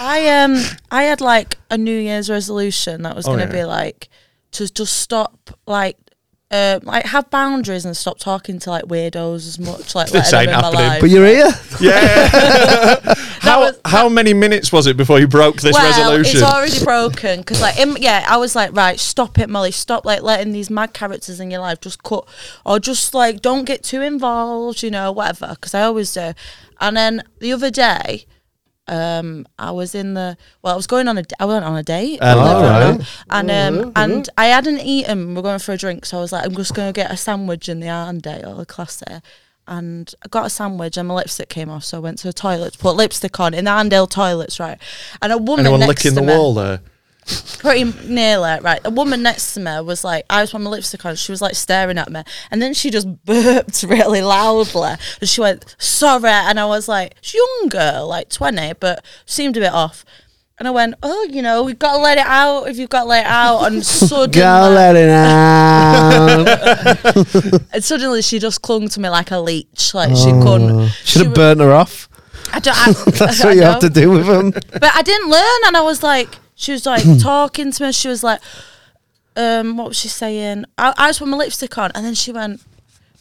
I um I had like a New Year's resolution that was Oh, gonna yeah. be like to just stop like uh, like have boundaries and stop talking to like weirdos as much like This let them ain't in my happening. life. But you're here. Yeah. how was- how many minutes was it before you broke this well, it's resolution? already broken because like in, yeah, I was like right, stop it, Molly, stop like letting these mad characters in your life just cut or just like don't get too involved, you know, whatever. Because I always do. And then the other day. Um, I was in the well. I was going on a. d- I went on a date. Hello. and um and I hadn't eaten. We're going for a drink, so I was like, I'm just gonna get a sandwich in the Arndale, a class there. And I got a sandwich, and my lipstick came off, so I went to the toilet to put lipstick on in the Arndale toilets, right? And a woman Anyone next to licking the me, wall there? pretty nearly right. A woman next to me was like, I just want my lipstick on. She was like staring at me, and then she just burped really loudly, and she went, "Sorry," and I was like, "She's young girl, like twenty, but seemed a bit off." And I went, oh, you know, we've got to let it out. If you've got to let it out, and suddenly, Go let it out. and suddenly she just clung to me like a leech, like she couldn't. she Should have wa- Oh. burnt her off. I don't. I, That's I what you know. have to do with them. but I didn't learn, and I was like, she was like talking to me. She was like, um, what was she saying? I, I just put my lipstick on, and then she went,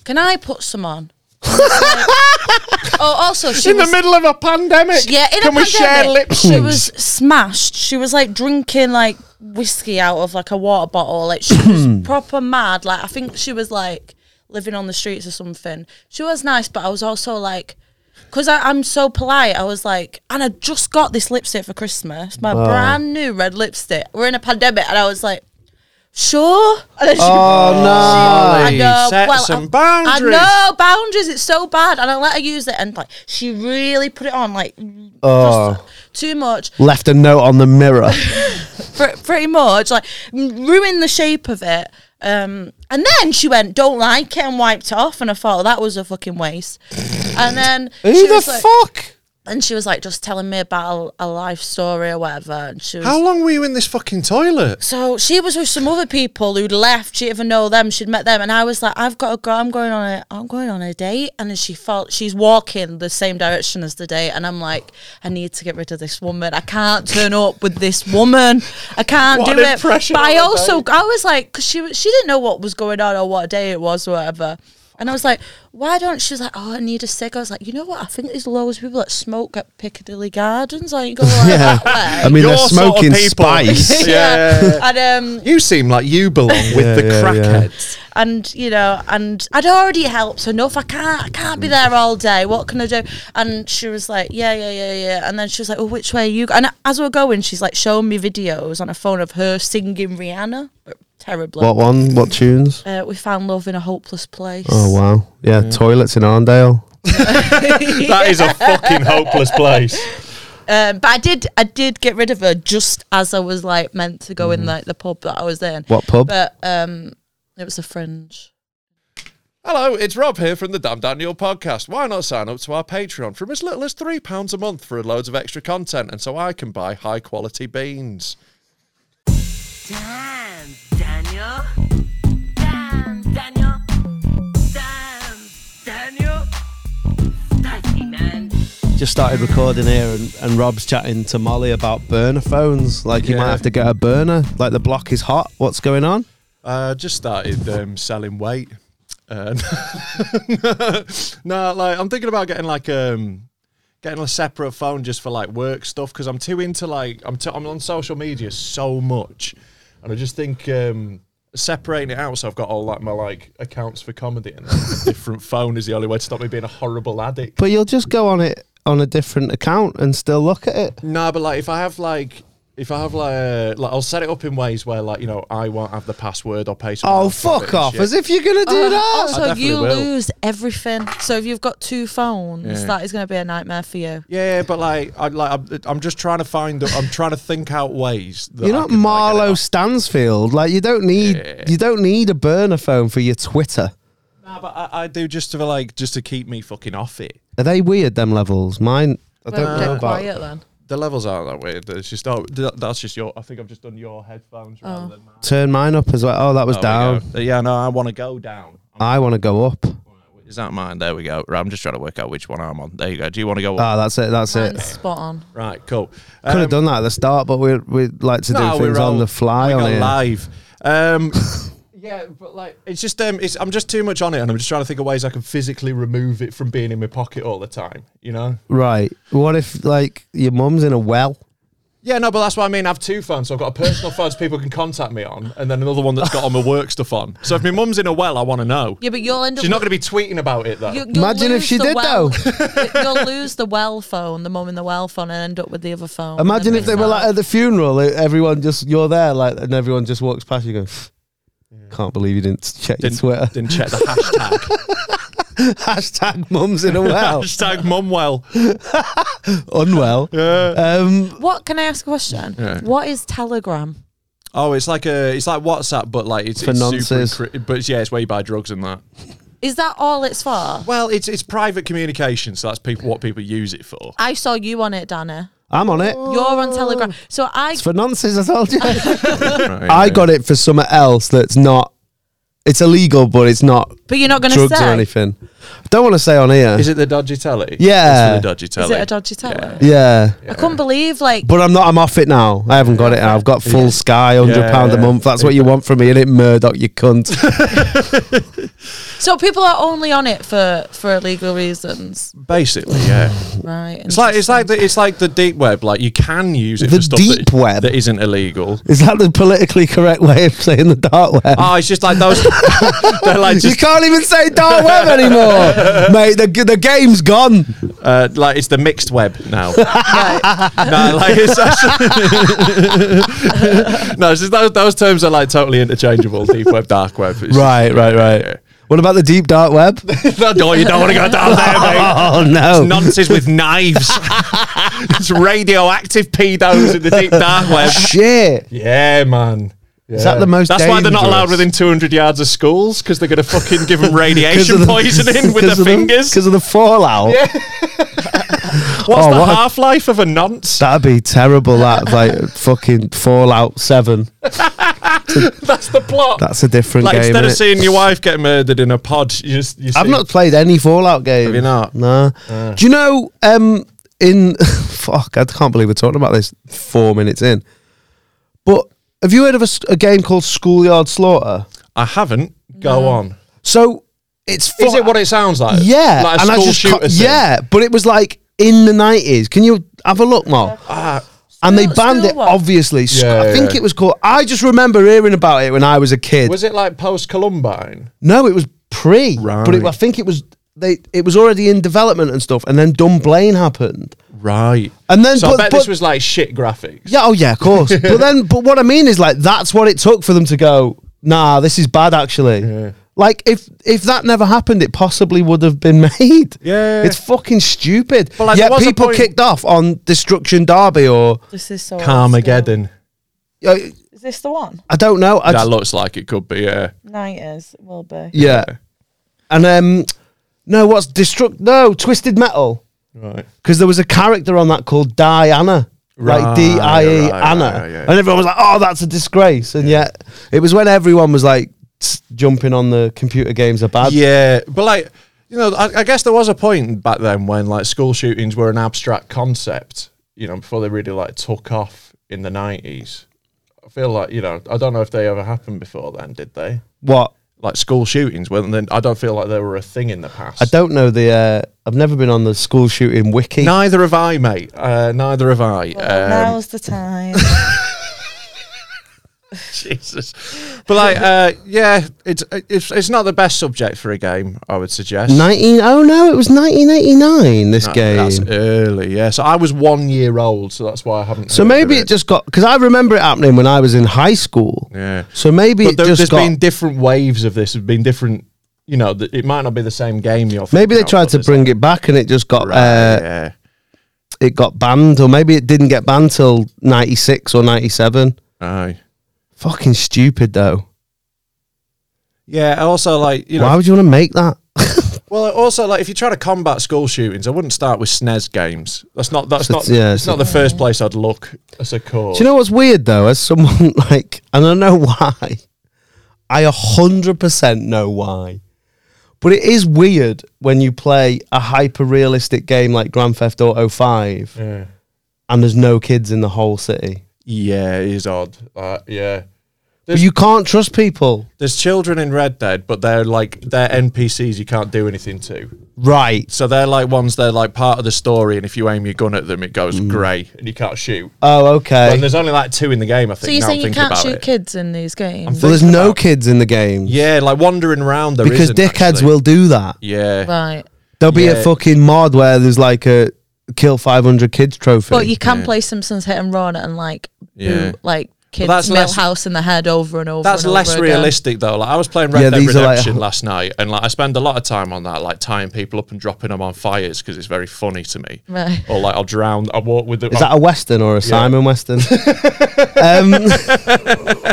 "Can I put some on?" And I was like- oh, also she In the was, middle of a pandemic. yeah, in Can a we share pandemic, lip She syncs? was smashed. She was like drinking like whiskey out of like a water bottle. Like she was proper mad. Like I think she was like living on the streets or something. She was nice, but I was also like. Because I'm so polite, I was like, and I just got this lipstick for Christmas, my brand new red lipstick. We're in a pandemic, and I was like, sure. And then she- Oh I know. set well, some I- boundaries. I know boundaries. It's so bad, and I let her use it, and like she really put it on, like Oh. just too much. no! Left a note on the mirror. Pr- pretty much, like m- ruined the shape of it. Um, and then she went, "Don't like it," and wiped it off. And I thought that was a fucking waste. And then Who she the was like, fuck? and she was like, just telling me about a a life story or whatever. And she was How long were you in this fucking toilet? So she was with some other people who'd left. She didn't even know them. She'd met them, and I was like, "I've got to go. I'm going on a. I'm going on a date." And then she felt she's walking the same direction as the date, and I'm like, "I need to get rid of this woman. I can't turn up with this woman. I can't What do an it." impression But on I a also, date. I was like, because she was- she didn't know what was going on or what day it was or whatever. And I was like, why don't she's like, oh, I need a cig. I was like, you know what? I think there's loads of people that smoke at Piccadilly Gardens. I ain't going like that way. I mean, Your they're sort of smoking people. spice. yeah. And um, You seem like you belong with Yeah, the yeah, crackheads. and you know, and I'd already helped enough. I can't, I can't Mm. be there all day. What can I do? And she was like, yeah, yeah, yeah, yeah. And then she was like, oh, which way are you? go-" And as we we're going, she's like showing me videos on her phone of her singing Rihanna, but terribly. What one? What tunes? Uh, we found love in a hopeless place. Oh wow! Yeah, toilets in Arndale. That is a fucking hopeless place. um, but I did, I did get rid of her just as I was like meant to go in like the pub that I was in. Mm. What pub? But um, it was a fringe. Hello, it's Rob here from the Damn Daniel podcast. Why not sign up to our Patreon from as little as £3 a month for loads of extra content and so I can buy high quality beans? Damn, Daniel. Damn, Daniel. Damn, Daniel. Spicy, man. Just started recording here, and, and Rob's chatting to Molly about burner phones. Like you Yeah. might have to get a burner. Like the block is hot. What's going on? Uh, just started um, selling weight. Uh, no, like I'm thinking about getting like um getting a separate phone just for like work stuff because I'm too into like I'm t- I'm on social media so much, and I just think um separating it out so I've got all like my like accounts for comedy and a different phone is the only way to stop me being a horrible addict. But you'll just go on it on a different account and still look at it. No, but like if I have like. If I have like, uh, like, I'll set it up in ways where, like, you know, I won't have the password or pay someone Oh else for it fuck and off! shit. As if you're gonna do that. Also, definitely you will. lose everything. So if you've got two phones, that is going to be a nightmare for you. Yeah, but like, I like, I'm, I'm just trying to find. I'm trying to think out ways. That You're I not can, like, get Marlo it Stansfield. Like you don't need you don't need a burner phone for your Twitter. out. Nah, but I, I do just to like, just to keep me fucking off it. Are they weird? Them levels. Mine. I don't Well, know dead about. quiet then. The levels aren't that weird. It's just oh, th- that's just your. I think I've just done your headphones rather than mine. Turn mine up as well. Oh, that was There we down. go. Yeah, no, I want to go down. I want to go up. I'm, Is that mine? There we go. Right, I'm just trying to work out which one I'm on. There you go. Do you want to go? Ah, that's it. That's Mine's it. spot on. Right, cool. Could have Um, done that at the start, but we we like to do No, things we're on all- the fly we on go here. live. Um, yeah, but like it's just um, it's I'm just too much on it, and I'm just trying to think of ways I can physically remove it from being in my pocket all the time. You know? Right. What if like your mum's in a well? Yeah, no, but that's what I mean. I have two phones, so I've got a personal phone so people can contact me on, and then another one that's got all my work stuff on. So if my mum's in a well, I want to know. Yeah, but you'll end up. She's not going to be tweeting about it though. you- you'll Imagine if lose she the did, well, though. You'll lose the well phone, the mum in the well phone, and end up with the other phone. Imagine And if they it's were not. like at the funeral, like, everyone just you're there, like, and everyone just walks past you, going, "Can't believe you didn't check didn't, your Twitter." didn't check the hashtag. Hashtag mums in a Oh. well, hashtag mumwell. unwell. Um, What can I ask a question? Yeah. What is Telegram? Oh, it's like a it's like WhatsApp, but like it's, For it's nonces. super. cri- But it's- yeah, it's where you buy drugs and that. Is that all it's for? Well, it's it's private communication, so that's people what people use it for. I saw you on it, Dana. I'm on it. You're on Telegram, so I Oh. It's for nonsense. I told you. Oh. I got it for something else that's not. It's illegal, but it's not But you're not going to drugs say. or anything. I don't want to say on here. Is it the dodgy telly? Yeah. it's for the dodgy Is telly. it a dodgy telly? yeah. I couldn't believe, like, But I'm not. I'm off it now. I haven't got it. Now. I've got full Sky, hundred pound a Yeah. month. That's what you want from me, innit, Murdoch? You cunt. so people are only on it for for illegal reasons, Basically, yeah. right? It's like it's like the it's like the deep web. Like you can use it The for stuff deep that, web? that isn't illegal. Is that the politically correct way of saying the dark web? Oh, it's just like those. they're like you just can't even say dark web anymore, mate. The, g- the game's gone. uh, like it's the mixed web now. no, like it's actually- no, it's just those, those terms are like totally interchangeable. Deep web, dark web. It's Right, right, right. What about the deep dark web? just- oh, you don't want to go down there, mate. oh no! Nonsense with knives. it's radioactive pedos in the deep dark web. Oh, Shit. Yeah, man. Is that the most? That's why they're not allowed dangerous? within 200 yards of schools because they're going to fucking give them 'Cause radiation of the- poisoning with 'cause their of fingers. because of the fallout. What's Oh, the what a- half life of a nonce? That'd be terrible. That like fucking Fallout Seven. That's the plot. That's a different like game. instead of innit? seeing your wife get murdered in a pod, you just you I've see- not played any Fallout game. Have you not? Nah. Do you know? Um, in fuck, I can't believe we're talking about this four minutes in. But have you heard of a, s- a game called Schoolyard Slaughter? I haven't. Go on. So it's Is fu- it what it sounds like? yeah, like a and I school just ca- shooter. thing? yeah, but it was like in the nineties. Can you have a look, Mark? Ah, and they School- banned school it, what? obviously. Sc- Yeah, I think yeah. it was called. I just remember hearing about it when I was a kid. was it like post Columbine? No, it was pre. But it, Right. I think it was they. It was already in development and stuff, and then Dunblane happened, Right. and then so but, I bet but- this was like shit graphics. yeah, oh yeah, of course. but then, but what I mean is like that's what it took for them to go. Nah, this is bad actually. Like if if that never happened, it possibly would have been made. Yeah. it's fucking stupid. But, like, Yet there was a people point- kicked off on Destruction Derby or this is so Carmageddon. uh, Is this the one? I don't know. I That just- looks like it could be. Yeah. No, it is. It will be. yeah, and um, no, what's Destruct? No, Twisted Metal. Right. because there was a character on that called Diana. Like Right, D I E right, Anna, right, yeah. and everyone was like, "Oh, that's a disgrace." And yet, it was when everyone was like s- jumping on the computer games are bad. Yeah, but like you know, I, I guess there was a point back then when like school shootings were an abstract concept. You know, before they really like took off in the nineties. I feel like you know, I don't know if they ever happened before then, did they? What? Like school shootings, weren't they? I don't feel like they were a thing in the past. I don't know the. Uh, I've never been on the school shooting wiki. Neither have I, mate. Uh, neither have I. Um, Now's the time. Jesus. But like, uh, yeah, it's it's it's not the best subject for a game. I would suggest. Nineteen. Oh no, it was nineteen eighty nine. This That- game. That's early, yeah. So I was one year old, so that's why I haven't. so heard of maybe it just got because I remember it happening when I was in high school. Yeah. So maybe But it there, just has got. been different waves of this. There's been different, you know, th- it might not be the same game you're thinking maybe they of, tried but to there's- bring it back, and it just got. Right, uh, yeah. it got banned, or maybe it didn't get banned till ninety six or ninety seven. Aye. Fucking stupid though. Yeah, and also like you know, Why would you want to make that? well, also like if you try to combat school shootings, I wouldn't start with SNES games. That's not that's So it's- not yeah, yeah, it's so- not the first place I'd look as a cause. Do you know what's weird though? As someone like, and I know why. I a hundred percent know why, But it is weird when you play a hyper realistic game like Grand Theft Auto 5 Yeah. and there's no kids in the whole city. Yeah, it is odd. Uh, yeah. But you can't trust people. There's children in Red Dead, but they're like they're NPCs you can't do anything to. Right. So they're like ones they're like part of the story, and if you aim your gun at them, it goes Mm. grey and you can't shoot. Oh, okay. And there's only like two in the game, I think. So you're now I'm saying you thinking can't about shoot it. kids in these games? well, there's no about- kids in the game. Yeah, like wandering around there because isn't, dickheads actually. will do that. Yeah, right. There'll be Yeah. a fucking mod where there's like a kill 500 kids trophy. But you can play Simpsons Hit and Run and like Yeah. boot, like kids that's less- Millhouse in the head over and over. that's and less over again. realistic though. Like I was playing Red Yeah, Dead these are, like, Redemption h- last night, and like I spend a lot of time on that, like tying people up and dropping them on fires because it's very funny to me. Right. Or like I'll drown. I walk with the Is that a Western or a Simon Western? um,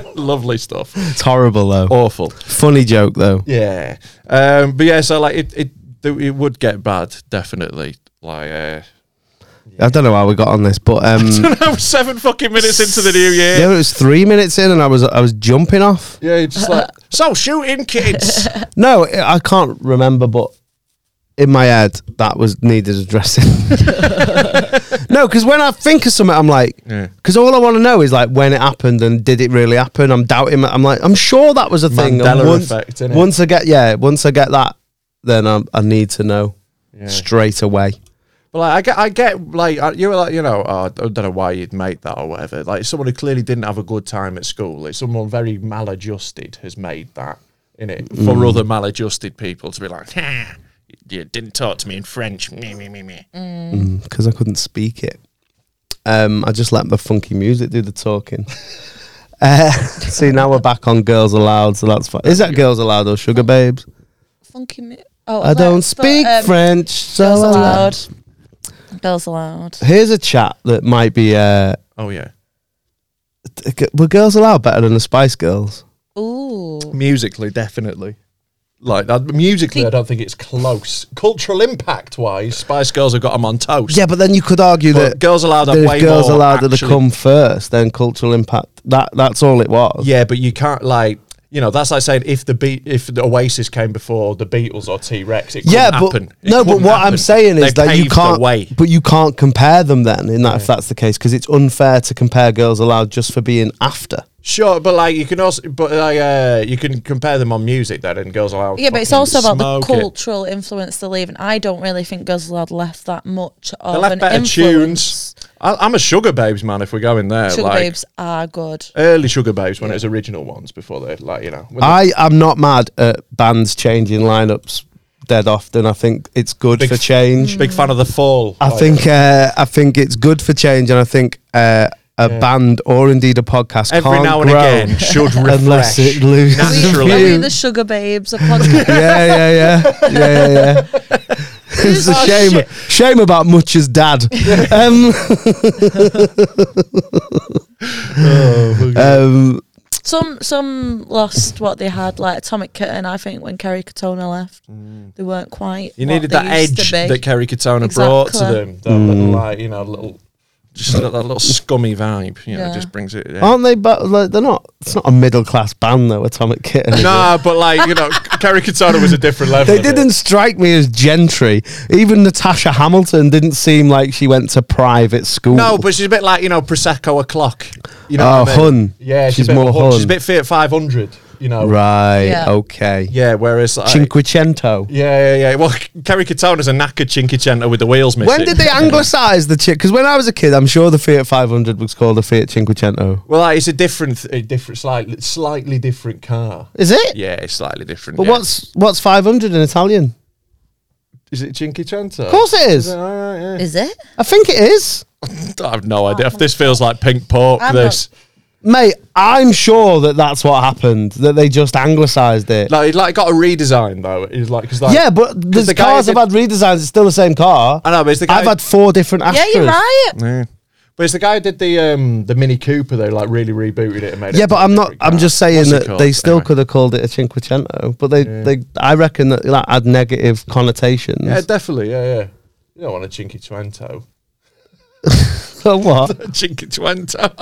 lovely stuff. it's horrible though. Awful. Oh, Funny joke though. Yeah. Um, but yeah, so like it, it th- it would get bad definitely. Like uh, I don't know how we got on this, but um, I'm seven fucking minutes into the new year. yeah, it was three minutes in and I was I was jumping off. Yeah, it's just like so shooting kids. No, I I can't remember, but in my head that was needed addressing. no, because when I think of something, I'm like, Yeah. because all I want to know is like when it happened and did it really happen? I'm doubting. I'm like, I'm sure that was a thing. and Mandela once, effect, innit? once I get yeah, once I get that, then i I need to know straight away. But like, I get, I get, like, uh, you were like, you know, oh, I don't know why you'd make that or whatever. Like, someone who clearly didn't have a good time at school, it's someone very maladjusted has made that, innit? For other maladjusted people to be like, "Ha, you didn't talk to me in French, me, me, me, me. because I couldn't speak it. Um, I just let the funky music do the talking. Uh, see, now we're back on Girls Allowed, so that's fine. Is that Girls Allowed or Sugar Babes? Funky. mu- Oh, I don't that's- but, speak um, French, so Girls allowed. allowed. Girls allowed. Here's a chat that might be. Uh, Oh, yeah. t- g- were Girls Allowed better than the Spice Girls? Ooh. Musically, definitely. Like, uh, musically, I don't think it's close. Cultural impact wise, Spice Girls have got them on toast. Yeah, but then you could argue But that Girls Aloud that are if way Girls more Allowed that actually- come first, then cultural impact. That that's all it was. Yeah, but you can't like you know that's like saying if the beat if the Oasis came before the Beatles or T Rex, it couldn't Yeah, but happen. It no, but couldn't what happen. I'm saying is They that you paved the can't, way. but you can't compare them then. In that, if that's the case, because it's unfair to compare girls allowed just for being after. Sure, but like you can also, but like uh, you can compare them on music then, and girls are oh, Yeah, but it's also about the cultural influence they leave, and I don't really think Girls Allowed left that much of They left an better influence. tunes. I, I'm a Sugar Babes man. If we go in there, Sugar like Babes are good. early Sugar Babes when it was original ones before they like you know. when they- I am not mad at bands changing lineups dead often. I think it's good Big for f- change. big fan of the Fall. Mm. I like, think uh, I think it's good for change, and I think uh, a band or indeed a podcast every can't now and grow again should unless refresh. it loses a Are Naturally. we few. the Sugar Babes of podcast? yeah, yeah, yeah, yeah, yeah. yeah. it's a Oh, shame. shit. Shame about Much's dad. um, um, some some lost what they had, like Atomic Kitten. I think when Kerry Katona left, they weren't quite. Mm. You what needed they that used to edge be. that Kerry Katona brought to Exactly. them. That little, Hmm. like, you know, little, just got that little scummy vibe. You know, Yeah. just brings it. in. aren't they? But like, they're not. It's not a middle class band though. Atomic Kitten. is it? Nah, but like you know, Kerry Katona was a different level. They of it. didn't strike me as gentry. Even Natasha Hamilton didn't seem like she went to private school. No, but she's a bit like you know Prosecco o'clock. You know, Oh, what I mean? hun. Yeah, she's, She's a bit more of a hun. She's a hun. bit Fiat Five Hundred. You know, right. Yeah. Okay. Yeah, whereas like, Cinquecento. yeah, yeah, yeah. Well, Kerry Katona's a knackered chinky with the wheels missing. When did they anglicise the chick? Because when I was a kid, I'm sure the Fiat 500 was called a Fiat Cinquecento. Well, like, it's a different, a different, slightly, slightly different car. Is it? Yeah, it's slightly different. But yeah. what's what's 500 in Italian? is it? Chinky Of course it is. Is it? I think it is. I have no idea. If this feels like pink pork, I'm this Mate, I'm sure that that's what happened, that they just anglicised it. like it like got a redesign though. It's like because like, yeah, but the, the guy cars who have did- had redesigns. It's still the same car. I know, but it's the guy. I've had four different Astras. Yeah, you're right. Yeah. But it's the guy who did the um the Mini Cooper though, like really rebooted it and made it. Yeah, into but a I'm not. different I'm car. just saying What's it that called? they still Anyway. could have called it a Cinquecento, but they, they I reckon that that had negative connotations. Yeah, definitely. Yeah, yeah. You don't want a Chinky Twento. So what? Chinky Twento.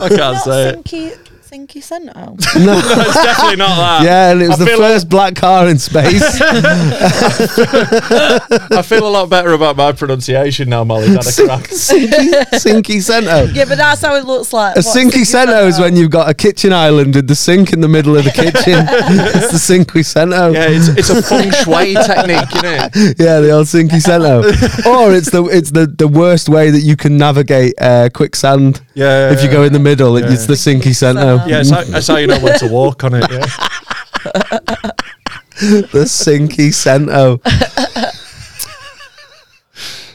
I can't say it. Not Cinque, think he sent out. it's definitely not that. Yeah, and it was I the feel- first black car in space. I feel a lot better about my pronunciation now, Molly's had a crack. Sinky, sinky Cento. yeah, but that's how it looks like. A What, sinky Cento is when you've got a kitchen island with the sink in the middle of the kitchen. it's the sinky Cento. Yeah, Yeah. it's, it's a feng shui technique, isn't it? the old sinky Cento. or it's the it's the, the worst way that you can navigate uh, quicksand. Yeah, yeah, if you go in the middle, it- yeah. it's the sinky Cento. Yeah, it's how, it's how you know when to walk on it. Yeah. the sinky Cento.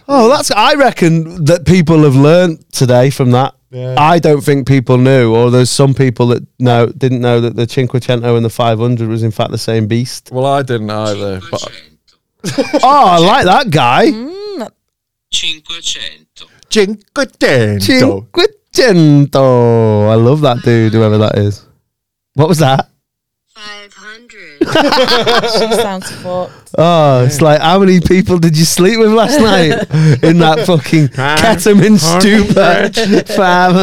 oh, that's. I reckon that people have learnt today from that. Yeah. I don't think people knew, or there's some people that no didn't know that the Cinquecento and the 500 was in fact the same beast. Well, I didn't either. But oh, I like that guy. Cinquecento. Cinquecento. Cinquecento. I love that dude, whoever that is. What was that? 500. She sounds fucked. Oh, it's like how many people did you sleep with last night in that fucking ketamine stupor? Five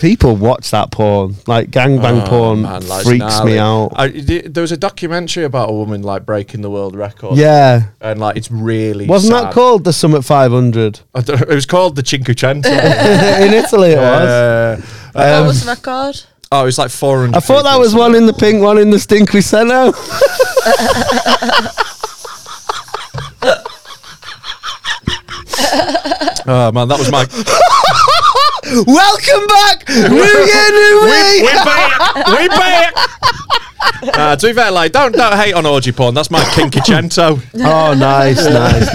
people watch that porn, like gangbang porn, Oh, Man, like, freaks me gnarly. out. I, d- there was a documentary about a woman like breaking the world record. yeah, and like it's really wasn't sad. that called the Summit Five Hundred I don't- it was called the Cinquecento. in Italy? It was. uh, what was the record? oh, it was like four hundred. I thought that was one in the pink, one in the stinky center. Oh man, that was my. Welcome back, New Year, New we, Me. we back, we back. Uh, to be fair, like don't don't hate on orgy porn. That's my Cinquecento. Oh, nice, nice,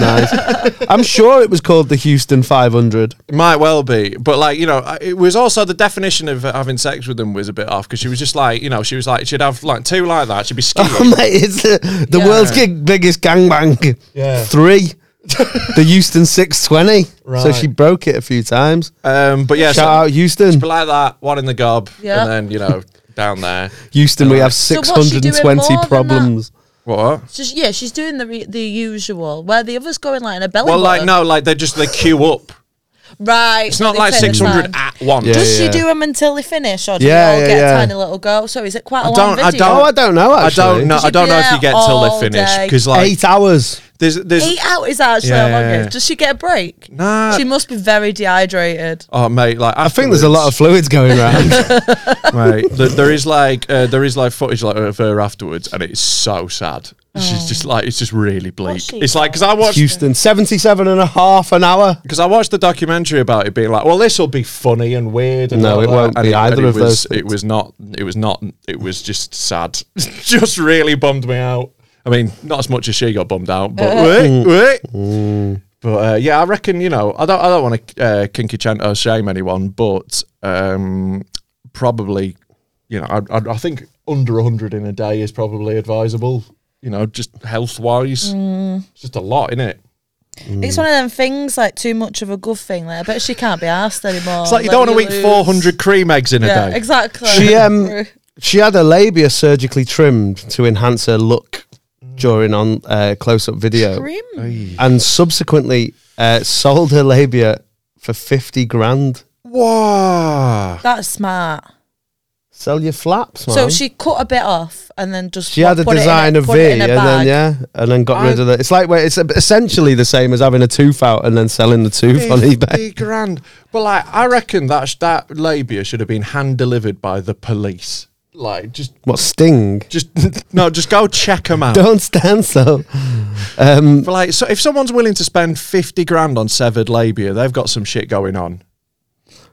nice. I'm sure it was called the Houston Five Hundred. It Might well be, but like you know, I- it was also the definition of having sex with them was a bit off because she was just like you know she was like she'd have like two like that. She'd be skiing. Oh, mate, it's the, the Yeah. world's gig, biggest gangbang. Yeah. Three. the Houston 620. So Right. she broke it a few times. um, but yeah, Shout out Houston. But like that, one in the gob, Yeah. and then you know down there. Houston, we have what's she doing 620 more than that? problems. What? So she- yeah, she's doing the re- the usual. Where the others going like in a belly. Well, like button. no, like they just they queue up. right. It's not like six hundred at once. Yeah, Does yeah. she do them until they finish, or do Yeah, they all yeah, get yeah. a tiny little go? So is it quite a I long don't- I video? don't- Oh, I don't know, I actually. don't know. Does she I don't do know if you that get till all they finish day? because like Eight hours. there's there's Eight hours actually. Yeah, how long yeah, is- yeah. Does she get a break? Nah. She must be very dehydrated. oh mate like I think there's a lot of fluids going around. mate there, there is like uh, there is like footage like of her afterwards and it's so sad. She's just like it's just really bleak. Oh. What's she It's like because I watched Houston, 77 and a half an hour. because I watched the documentary about it being like well this will be funny and weird. And No, all it that. won't and be either and of it those was, It things. was not. It was not. It was just sad. just really bummed me out. I mean, not as much as she got bummed out, but Mm. wait, wait. But uh, yeah, I reckon you know I don't I don't want to uh, kinky chanto shame anyone, but um, probably you know I, I, I think under hundred in a day is probably advisable. You know, just health wise, it's just a lot, isn't it? Mm. It's one of them things like too much of a good thing. Like I bet she can't be asked anymore. It's like you don't want to eat four hundred cream eggs in a Yeah, day. exactly. She, um, She had her labia surgically trimmed to enhance her look Mm. during on uh, close-up video. Grim. and subsequently uh, sold her labia for 50 grand. Wow. That's smart. Sell your flaps, man. So she cut a bit off and then just She had a put it in design of put V it in and a then, bag. yeah, and then got rid of it. It's like, where it's essentially the same as having a tooth out and then selling the tooth on 50 eBay. grand. But like, I reckon that sh- that labia should have been hand delivered by the police. Like, just, What, Sting? just no, just go check them out. Don't stand so. But like, so if someone's willing to spend fifty grand on severed labia, they've got some shit going on.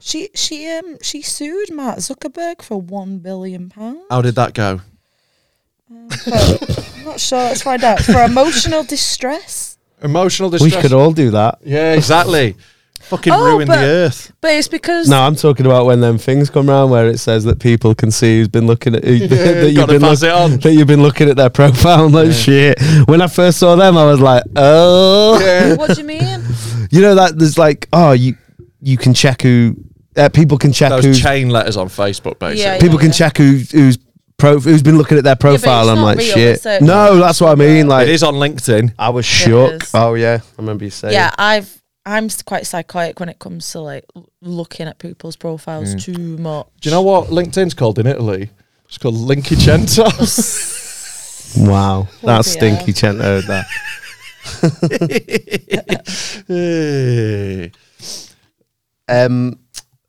She she um she sued Mark Zuckerberg for one billion pounds. How did that go? I'm not sure. Let's find out for emotional distress. Emotional We distress. could all do that. yeah, exactly. Fucking Oh, ruin the but- earth. But it's because No, I'm talking about when them things come round where it says that people can see who's been looking at who, that, you've gotta been pass it on. that you've been looking at their profile. I'm like, shit. When I first saw them, I was like, oh. what do you mean? You know that there's like, oh, you you can check who uh, people can check Those who chain letters on Facebook, basically. Yeah, people yeah, can yeah. check who who's pro who's been looking at their it's profile. I'm not like, real, shit. is it? No, that's what I It mean. Like, is on LinkedIn. I was It shook. is. Oh yeah, I remember you saying. Yeah, I've I'm s- quite psychotic when it comes to like l- looking at people's profiles Mm. too much. Do you know what LinkedIn's called in Italy? It's called Linkicentos. Wow, that's Bloody hell. stinky Chento. That Eh. um,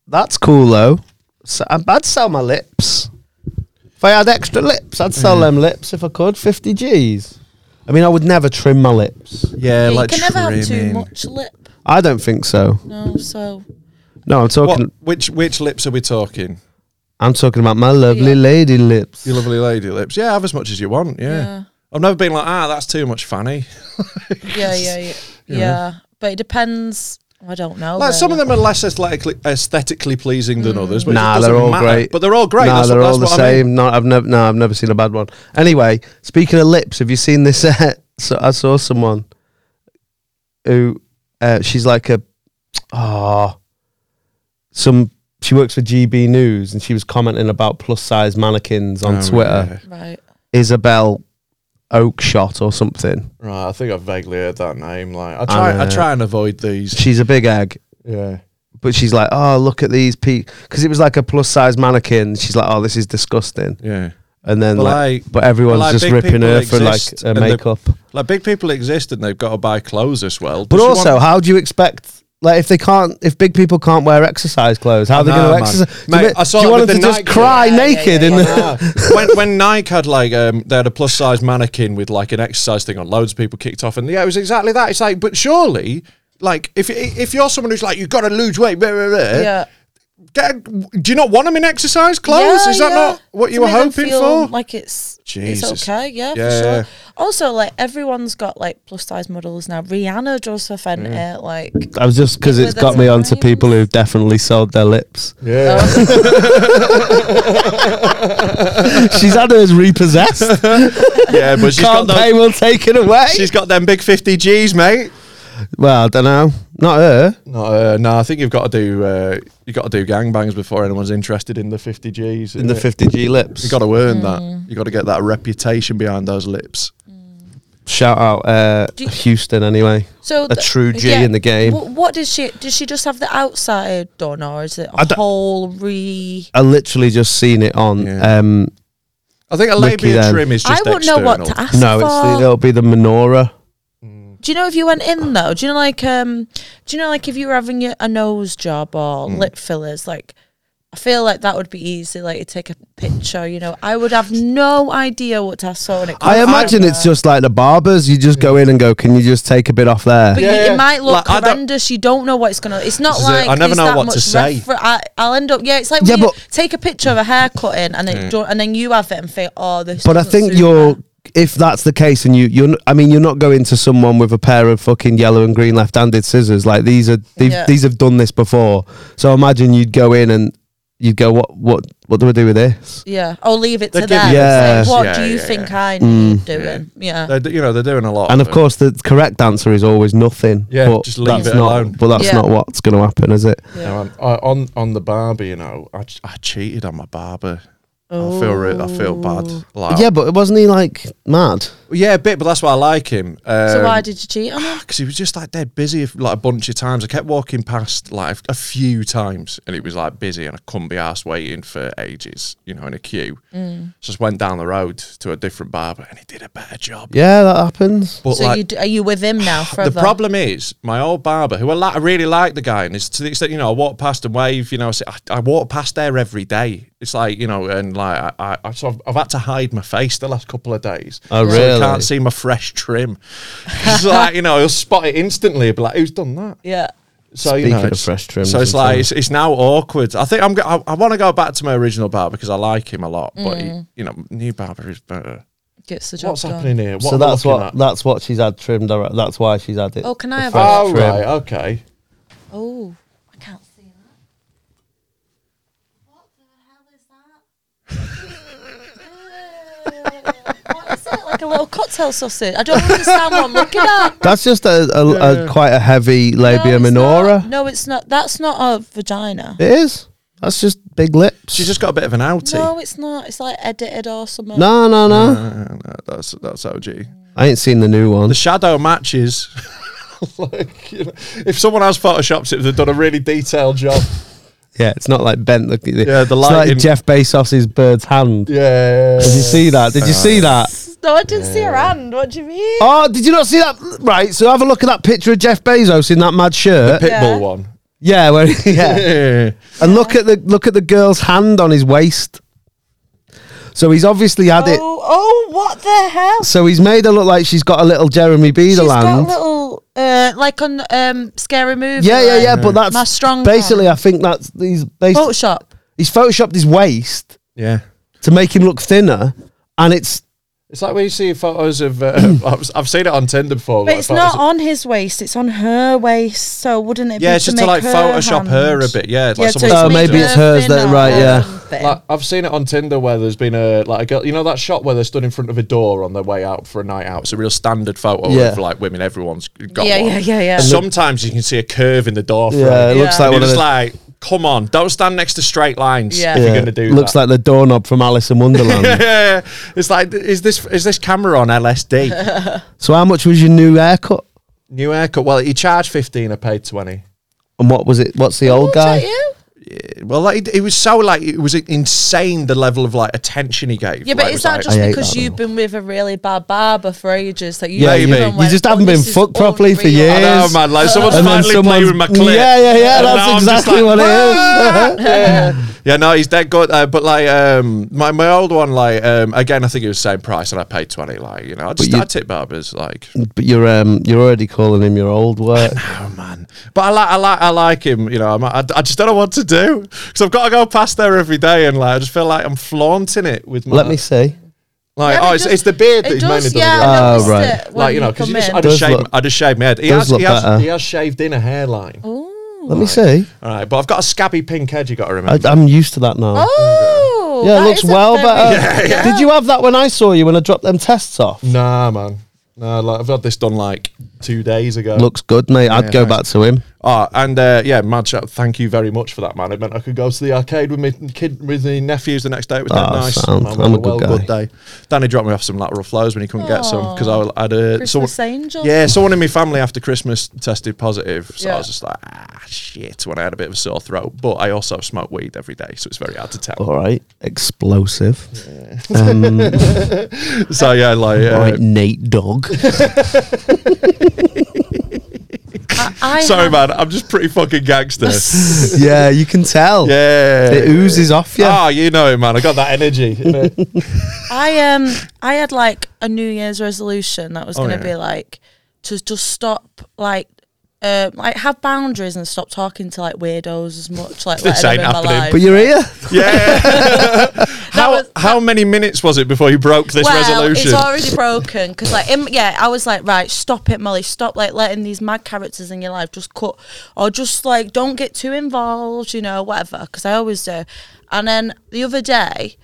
that's cool though. So, I'd I'd sell my lips. If I had extra lips, I'd sell them lips if I could. Fifty G's. I mean, I would never trim my lips. yeah, Yeah, you like can never have too trimming. much lip. I don't think so. No, so No, I'm What, talking. which which lips are we talking? I'm talking about my lovely Yeah. lady lips. Your lovely lady lips. Yeah, have as much as you want. Yeah. Yeah. I've never been like, ah, that's too much fanny. yeah, yeah, yeah, yeah. But it depends. I don't know. Like some of really. them are less aesthetically, aesthetically pleasing than Mm. others. But Nah, it doesn't they're all matter. great. But they're all great. Nah, that's they're what, all that's the what I mean. same. No, I've never. No, I've never seen a bad one. Anyway, speaking of lips, have you seen this? Uh, so I saw someone who uh, she's like a ah some. She works for GB News, and she was commenting about plus size mannequins on Oh, Twitter. yeah. Right. Isabel Oakshot or something. Right, I think I've vaguely heard that name. Like, I try, I know. try and avoid these. She's a big egg, Yeah. but she's like, oh look at these people, because it was like a plus size mannequin. She's like, oh this is disgusting. Yeah. and then But, like, like- but everyone's like, just big ripping people her for like exist her and they- makeup. Like big people exist and they've got to buy clothes as well. But Does she also, want- how do you expect? Like, if they can't, if big people can't wear exercise clothes, how are they I going know, to man. exercise? Mate, do you, I saw do you that want with them to the just Nike. cry Yeah, yeah, naked yeah, in the? Ah. when when Nike had like um, they had a plus size mannequin with like an exercise thing on, loads of people kicked off, and yeah, it was exactly that. It's like, but surely, like if if you're someone who's like you've got to lose weight, blah, blah, blah, Yeah. get, do you not want them in exercise clothes? Yeah, Is that yeah. not what you To were make them hoping feel for? Like it's Jesus. it's okay, yeah, Yeah, for sure. yeah. Also, like everyone's got like plus size models now. Rihanna does offend Mm. it, like I was just because With it's the got me onto times. people who definitely sold their lips. yeah, Oh. She's had hers repossessed. yeah, but she's got can't pay, those, will take it away. she's got them big fifty Gs, mate. well, I don't know. Not her. No, uh, no, I think you've got to do uh, you got to do gangbangs before anyone's interested in the fifty Gs. In the 50G lips. you got to Mm. earn that. You got to get that reputation behind those lips. Shout out uh, Do you- Houston anyway. so A true G in the game. What, what did she? Did she just have the outside done, or is it I a don't- whole re? I literally just seen it on. Yeah. Um, I think a Wiki labia then. trim is I just wouldn't know external. what to ask no, for. it's the, it'll be the menorah. do you know if you went in though? Do you know like um? Do you know like if you were having your, a nose job or Hmm. lip fillers? Like, I feel like that would be easy. Like, you take a picture. You know, I would have no idea what to ask for when it comes. I to imagine that. it's just like the barbers. You just go in and go, "Can you just take a bit off there?" But Yeah, you, yeah. it might look Like, I don't- horrendous. You don't know what it's gonna. It's not This is it. like I never there's know that what to much say. refer- I, I'll end up. Yeah, it's like Yeah, when you but- take a picture of a haircutting and then Mm. don't, and then you have it and think, oh, this. But I doesn't think suit you're, me. if that's the case, and you, you're, n- I mean, you're not going to someone with a pair of fucking yellow and green left-handed scissors. Like these are, they've, Yeah. these have done this before. So imagine you'd go in and you'd go, "What, what, what do I do with this?" Yeah, I'll leave it to They're them. giving Say, Yeah. what Yeah, do you yeah, think I need Mm. doing? Yeah. They're, d- you know, they're doing a lot. And of it. course, the correct answer is always nothing. Yeah, but just leave that's it not, alone. But that's Yeah. not what's going to happen, is it? Now, I'm- I- on on the barber, you know, I, ch- I cheated on my barber. I feel re- I feel bad. Oh. Like, Yeah, but wasn't he like mad? yeah, a bit, but that's why I like him. Um, So why did you cheat on him? Because he was just like dead busy, if- like a bunch of times. I kept walking past like a few times, and it was like busy, and I couldn't be asked waiting for ages, you know, in a queue. Mm. Just went down the road to a different barber, and he did a better job. Yeah, that happens. But So like, you d- are you with him now forever? The problem is, my old barber, who I, li- I really like the guy, and it's to the extent, you know, I walk past and wave, you know, I, say- I- I walk past there every day. It's like, you know, and like, I, I, I sort of, I've had to hide my face the last couple of days. Oh, So really? you can't see my fresh trim. it's like, you know, he'll spot it instantly, but like, who's done that? Yeah. So, you Speaking know, of it's- fresh trims So it's and like, stuff. it's, it's now awkward. I think I'm, go- I, I want to go back to my original barber because I like him a lot, but, he, you know, new barber is better. Gets the Mm. job What's done. happening here? What so am I that's looking what at? that's what she's had trimmed. Or, that's why she's had it. Oh, can I have fresh that? Oh, trim. right, okay. Oh, I can't see that. What the hell is that? What is it? Like a little cocktail sausage? I don't understand what I'm looking at. That's just a, a, a quite a heavy labia it's minora. not. No, it's not. That's not a vagina. It is. That's just big lips. She's just got a bit of an outie. No, it's not. It's like edited or something. no, no, no. Uh, no, that's that's OG. I ain't seen the new one. The shadow matches. like, you know, if someone has photoshopped it, they've done a really detailed job. Yeah, it's not like bent. Look, Yeah, the it's not lighting- like Jeff Bezos's bird's hand. Yeah. Did you see that? Did you see that? No, I didn't see her hand. What do you mean? Oh, did you not see that? Right, so have a look at that picture of Jeff Bezos in that mad shirt. Pitbull Yeah. one. yeah, where, yeah. Yeah. and look at the look at the girl's hand on his waist. So he's obviously had it. Oh, oh, what the hell? So he's made her look like she's got a little Jeremy She's got Beadleland. little, uh, like on um, Scary Movie. Yeah, yeah, like, yeah. But that's My strong Basically, I think that's he's based, Photoshop. he's photoshopped his waist Yeah. to make him look thinner, and it's It's like when you see photos of. Uh, I've, I've seen it on Tinder before. But like it's photos not of- on his waist, it's on her waist. So wouldn't it be Yeah, it's just to make like her Photoshop hand? her a bit. Yeah, it's Yeah, like so someone's Oh, make maybe her it's hers that- thinner right, or yeah. something. Like, I've seen it on Tinder where there's been a like a girl, you know that shot where they're stood in front of a door on their way out for a night out. It's a real standard photo Yeah. of like women. Everyone's got Yeah, one. yeah, yeah, yeah. Sometimes you can see a curve in the door frame. yeah, it Yeah. looks like and one you're just of the- like, come on, don't stand next to straight lines Yeah. if yeah, you're gonna do looks that. like the doorknob from Alice in Wonderland. yeah, it's like, is this is this camera on LSD? so how much was your new haircut? New haircut. Well, he charged fifteen. I paid twenty. And what was it? What's the old Look at guy? you. Well, like, it was so like it was insane the level of like attention he gave. Yeah, but Like, is it was that like- just I hate because that, you've been with a really bad barber for ages? That you Yeah, even Maybe. You went, just "Oh, haven't been this is fucked properly for unreal." years. I know, man. Like someone's And finally then playing someone's- with my clip. Yeah, yeah, yeah, And that's now I'm just exactly what it is. "Ah!" yeah. yeah, no, he's dead good. Uh, but like um, my my old one, like um, again, I think it was the same price, and I paid twenty. Like you know, I just you- I tip barbers like. But you're um you're already calling him your old work. Oh man, but I like I like I like him. You know, I'm, I I just don't know what to do because I've got to go past there every day, and like I just feel like I'm flaunting it with my. Let me see. Like, Yeah, oh, it it's, does- it's the beard It that he's does, mainly done. yeah, as I well. Ah, noticed right. it when Like you know, come because just, in. I just Does shaved, look- I just shaved my head. He does has, look he, better. has, he has shaved in a hairline. Oh. Let me see. All right, but I've got a scabby pink head. You got to I, remember. I'm used to that now. Oh, yeah, it that looks is a well very- better. Did you have that when I saw you when I dropped them tests off? nah, man. Nah, like I've had this done like two days ago. Looks good, mate. I'd Yeah, go thanks. back to him. oh, and uh, yeah, mad shout. Thank you very much for that, man. It meant I could go to the arcade with my kid, with the nephews the next day. It was dead Oh, nice. sound. Man, I'm what a good well guy. day. Danny dropped me off some lateral flows when he couldn't get some because I had a Christmas angel. Yeah, someone in my family after Christmas tested positive, so I Yeah. was just like, ah, shit. When I had a bit of a sore throat, but I also smoke weed every day, so it's very hard to tell. All right, explosive. So yeah, like uh, All right, Nate Dog. I, I Sorry, have- man. I'm just pretty fucking gangster. yeah, you can tell. yeah. It oozes off you. Ah, you know it, man. I got that energy. innit? I um I had like a New Year's resolution that was Oh, gonna yeah. be like to just stop like uh, like have boundaries and stop talking to like weirdos as much like let This them ain't in my happening. life. But you're here. yeah. how was- how many minutes was it before you broke this well, it's resolution? already broken because like in, yeah, I was like right, stop it, Molly, stop like letting these mad characters in your life just cut or just like don't get too involved, you know, whatever. Because I always do. And then the other day.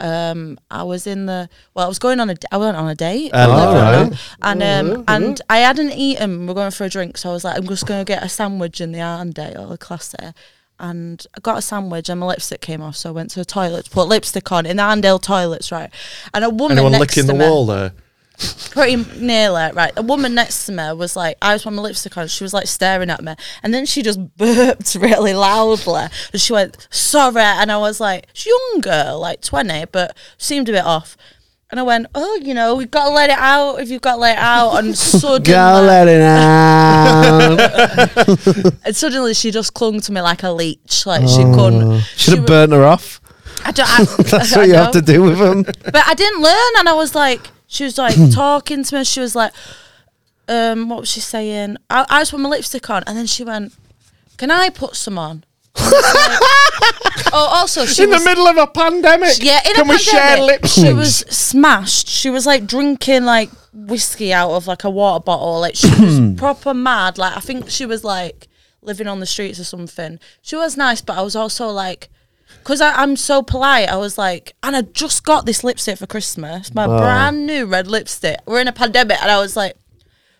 Um, I was in the well. I was going on a. d- I went on a date. alright. And um, and I hadn't eaten. We're going for a drink, so I was like, I'm just gonna get a sandwich in the Arndale, a class there. And I got a sandwich, and my lipstick came off, so I went to the toilet to put lipstick on in the Arndale toilets, right? And a woman Anyone next to licking the me, wall there? pretty nearly right. A woman next to me was like, I was with my lipstick on. She was like staring at me, and then she just burped really loudly, and she went, "Sorry," and I was like, "She's young girl, like twenty, but seemed a bit off." And I went, "Oh, you know, we've got to let it out. If you've got to let it out," and suddenly, Go let it out. and suddenly she just clung to me like a leech, like she Oh. couldn't. Should she have wa- burnt her off. I don't, I, That's I what you know. have to do with him. but I didn't learn, and I was like, she was Hmm. like talking to me. She was like, um, what was she saying? I, I just put my lipstick on, and then she went, "Can I put some on?" And I was like- oh, also she In was, the middle of a pandemic. yeah, in Can a we share pandemic, lip She syncs? was smashed. She was like drinking like whiskey out of like a water bottle. Like she was proper mad. Like I think she was like living on the streets or something. She was nice, but I was also like. Because I'm so polite, I was like, and I just got this lipstick for Christmas, my brand new red lipstick. We're in a pandemic, and I was like,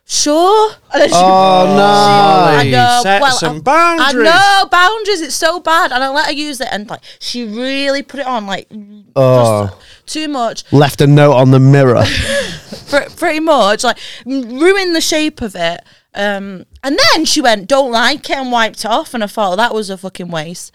sure. And then she- Oh, I know. set well, some I- boundaries. I know boundaries. It's so bad, and I let her use it, and like she really put it on like Oh. just too much. no. Left a note on the mirror. Pr- pretty much like m- ruin the shape of it. Um, and then she went, "Don't like it," and wiped it off. And I thought that was a fucking waste.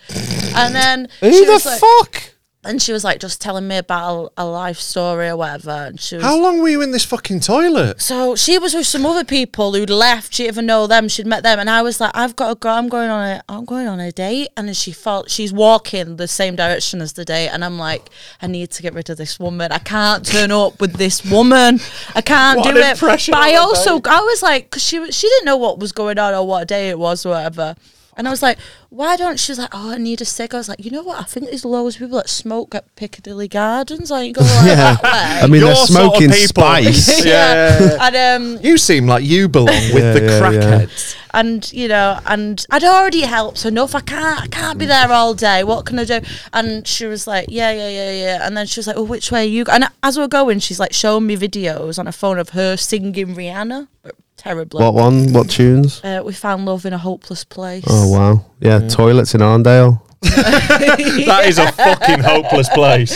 and then Who she the was like, fuck? and she was like, just telling me about a, a life story or whatever. And she was How long were you in this fucking toilet? so she was with some other people who'd left. She didn't even know them. She'd met them, and I was like, "I've got to go. I'm going on a. I'm going on a date." And then she felt she's walking the same direction as the date, and I'm like, "I need to get rid of this woman. I can't turn up with this woman. I can't do What an it." impression But I on a also, date. I was like, because she was- she didn't know what was going on or what day it was, or whatever. And I was like, why don't she's like, oh, I need a cig. I was like, you know what? I think there's loads of people that smoke at Piccadilly Gardens. I ain't going like that way. I mean, Your they're sort of smoking people. spice. Yeah. And um, You seem like you belong with Yeah, the yeah, crackheads. and you know, and I'd already helped enough. I can't, I can't be Mm. there all day. What can I do? And she was like, yeah, yeah, yeah, yeah. And then she was like, oh, which way are you? go-" And as we're going, she's like showing me videos on her phone of her singing Rihanna, but terribly. What one? What tunes? Uh, we found love in a hopeless place. Oh wow, yeah, toilets in Arndale. That is a fucking hopeless place.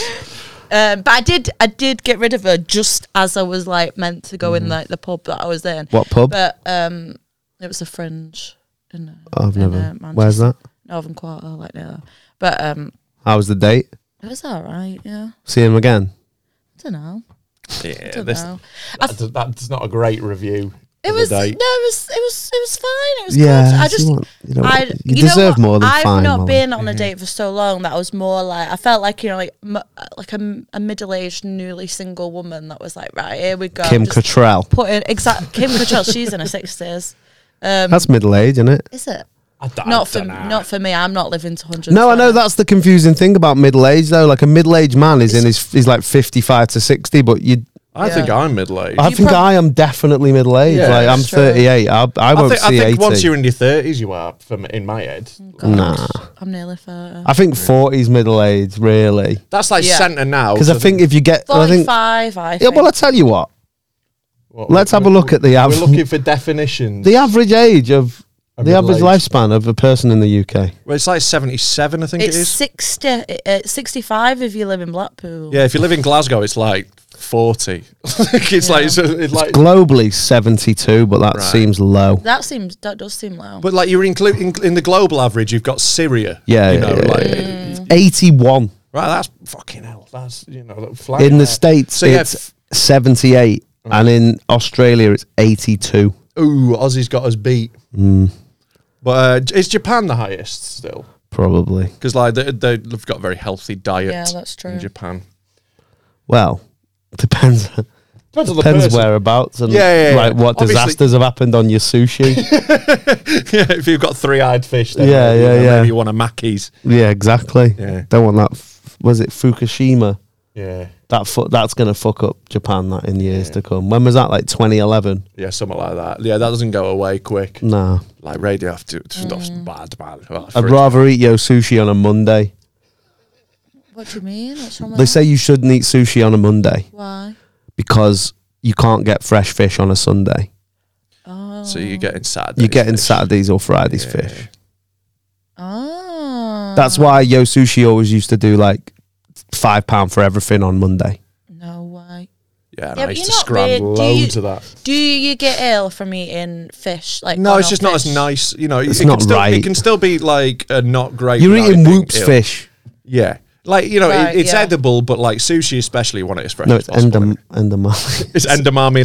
Um, but I did, I did get rid of her just as I was like meant to go in like the pub that I was in. Mm-hmm. What pub? But um, it was the fringe. In, uh, I've in, never. uh, Where's Manchester. that? Northern Quarter, like near. there. But um, How was the date? it was all right. Yeah, See him again? I don't know. Yeah, don't this- know. that's, that's not a great review. It of was no, the it date. was it was it was fine. It was Yeah, good. I you just want- you don't I want- you deserve more than I've fine, not Molly. been Mm-hmm. on a date for so long that I was more like I felt like you know like m- like a, m- a middle aged newly single woman that was like right here we go Kim Uh, just Cattrall. put in exact Kim Cattrall she's in her sixties. Um, That's middle age, isn't it? is it? I d- I Not for dunno. not for me. I'm not living to hundred. No, I know that's the confusing thing about middle age though. Like a middle aged man is in his he's like fifty five to sixty, but you. I Yeah. think I'm middle aged. I You think prob- I am definitely middle aged. Yeah, like I'm that's true. thirty eight. I, I I won't think, I see think eighty. once you're in your thirties, you are from in my head. Hmm. Nah. I'm nearly thirty. I think forties middle age really That's like Yeah. centre now. because I to think if you get I Forty think five. I yeah. think. Well, I tell you what. what Let's we're- have a look at the We're average. looking for definitions. the average age of A the average middle age. lifespan of a person in the UK. Well, it's like seventy-seven, I think it's it is. sixty. Uh, sixty five if you live in Blackpool. Yeah, if you live in Glasgow, it's like forty. it's like so it's like. Globally seventy two, but that Right. seems low. That seems that does seem low. But like you're including in the global average, you've got Syria. Yeah, you know, yeah, yeah, like, Eighty one right. That's fucking hell. That's you know, that flag in there. the states. So Mm. yeah, it's seventy eight, and in Australia it's eighty two. f- ooh, Aussie's got us beat. Hmm. But uh, J- is Japan the highest still? Probably. Because like they, they- they've got a very healthy diet. Yeah, that's true. In Japan, Well, depends. depends on the Depends person. whereabouts and Yeah, yeah, yeah. like what Obviously- disasters have happened on your sushi. yeah, if you've got three-eyed fish, then Yeah, maybe, you yeah, know, yeah. Maybe you want a Mackey's. yeah, exactly. Yeah. Don't want that. F- was it Fukushima? Yeah, That fu- that's gonna fuck up Japan that in years to come. When was that? Like 2011. yeah, something like that. Yeah, that doesn't go away quick. Nah, Like radioactive stuff's Mm. bad, bad. Well, for I'd it- rather eat your sushi on a Monday. what do you mean? What's wrong with They that? say you shouldn't eat sushi on a Monday Why? because you can't get fresh fish on a Sunday. Oh. So you're getting Saturday. You're getting Saturdays or Fridays fish. Oh. That's why Yo Sushi always used to do like five pound for everything on Monday. No way. Yeah, and Yeah, I but used to you're not scramble really- do you- loads of that. Do you get ill from eating fish? Like No, it's one-off just not as fish? nice. You know, It's it not can still, right. It can still be like a not great. You're without it eating being whoops ill. fish. Yeah, like you know, Right, it, it's yeah. edible, but like sushi, especially when it is fresh. No, as it's possible, endem innit? endemol. It's endemami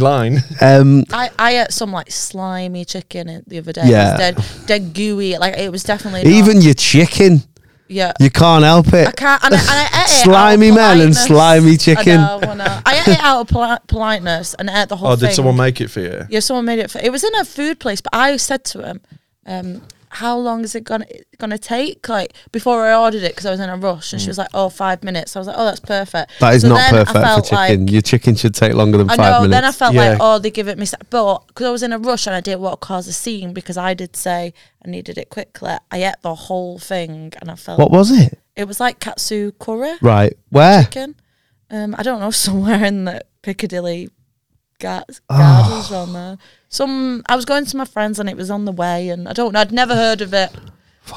line. um, I, I ate some like slimy chicken it- the other day. Yeah. It was dead, dead gooey. Like it was definitely not- even your chicken, yeah. you can't help I it. can't. And I, and I ate it. Slimy out of men and politeness. slimy chicken. I, know, I, know. I ate it out of poli- politeness and ate the whole Oh, thing. did someone make it for you? Yeah, someone made it. For, it was in a food place, but I said to him, um, "How long is it gonna gonna take?" Like before I ordered it because I was in a rush, and she was like, "Oh, five minutes." I was like, "Oh, that's perfect." Mm. That is So not then perfect I for felt chicken. Like, your chicken should take longer than I know. five minutes. Then I felt Yeah. like, "Oh, they give it me," st- but because I was in a rush and I didn't want to cause a scene because I did say I needed it quickly. I ate the whole thing, and I felt what was it? it was like katsu curry Right, where? chicken. Um, I don't know, somewhere in the Piccadilly ga- Ah. gardens on there. Some I was going to my friends and it was on the way, and I don't know. I'd never heard of it.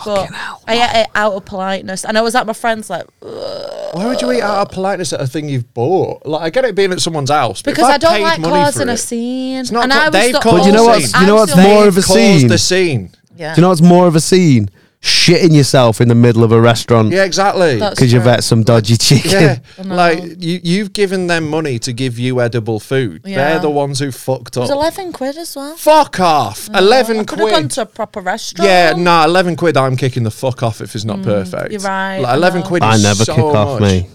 But I ate it out of politeness, and I was at my friends like, "Ugh, Why would you eat out of politeness at a thing you've bought? Like, I get it being at someone's house but if Because I don't paid like money for causing it- a scene. It's not and ca- I was they've the caused old- But you know what's- I'm you know what's still- more of a Caused scene. the scene. Yeah. Do you know what's more of a scene? Shitting yourself in the middle of a restaurant Yeah, exactly. That's because you've true. ate some dodgy chicken. yeah, know. like you, you've given them money to give you edible food. Yeah. They're the ones who fucked It was up. eleven quid as well. Fuck off. Eleven I could have quid. gone to a proper restaurant. Mm, yeah, nah, eleven quid. I'm kicking the fuck off if it's not perfect. you're right, Like, I eleven know. quid. I is never so kick off much. me.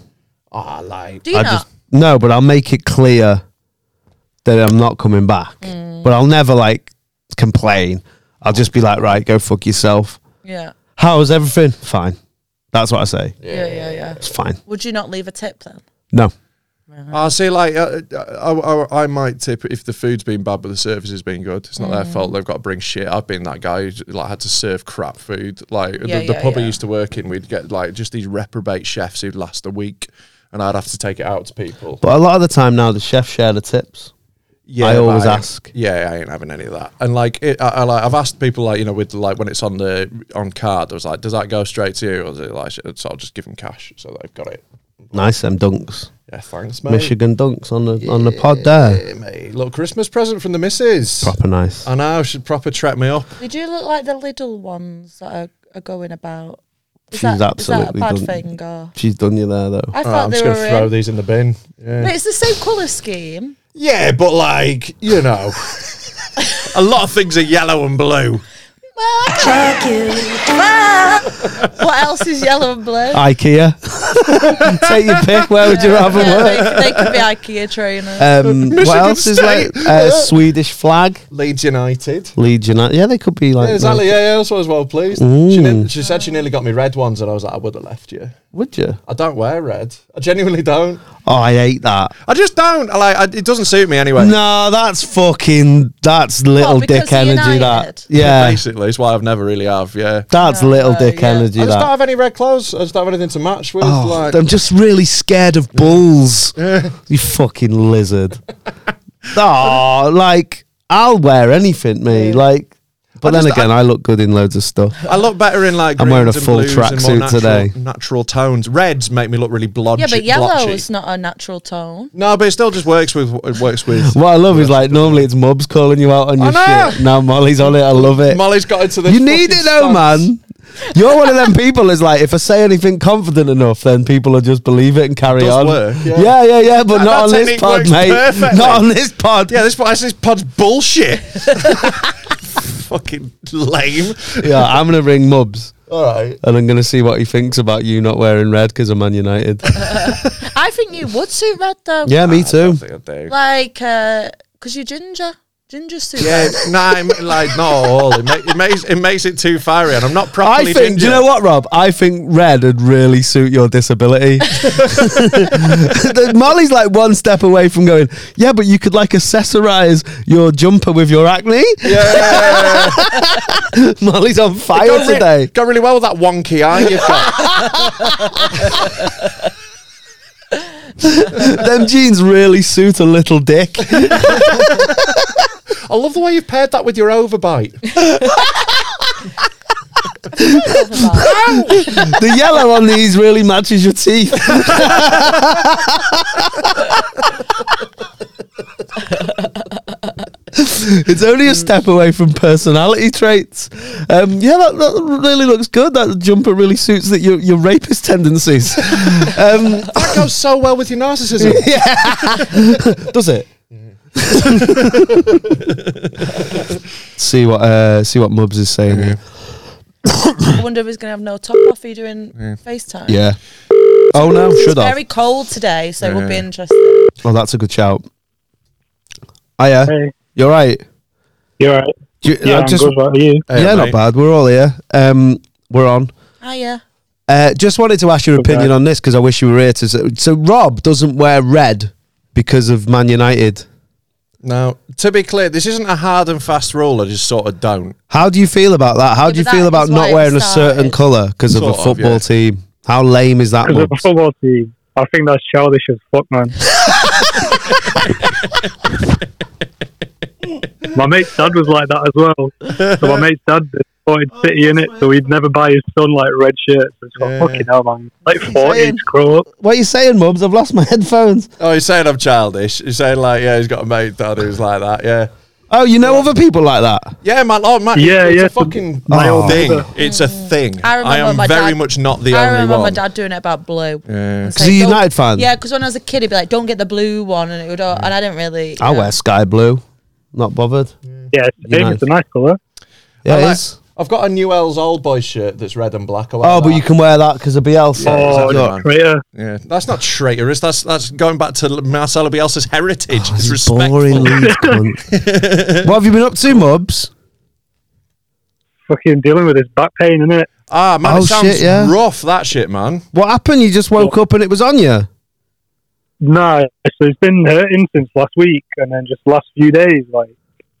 Ah, like Do you I not? just no, but I'll make it clear that I'm not coming back. Mm. But I'll never like complain. I'll just be like, right, go fuck yourself. yeah. How's everything? Fine. That's what I say. yeah. Yeah, yeah, It's fine. Would you not leave a tip then? No. I see. Like, uh, uh, I, I, I might tip if the food's been bad, but the service has been good. It's not Mm. their fault. They've got to bring shit. I've been that guy who like had to serve crap food. Like Yeah, the, the yeah, pub I yeah. used to work in, we'd get like just these reprobate chefs who'd last a week, and I'd have to take it out to people. But a lot of the time now, the chefs share the tips. Yeah, I but always ain't- ask. Yeah, I ain't having any of that. And like, it, I, I like, I've asked people like, you know, with like when it's on the on card, I was like, does that go straight to you, or is it like, shit? so I'll just give them cash, so they've got it. Nice them dunks, Yeah, thanks, mate. Michigan dunks on the on the pod there. Oh. Yeah, mate. Little Christmas present from the missus. Proper nice. I know, should proper trap me up. They do look like the Lidl ones that are, are going about. Is She's that, is that a absolutely bad done- thing? Or? She's done you there though. I Alright, thought I'm they just were going to throw in. these in the bin. But Yeah. it's the same colour scheme. yeah, but like, you know, a lot of things are yellow and blue. Well, I can't- Ah! what else is yellow and blue? IKEA. Take your pick. Where would you rather Yeah, work? they, they could be IKEA trainers. Um, what Michigan else is like State. uh, Swedish flag? Leeds United. Leeds United. Yeah, they could be like. Yeah, exactly. like- Yeah, yeah, that's what I was well pleased. She, ne- she said she nearly got me red ones, and I was like, I would have left you. Would you? I don't wear red. I genuinely don't. Oh, I hate that. I just don't. I Like, I, it doesn't suit me anyway. No, that's fucking. That's little because dick of energy. United? Oh, That. Yeah. Basically, it's why I've never really have. Yeah. That's little dick yeah. energy. I just don't That. have any red clothes. I just don't have anything to match with. Oh, like, I'm just really scared of bulls. you fucking lizard. oh, like I'll wear anything, me. Like, but then just- again, I look good in loads of stuff. I look better in like. I'm wearing greens a and full blues and more tracksuit natural- today. Natural tones. Reds make me look really blonde. yeah, but yellow blotchy. is not a natural tone. No, but it still just works with. It works with. What I love is like normally it's Mubs calling you out on your know. shit. Now Molly's on it. I love it. Molly's got into this. You need fucking it though, stance. man. You're one of them people. Is like if I say anything confident enough, then people will just believe it and carry Does on. work, yeah. yeah, yeah, yeah, But That- not that on this technique pod, works mate. perfectly. Not on this pod. Yeah, this this, this pod's bullshit. Fucking lame. Yeah, I'm gonna ring Mubs All right. and I'm gonna see what he thinks about you not wearing red because I'm Man United. I think you would suit red though. yeah, me I too. don't think I do. Like, because you're ginger. Ginger suit. Yeah, red. nah, I mean, like not all. It, ma- it makes it makes it too fiery, and I'm not I properly. think. Do you know what, Rob? I think red would really suit your disability. The- Molly's like one step away from going. Yeah, but you could like accessorize your jumper with your acne. Yeah, Molly's on fire got, re- today. got really well with that wonky eye you've got. Them jeans really suit a little dick. I love the way you've paired that with your overbite. the yellow on these really matches your teeth. it's only a step away from personality traits. Um, yeah, that, that really looks good. That jumper really suits that your, your rapist tendencies. Um, That goes so well with your narcissism. yeah. Does it? see what uh, see what Mubs is saying. here. I wonder if he's going to have no top off. Are you doing FaceTime? Yeah. Oh no, It's should I? very cold today, so it would be Yeah. interesting. Oh, that's a good shout. Hiya. Hey, You're right. you're right. Do you, Yeah, I I'm just, good. What are you? yeah, not bad. We're all here. Um, we're on. Ah, yeah. Uh, just wanted to ask your Okay. opinion on this because I wish you were here. To s- so Rob doesn't wear red because of Man United. Now, to be clear, this isn't a hard and fast rule. I just sort of don't. How do you feel about that? How Yeah, do you but feel that about is why not it wearing a started. certain colour because of a Sort of, football yeah. team? How lame is that? Because of a Mubs? football team, I think that's childish as fuck, man. my mate's dad was like that as well. So my mate's dad did supported City in it, so he'd never buy his son like red shirts. It's like, Yeah. fucking hell, man. Like saying? 40, grow up. What are you saying, Mubs? I've lost my headphones. Oh, he's saying I'm childish. He's saying like, yeah, he's got a mate dad who's like that. Yeah, Oh, you know other people like that? yeah, man. Oh, man. Yeah, it's yeah, A fucking my Oh. old thing. neighbour. It's a thing. I I, remember am my very dad- much not the I only remember one. my dad doing it about blue. Yeah. Is he a United fan? Yeah, because when I was a kid, he'd be like, "Don't get the blue one," and it would, all, and I didn't really. I you know. wear sky blue. Not bothered. Yeah, it's, United. it's a nice colour. Yeah, I it like- is. I've got a new L's old boy shirt that's red and black. I like Oh, but that. you can wear that because of Bielsa. Oh, Look, man. Traitor. Yeah, that's not traitorous. That's that's going back to L- Marcelo Bielsa's heritage. it's Oh, he's respectful. boring Leeds cunt. what have you been up to, Mubs? Fucking dealing with his back pain, innit? Ah, man, Oh, it sounds shit, yeah. rough. That shit, man. What happened? You just woke up and it was on you. No, so it's been hurting since last week, and then just last few days, like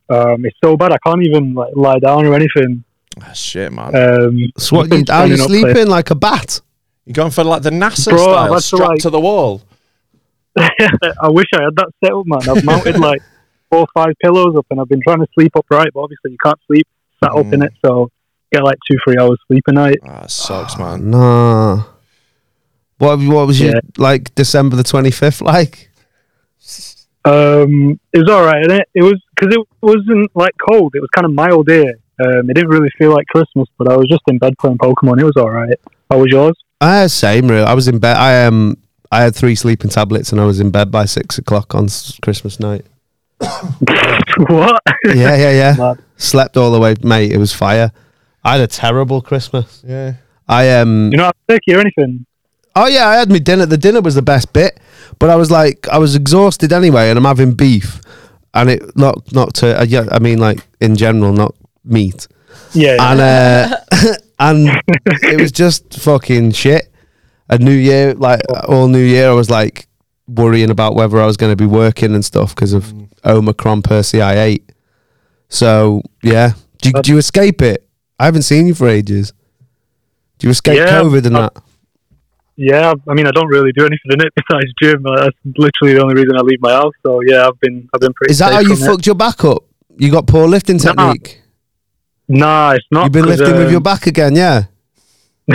um, it's so bad I can't even like lie down or anything. Ah, shit, man. Uh, Um, So what? I've been You, how you standing up there. sleeping like a bat? You're going for like the NASA Bro, I've style, had to, strapped like- to the wall. I wish I had that set up, man. I've mounted like four or five pillows up, and I've been trying to sleep upright, but obviously you can't sleep sat up Mm. in it, so get like two, three hours sleep a night. Ah, it sucks, man. Oh, Nah. What? have you- What was Yeah. your like December the twenty fifth like? Um, it was all right, and it, it was because it wasn't like cold; it was kind of mild here. Um, it didn't really feel like Christmas, but I was just in bed playing Pokemon. It was all right. How was yours? Ah, same. Really. I was in bed. I um, I had three sleeping tablets and I was in bed by six o'clock on s- Christmas night. what? Yeah, yeah, yeah. Mad. Slept all the way, mate. It was fire. I had a terrible Christmas. Yeah. I um, You not have turkey or anything? Oh yeah, I had my dinner. The dinner was the best bit, but I was like, I was exhausted anyway, and I'm having beef, and it not not to uh, yeah, I mean like in general, not meat, Yeah. and uh, and it was just fucking shit. A new year, like all new year, I was like worrying about whether I was going to be working and stuff because of Mm. Omicron Persei eight. So yeah, do you, do you escape it? I haven't seen you for ages. Do you escape Yeah, COVID and I- that? yeah, I mean, I don't really do anything in it besides gym. Uh, That's literally the only reason I leave my house. So yeah, I've been, I've been pretty. Is that safe how you from it. fucked your back up? You got poor lifting Nah, technique. Nah, it's not. You've been 'cause, lifting with um, your back again, yeah.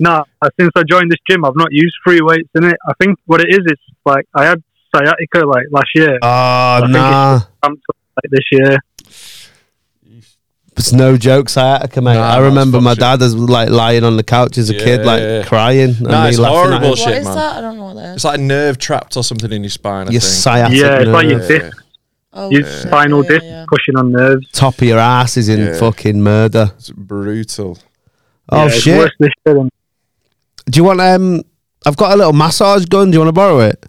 Nah, uh, since I joined this gym, I've not used free weights in it. I think what it is, it's like I had sciatica like last year. Oh think nah, I'm t- like this year. it's no joke sciatica, mate. Nah, I that's remember my bullshit. dad is like lying on the couch as a kid, Yeah. like crying. and Nah, me it's laughing at horrible him. shit, What is man. that? I don't know what that is. It's like nerve trapped or something in your spine. I Your think. sciatica, yeah, it's like your nerve. yeah. disc, Oh, your shit, spinal yeah, disc yeah, yeah. pushing on nerves. top of your ass is in Yeah. fucking murder. It's brutal. Oh Yeah, it's shit! worse this year than Do you want um? I've got a little massage gun. Do you want to borrow it?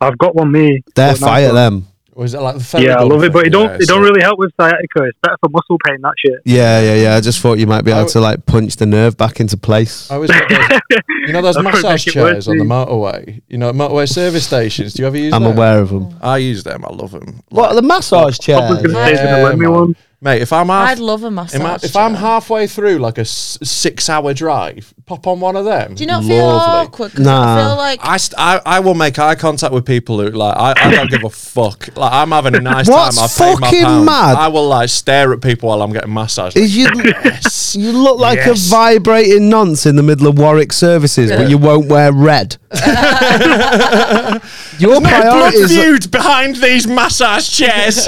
I've got one. Me, They're Got a nice fire one. them. Was it like the Yeah, I Theragun love thing? it, but it don't, Yeah, it don't so- really help with sciatica. It's better for muscle pain. That shit. Yeah, yeah, yeah. I just thought you might be I Oh, able w- to like punch the nerve back into place. I was like those, you know those That would massage make it worse, chairs on the please. motorway. You know motorway service stations. Do you ever use I'm them? aware of them. I use them. I love them. What the massage chair? Probably gonna say he's gonna Yeah, lend me man. one. Mate, if I'm half, I'd love a if I'm- massage. if I'm chair. halfway through like a s- six-hour drive, pop on one of them. do you not feel Lovely. awkward? 'Cause Nah. I feel like I, st- I I will make eye contact with people who like I, I don't give a fuck. Like I'm having a nice What's time. I've paid my fucking pound. mad? I will like stare at people while I'm getting massaged. Is you yes. You look like Yes. a vibrating nonce in the middle of Warwick services, but you won't wear red. Your Blood priorities, feud behind these massage chairs.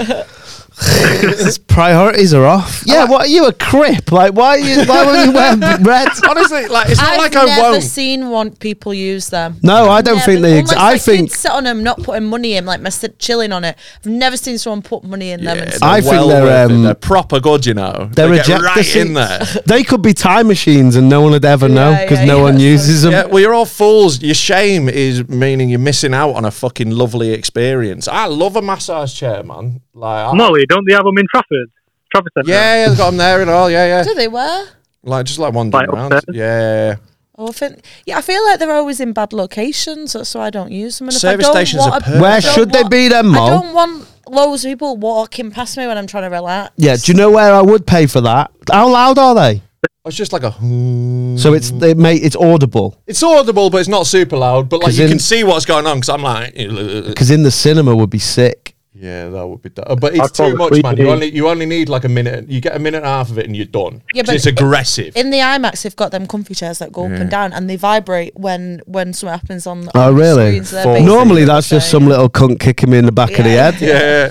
priorities are off. Yeah, what are you a crip? Like, why? Are you, why won't you wear b- red? Honestly, like it's not I've like never I won't. seen one people use them. No, I don't think they. Unless, Ex- I like, think you'd sit on them, not putting money in, like my sit chilling on it. I've never seen someone put money in them. Yeah, And they're stuff. I think well they're, worth it. um, they're proper good, you know. they're they get ejector right in seats. there. they could be time machines, and no one would ever know Yeah, because yeah, no yeah, one so- uses them. Yeah, well, you're all fools. Your shame is meaning you're missing out on a fucking lovely experience. I love a massage chair, man. Like, I, Molly, don't they have them in Trafford? Trafford Centre. yeah, yeah, they've got them there and all. Yeah, yeah. Do they wear? Like just like wandering Like around. upstairs? Yeah. Oh, I think, yeah, I feel like they're always in bad locations. That's why I don't use them. And if I Service don't stations want are a- perfect. Where I don't should they want- be then, Mo? I don't want loads of people walking past me when I'm trying to relax. Yeah, do you know where I would pay for that? How loud are they? It's just like a. hmm. So it's they mate, it's audible It's audible, but it's not super loud. But like 'Cause you in- can see what's going on because I'm like. uh, because in the cinema would be sick. Yeah, that would be that. but it's I'd fall too much, asleep man. You eating. only you only need like a minute. You get a minute and a half of it, and you're done. Yeah, 'Cause but it's aggressive. In the IMAX, they've got them comfy chairs that go up and down, and they vibrate when when something happens on. on Oh, the really? screen, so they're basically Normally, the that's just same. some little cunt kicking me in the back of the Yeah. head. yeah.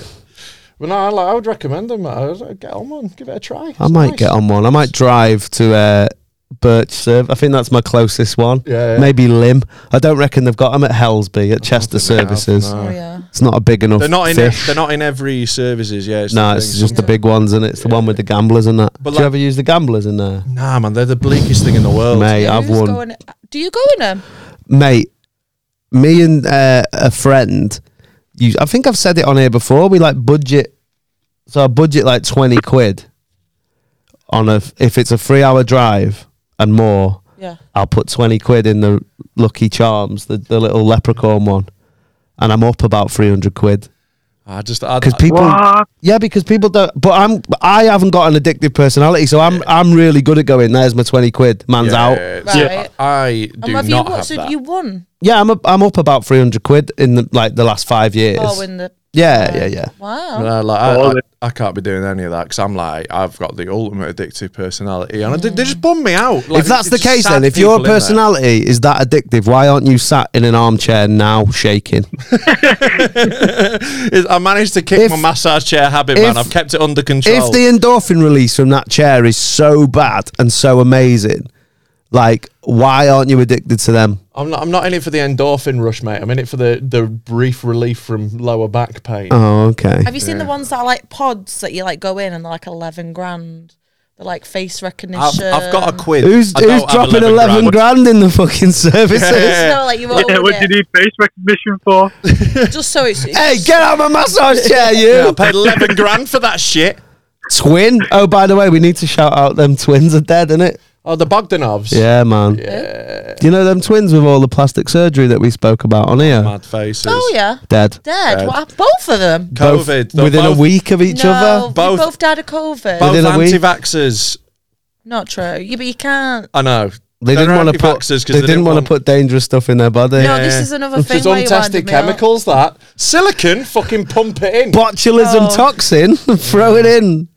Well, no, I, like, I would recommend them. I would, get on one, give it a try. I might get on one. I might drive to uh, Birch Serve. I think that's my closest one. Yeah, yeah. Maybe Lim. I don't reckon they've got them at Hellsby at Chester Services. Oh, yeah. It's not a big enough. They're not in. fish. They're not in every services. Yeah. It's No, the it's thing. just the big ones, and it's the one with the gamblers and that. But Do like- you ever use the gamblers in there, Nah, man, they're the bleakest thing in the world. mate? Yeah, I've who's won, going- do you go in them? mate. Me and uh, a friend. Use, I think I've said it on here before. We like budget, so I budget like twenty quid on a f- if it's a three hour drive and more. Yeah. I'll put 20 quid in the Lucky Charms, the, the little leprechaun one, and I'm up about 300 quid. I just I, Because people, What? yeah, because people don't. But I'm, I haven't got an addictive personality, so I'm, I'm really good at going. There's my 20 quid, man's yeah, out. it's- Right. I do And have not you won? have So that. you won. Yeah, I'm, up, I'm up about 300 quid in the, like the last five years. Oh, in the yeah, yeah, yeah. wow. No, like, I, Oh, I, I can't be doing any of that because I'm like I've got the ultimate addictive personality, and I- they, they just bum me out. Like, if that's it's the just case, sad then if people your in there. personality is that addictive, why aren't you sat in an armchair now shaking? Is- I managed to kick If- my massage chair habit, if- man. I've kept it under control. if the endorphin release from that chair is so bad and so amazing, like why aren't you addicted to them? I'm not. I'm not in it for the endorphin rush, mate. I'm in it for the the brief relief from lower back pain. Oh, okay. Have you seen the ones that are like pods that you like go in and they're like eleven grand? They're like face recognition. I've, I've got a quid. Who's I who's don't have dropping eleven grand. in the fucking services? Just so, like you Yeah, what do you need face recognition for? Just so it's. hey, get out of my massage chair, you Yeah, I paid eleven grand for that shit. twin. Oh, by the way, we need to shout out them twins are dead, innit? Oh, the Bogdanovs. Yeah, man. Do you know them twins with all the plastic surgery that we spoke about on here? Mad faces. Oh yeah, Dead. dead. What hap- both of them? Both COVID. they're within both- a week of each no, other. they Both- both died of COVID. Both Within a week. anti-vaxxers. Not true. Yeah, but you can't. I know. They didn't want to put. because They, didn't want to put dangerous stuff in their body. No, this is another thing. It's where you untested winded me up. chemicals. That silicon, fucking pump it in. botulism Oh. toxin. Throw it in.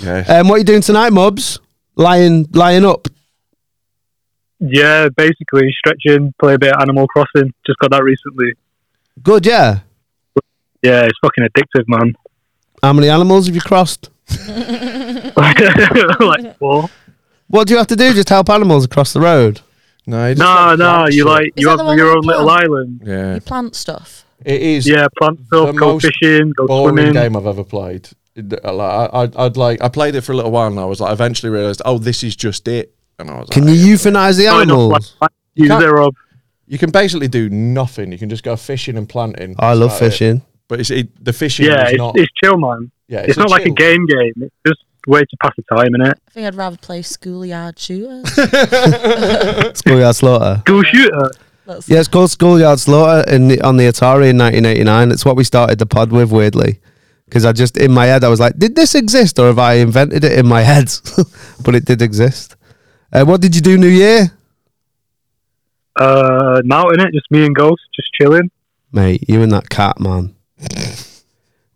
yeah. Um, what are you doing tonight, Mubs? Lying, lying up. Yeah, basically stretching, play a bit of Animal Crossing. Just got that recently. Good, yeah. Yeah, it's fucking addictive, man. How many animals have you crossed? like, what? What do you have to do? Just help animals across the road. No, you just No, like no, plants you it. like Is you that have the one your with own the little plant? island. Yeah, You plant stuff. it is. Yeah, plant stuff, go most fishing, go boring swimming. game I've ever played. It- I- Like, I, I'd, I'd like I played it for a little while and I was like eventually realised oh this is just it and I was Can like you euthanize the Oh, enough animals? plant- Use can't- it, Rob. you can basically do nothing you can just go fishing and planting I That's love about it. fishing. but it's it, the fishing Yeah, is it's, not it's chill, man. yeah It's, not like a chill. game game. It's just a way to pass the time, innit? I think I'd rather play schoolyard shooters. Schoolyard slaughter. Go shooter. That's Yeah, it's called Schoolyard Slaughter in the, on the Atari in 1989. It's what we started the pod with, weirdly. Because I just, in my head, I was like, did this exist or have I invented it in my head? but it did exist. Uh, what did you do New Year? Uh, now, innit? Just me and Ghost, just chilling. Mate, you and that cat, man.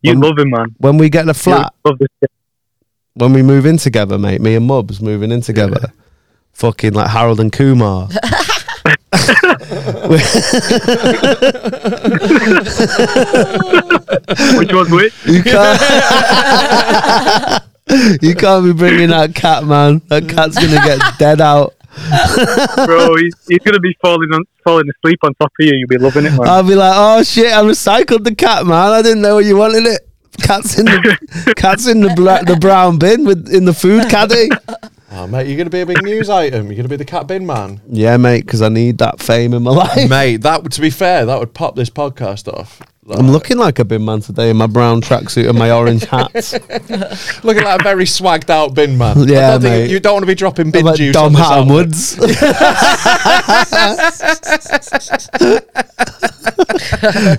You Well, love him, man. When we get the flat, You love this kid. when we move in together, mate, me and Mubs moving in together, fucking like Harold and Kumar. Which one's which? You can't. you can't be bringing that cat, man. That cat's gonna get dead out. Bro, he's, he's going to be falling on, falling asleep on top of you. You'll be loving it, man. I'll be like, oh shit, I recycled the cat, man. I didn't know you wanted it. Cat's in the cat's in the bla- the brown bin with in the food caddy. Oh, mate you're gonna be a big news item you're gonna be the cat bin man Yeah, mate, because I need that fame in my life. mate that would- to be fair that would pop this podcast off Like, I'm looking like a bin man today in my brown tracksuit and my orange hat. looking like a very swagged out bin man I Yeah, don't think- mate. you don't want to be dropping bin I'm like juice on Dom this Hatton outlet. Woods.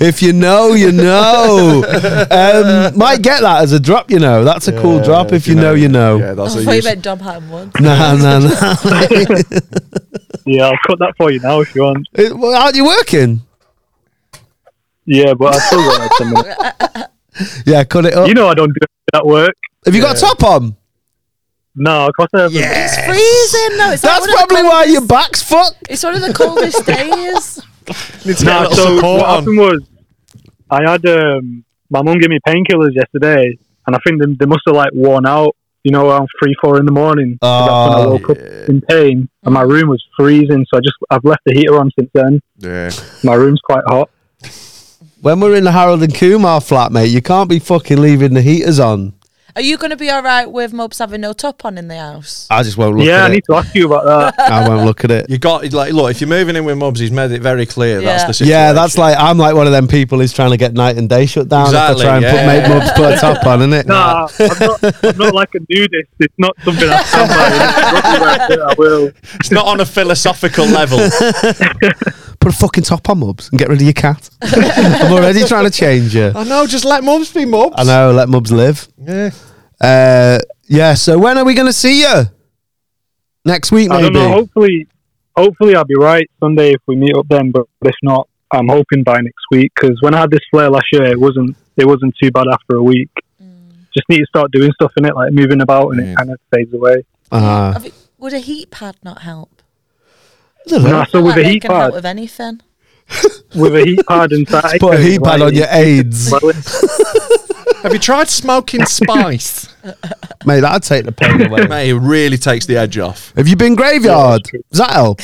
if you know, you know. Um, might get that as a drop, you know. That's a cool Yeah, drop. If you know, you know. yeah that's Oh, I a thought you use- meant Dom Hatton Woods. Nah, nah, nah. Yeah, I'll cut that for you now if you want. It- well, aren't you working? Yeah, but I still got like 10 minutes. yeah, cut it up. You know I don't do that work. Have you got a top on? No, of course I haven't. It's freezing though. It's like That's one of the probably why coldest- your back's fucked. It's one of the coldest days. No, little so support what on. happened was I had um, my mum gave me painkillers yesterday, and I think they, they must have like worn out. You know, around three, four in the morning. So that's when I Oh, woke up in pain, and my room was freezing. So I just I've left the heater on since then. Yeah. My room's quite hot. When we're in the Harold and Kumar flat, mate, you can't be fucking leaving the heaters on. Are you going to be all right with Mobs having no top on in the house? I just won't look yeah, I at need it. to ask you about that. I won't look at it. You got like look if you're moving in with Mubs, he's made it very clear that's Yeah. the situation. Yeah, that's like I'm like one of them people who's trying to get night and day shut down Exactly, if I try and yeah. put make mubs put a top on, innit? Nah, I'm not, I'm not like a nudist. It's not something I stand by. It's not like I will. it's not on a philosophical level. Put a fucking top on mubs and get rid of your cat. I'm already trying to change you. I know, just let Mubs be Mubs. I know, let mubs live. Yeah. Uh, yeah, so when are we going to see you? Next week, I maybe. don't know. Hopefully, hopefully I'll be right Sunday if we meet up then. But if not, I'm hoping by next week because when I had this flare last year, it wasn't it wasn't too bad after a week. Mm. Just need to start doing stuff in it, like moving about, and it kind of fades away. Ah. Have you- would a heat pad not help? I don't know. Nah, so with Like, a it heat can help pad, with anything. with a heat pad and sciatica, Put a heat pad like, on your AIDS. well, it's- Have you tried smoking spice? Mate, that'd take the pain away. Mate, it really takes the edge off. Have you been graveyard? Yeah, Does that help?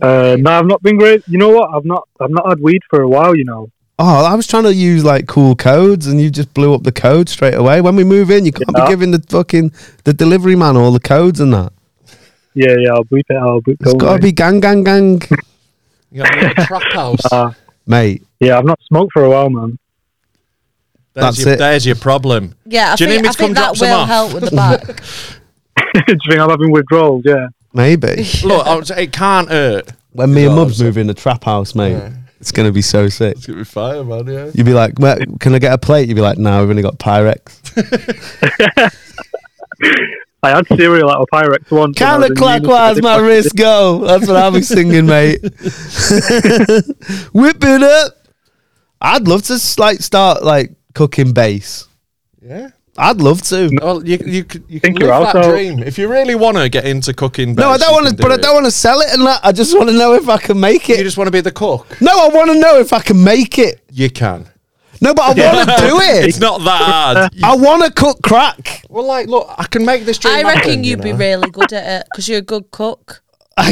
uh, no, I've not been great. You know what? I've not I've not had weed for a while. You know, Oh, I was trying to use like cool codes and you just blew up the code straight away. When we move in, you can't Yeah. be giving the fucking the delivery man all the codes and that. yeah, yeah. I'll bleep it. out, I'll bleep. It's don't gotta worry. be gang gang gang. You got a little trap house. Uh, Mate. yeah, I've not smoked for a while, man. There's that's your, it. There's your problem. Yeah, I Do you need think, me I to come think that drop some will off? help with the back. Do you think I'm having withdrawals? Yeah. Maybe. Look, I was- it can't hurt. When me and Oh, Mubs so- move in the trap house, mate, it's gonna be so sick. It's gonna be fire, man. Yeah. You'd be like, "Well, can I get a plate? You'd be like, no, we've only got Pyrex. I had cereal out of Pyrex once. when I was in Counterclockwise, uni. my wrist go. That's what I'll be singing, mate. Whip it up. I'd love to s- like start like cooking bass. Yeah. I'd love to. No, Well, you you c- you can Think live you're that out, though. dream if you really want to get into cooking. I base, don't you want can to, do but I it. don't want to sell it and that. I just want to know if I can make You it. just want to be the cook. No, I want to know if I can make it. You can. No, but I want to do It's it. not that hard. I want to cook crack. well, like, look, I can make this dream. I happen, reckon you you'd be know? really good at it because you're a good cook.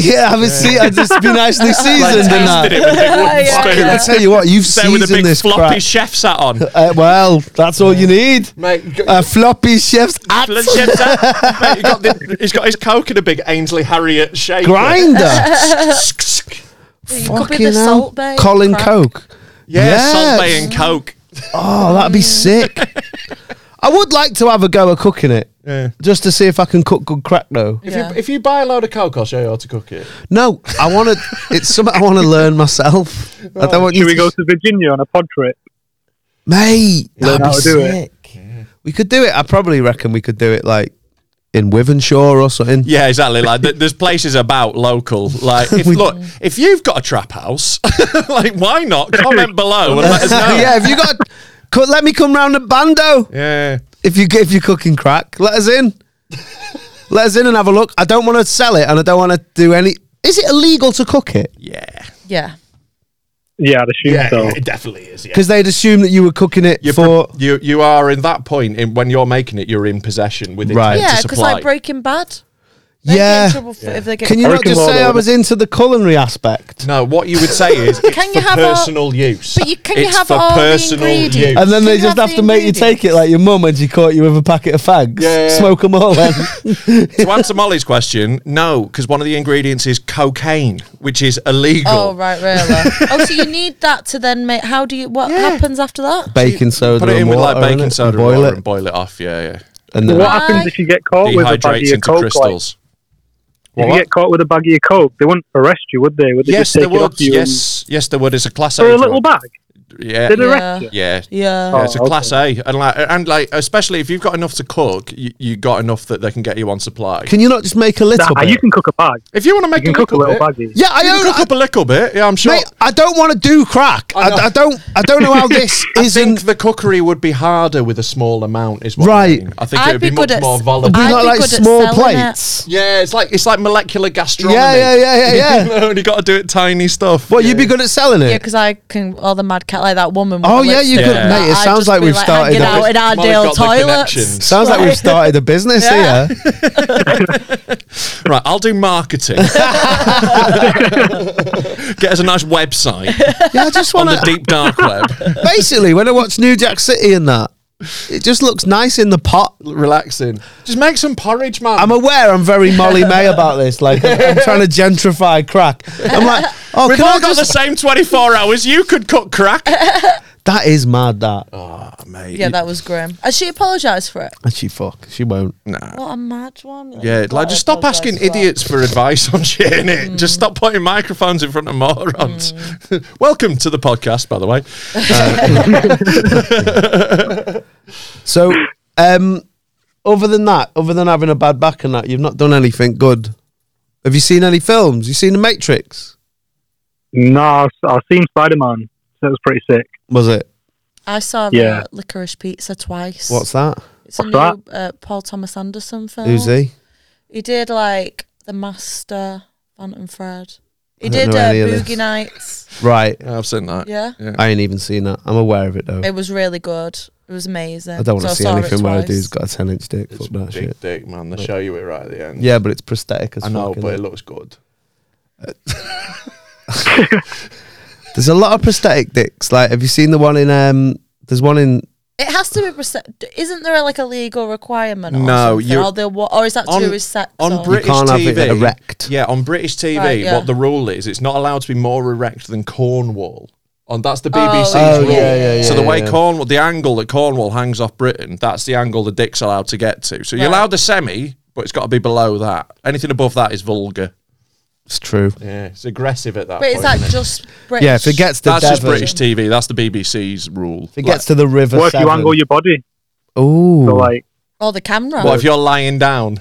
yeah, I haven't seen. I just be nicely seasoned and Tasted it with a big that. wooden Yeah. spoon. I tell you what, you've Sat with a seasoned big this floppy crack. chef's hat on. Uh, Uh, well, that's all you need. Mate, you A got- floppy chef's at chef's hat. Mate, you got the- he's got his coke in a big Ainsley Harriet shaker. grinder. You could be the Fucking hell. salt bay. Colin crack. Coke. Yeah, Yes. salt bay and coke. Oh, that'd Mm. be sick. I would like to have a go at cooking it. Yeah. Just to see if I can cook good crack though. If, Yeah. you, if you buy a load of coke, I'll show you how to cook it. No, I want to. it's something I want to learn myself. I don't want you. Should Oh. we to- go to Virginia on a pod trip? mate? That'd Learn be how to do it. sick. We could do it. I probably reckon we could do it like in Wivenshaw or something. Yeah, exactly. Like th- there's places about local. Like, if, We- look, if you've got a trap house, like why not comment below and let us know. yeah, if you got, co- let me come round the bando. Yeah. if you if you're cooking crack, let us in. let us in and have a look. I don't want to sell it, and I don't want to do any. Is it illegal to cook it? Yeah. Yeah. Yeah, I'd assume Yeah, so. it definitely is. Yeah. Because they'd assume that you were cooking it You're for. pre- you you are in that point in when you're making it, you're in possession with it Right. to Yeah, because supply. like Breaking Bad. They'd Be in yeah. trouble for, if they get Can you I not reckon just Lord say I would- was into the culinary aspect? no, what you would say is it's Can for you have all- personal use. but you- can you It's have for all the personal ingredients? use. And then Can they you just have have the to make you take it like your mum when she caught you with a packet of fags. Yeah, yeah, Smoke them all then. to answer Molly's question, no, because one of the ingredients is cocaine, which is illegal. Oh right, really? oh, so you need that to then make. How do you? What happens after that? baking soda Put it in and with water. like baking innit? soda, and boil water it. and boil it off. Yeah, And But then, what Why? happens if you get caught yeah. with a Dehydrates baggie of into coke? Like, crystals. if you What? get caught with a baggie of coke, they wouldn't arrest you, would they? Would they yes, just there take it would. off you? and- Yes, yes, there would. It's a class A. for a drug. little bag. yeah, Did they Yeah. arrest you? yeah. Yeah. Yeah, it's a Oh, okay. class A, and like, and like, especially if you've got enough to cook, you, you got enough that they can get you on supply. Can you not just make a little Nah, bit? you can cook a bag. if you want to You make can a cook a little little bit, baggie. yeah, I you own. can cook up a little bit. Yeah, I'm sure. Mate, I don't want to do crack. I, know. I don't. I don't know how this I isn't. think the cookery would be harder with a small amount, is what Right. I, mean. I think I'd it would be, be good much at more s- volatile. Do you I'd not be like good at small selling it. plates? yeah, it's like it's like molecular gastronomy. Yeah, yeah, yeah, yeah, yeah. You only got to do it tiny stuff. Well, yeah. you'd be good at selling Yeah, it. because I can all the mad cat like that woman. with Oh, the yeah, you lipstick could- and that, mate, it I'd sounds just like be, we've started hanging a- out in our Molly's Dale got the toilets. connections. Sounds like we've started a business Yeah. here. Right, I'll do marketing. Get us a nice website Yeah, I just on want the to. deep dark web. basically, when I watch New Jack City and that, it just looks nice in the pot. Relaxing. Just make some porridge, man. I'm aware I'm very Molly May about this. Like, I'm, I'm trying to gentrify crack. I'm like, oh, We've can all I got just? the same 24 hours. You could cook crack. that is mad. That oh, mate. Yeah, that was grim. And she apologised for it. and she fuck. She won't. What a mad one. Like, Yeah, you've like got just to stop asking apologise for that. idiots for advice on shit in Mm. it. Just stop putting microphones in front of morons. Welcome to the podcast, by the way. So, um, other than that, other than having a bad back and that, you've not done anything good. Have you seen any films? You seen The Matrix? Nah, I've- I've seen Spider Man. That was pretty sick. Was it? I saw Yeah. the Licorice Pizza twice. What's that? it's a what's new that? Uh, Paul Thomas Anderson film? Who's he? He did like The Master, Phantom Fred. He don't did know uh, any of this. Boogie Nights. Right. Yeah, I've seen that. Yeah. I ain't even seen that. I'm aware of it though. It was really good. It was amazing. I don't want So to see saw it anything where a twice. dude's got a 10 inch dick. Fuck that Big shit. dick, man. They show you it right at the end. Yeah, but it's prosthetic as I know, fuck, innit? but it looks good. There's a lot of prosthetic dicks. Like, have you seen the one in? Um, there's one in. It has to be. Perce- isn't there like a legal requirement? Or No, something? you- Or, they wa- or is that to do with sex? on or- British can't have it TV, erect. Yeah, on British TV, Right, yeah. what the rule is, it's not allowed to be more erect than Cornwall. And that's the BBC's Oh, rule. yeah, yeah, so yeah, the way yeah. Cornwall, the angle that Cornwall hangs off Britain, that's the angle the dick's allowed to get to. So you're Right. allowed a semi, but it's got to be below that. Anything above that is vulgar. It's true. Yeah, it's aggressive at that. But is point, that isn't it? just British? Yeah, if it gets to that's just Devon- British TV? That's the BBC's rule. If it gets to the river. Well, if Severn, you angle your body, Ooh. so like Or the camera? Like, what if you're lying down?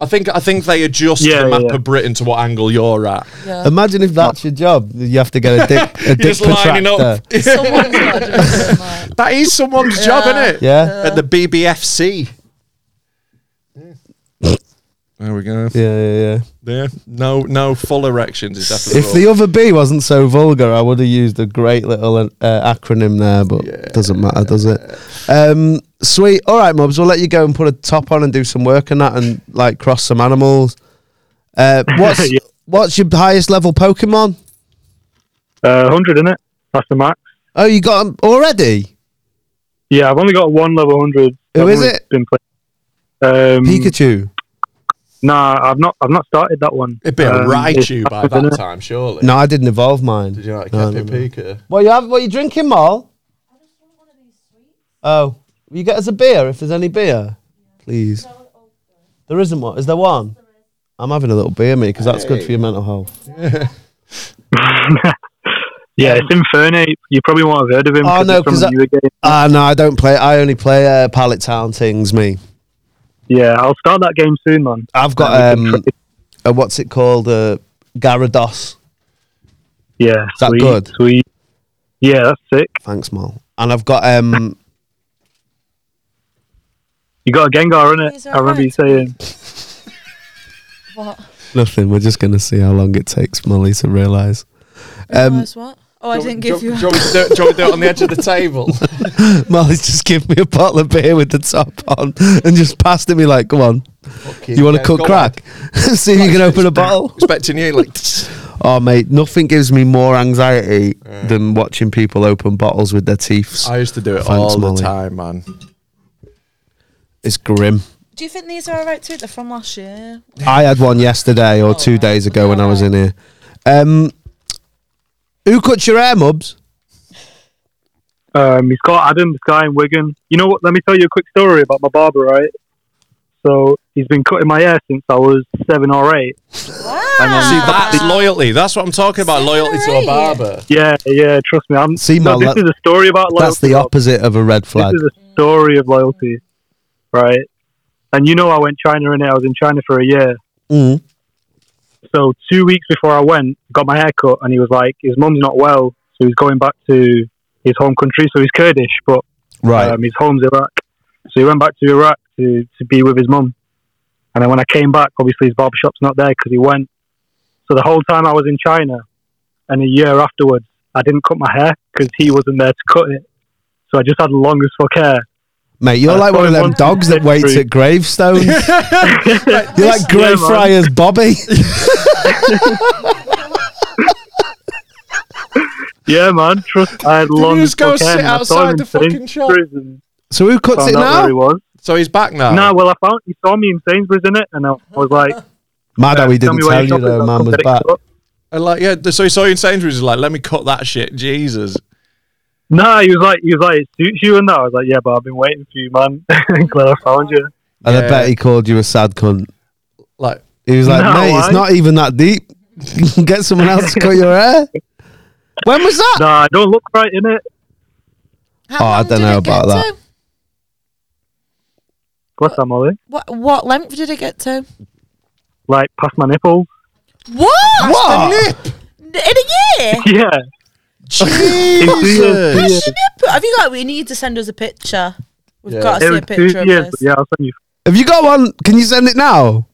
I think I think they adjust the Yeah, yeah, map yeah. of Britain to what angle you're at. Yeah. Imagine if that's your job. You have to get a dick. A You're dick just lining protractor. up. Someone's got to do something like That is someone's job, isn't it? Yeah. At the BBFC. There we go. Yeah, yeah, yeah. Yeah. No, no full erections is definitely. If the other B wasn't so vulgar, I would have used a great little uh, acronym there, but doesn't matter, does it? Um, sweet. All right, Mubs, we'll let you go and put a top on and do some work and that and like cross some animals. Uh, what's Yeah. what's your highest level Pokemon? uh, 100 in it. That's the max. Oh, you got 'em already? Yeah, I've only got one level 100. Who is I've it? Been playing. Mm. Um, Pikachu. Nah, I've not. I've not started that one. It'd be a Um, Raichu it's- by that time, surely. No, I didn't evolve mine. Did you like No, Kepi no, no. Pika? What you have? What you drinking, Mal? Oh, will you get us a beer if there's any beer, please. There isn't one. Is there one? I'm having a little beer, mate, because that's good for your mental health. Yeah, it's Infernape. You probably won't have heard of him. Oh, no, it's from 'cause I- you again. Ah, no, I don't play. I only play uh, Pallet Town things, me. Yeah, I'll start that game soon, man. I've got um, a, what's it called? A Gyarados. Yeah, that sweet, good? Sweet. Yeah, that's sick. Thanks, Mal. And I've got um, You got a Gengar in it. These I are remember you right. saying. What? nothing. We're just gonna see how long it takes Molly to realise. Um, Realise what? Oh, I didn't give do, you. Do you want me to do it- do you want me to do it on the edge of the table? Molly's just give me a bottle of beer with the top on and just passed it me like, "Come on, Fucking You want to yeah, cook go crack? See if you can open a bottle. on. Expecting you like. Oh, mate, nothing gives me more anxiety than watching people open bottles with their teeth. I used to do it Thanks, all Molly. the time, man. It's grim. Do you think these are alright too? They're from last year. I had one yesterday or two days ago when I was in here. Um, who cuts your hair, Mubs? Um, he's got Adam, this guy in Wigan. You know what? Let me tell you a quick story about my barber, right? So he's been cutting my hair since I was seven or eight. See, that's Ah. loyalty. That's what I'm talking about. Loyalty to a Right. barber. Yeah, yeah, trust me. I'm, See, Mal, no, this that- is a story about loyalty. That's the Rob. opposite of a red flag. This is a story of loyalty, right? And you know, I went China in it. I was in China for a year. Mm. So two weeks before I went, got my hair cut, and he was like, his mum's not well, so he's going back to his home country. So he's Kurdish, but Right. um, his home's Iraq. So he went back to Iraq to, to be with his mum. And then when I came back, obviously his barbershop's not there because he went. So the whole time I was in China and a year afterwards, I didn't cut my hair because he wasn't there to cut it. So I just had the longest fuck hair. Mate, you're I like one of thought it them was dogs that waits true. at gravestones. you're like man. Greyfriars Bobby. Yeah, man, trust I had long just go fuck hair. sit and I saw outside him the sitting fucking in shop? Prison. so who cuts Found it out where he now? was. So he's back Oh. now. No, well, I found he saw me in Sainsbury's in it, and I was like, Mad how he "Tell didn't me where tell your you shop is, though, I'll man come was get it back. cut." And like, yeah, so he saw you in Sainsbury's. He's like, let me cut that shit. Jesus. No, he was like, he was like, it suits you and that. I was like, yeah, but I've been waiting for you, man. Glad I found you. And I Yeah. bet he called you a sad cunt. Like, He was like, No, mate, I- it's not even that deep. Get someone else to cut your hair. When was that? Nah, I don't look right in it. Oh, I don't know about that. What's that, Molly? What, what length did it get to? Like past my nipple. What? What? In a year? Yeah, Jesus. years. That's your nipple. Have you got? We need to send us a picture. We've Yeah. got to see it a was two picture of years. this. but Yeah, I'll send you. Have you got one? Can you send it now?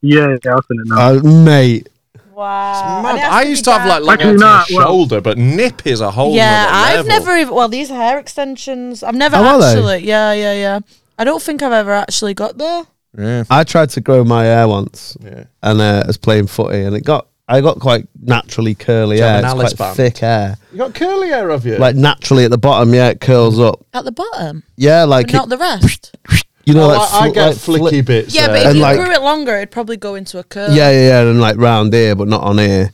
Yeah, yeah, I'll send it now. Uh, mate. Wow. Man, And it has I be used to have dark. like long Actually hair to my not, well- shoulder, but nip is a whole. Yeah, nother I've level. never even. Well, these hair extensions. I've never Oh, are they? actually. Yeah, yeah, yeah. I don't think I've ever actually got there. Yeah. I tried to grow my hair once, Yeah. and uh, I was playing footy, and it got I got quite naturally curly Do you have hair. an It's Alice quite band? thick hair, You got curly hair of you. like naturally at the bottom. Yeah, it curls up. At the bottom, Yeah, like but it- not the rest. you know, Oh, like I, I fl- get like fli- flicky bits. Yeah, there. but if And you like- grew it longer, it'd probably go into a curl. Yeah, yeah, yeah, and like round here, but not on here.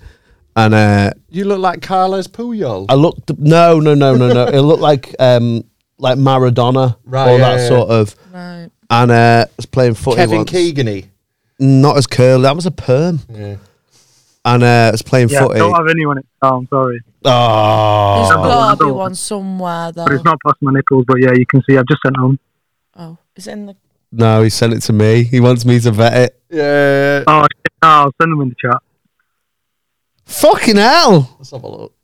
And uh, you look like Carlos Puyol. I looked. No, no, no, no, no. it looked like um like Maradona Right, or yeah, that yeah, sort of. Right. And uh, I was playing footy Kevin once. Keegany. Not as curly. That was a perm. Yeah. And uh, I was playing Yeah, footy. don't have anyone. It. Oh, I'm sorry, Oh, There's got to be Oh. one somewhere though. but it's not past my nipples. But yeah, you can see I've just sent home. Oh, is it in the? No, he sent it to me. He wants me to vet it. Yeah. Oh, shit, no, I'll send them in the chat. Fucking hell! Let's have a look.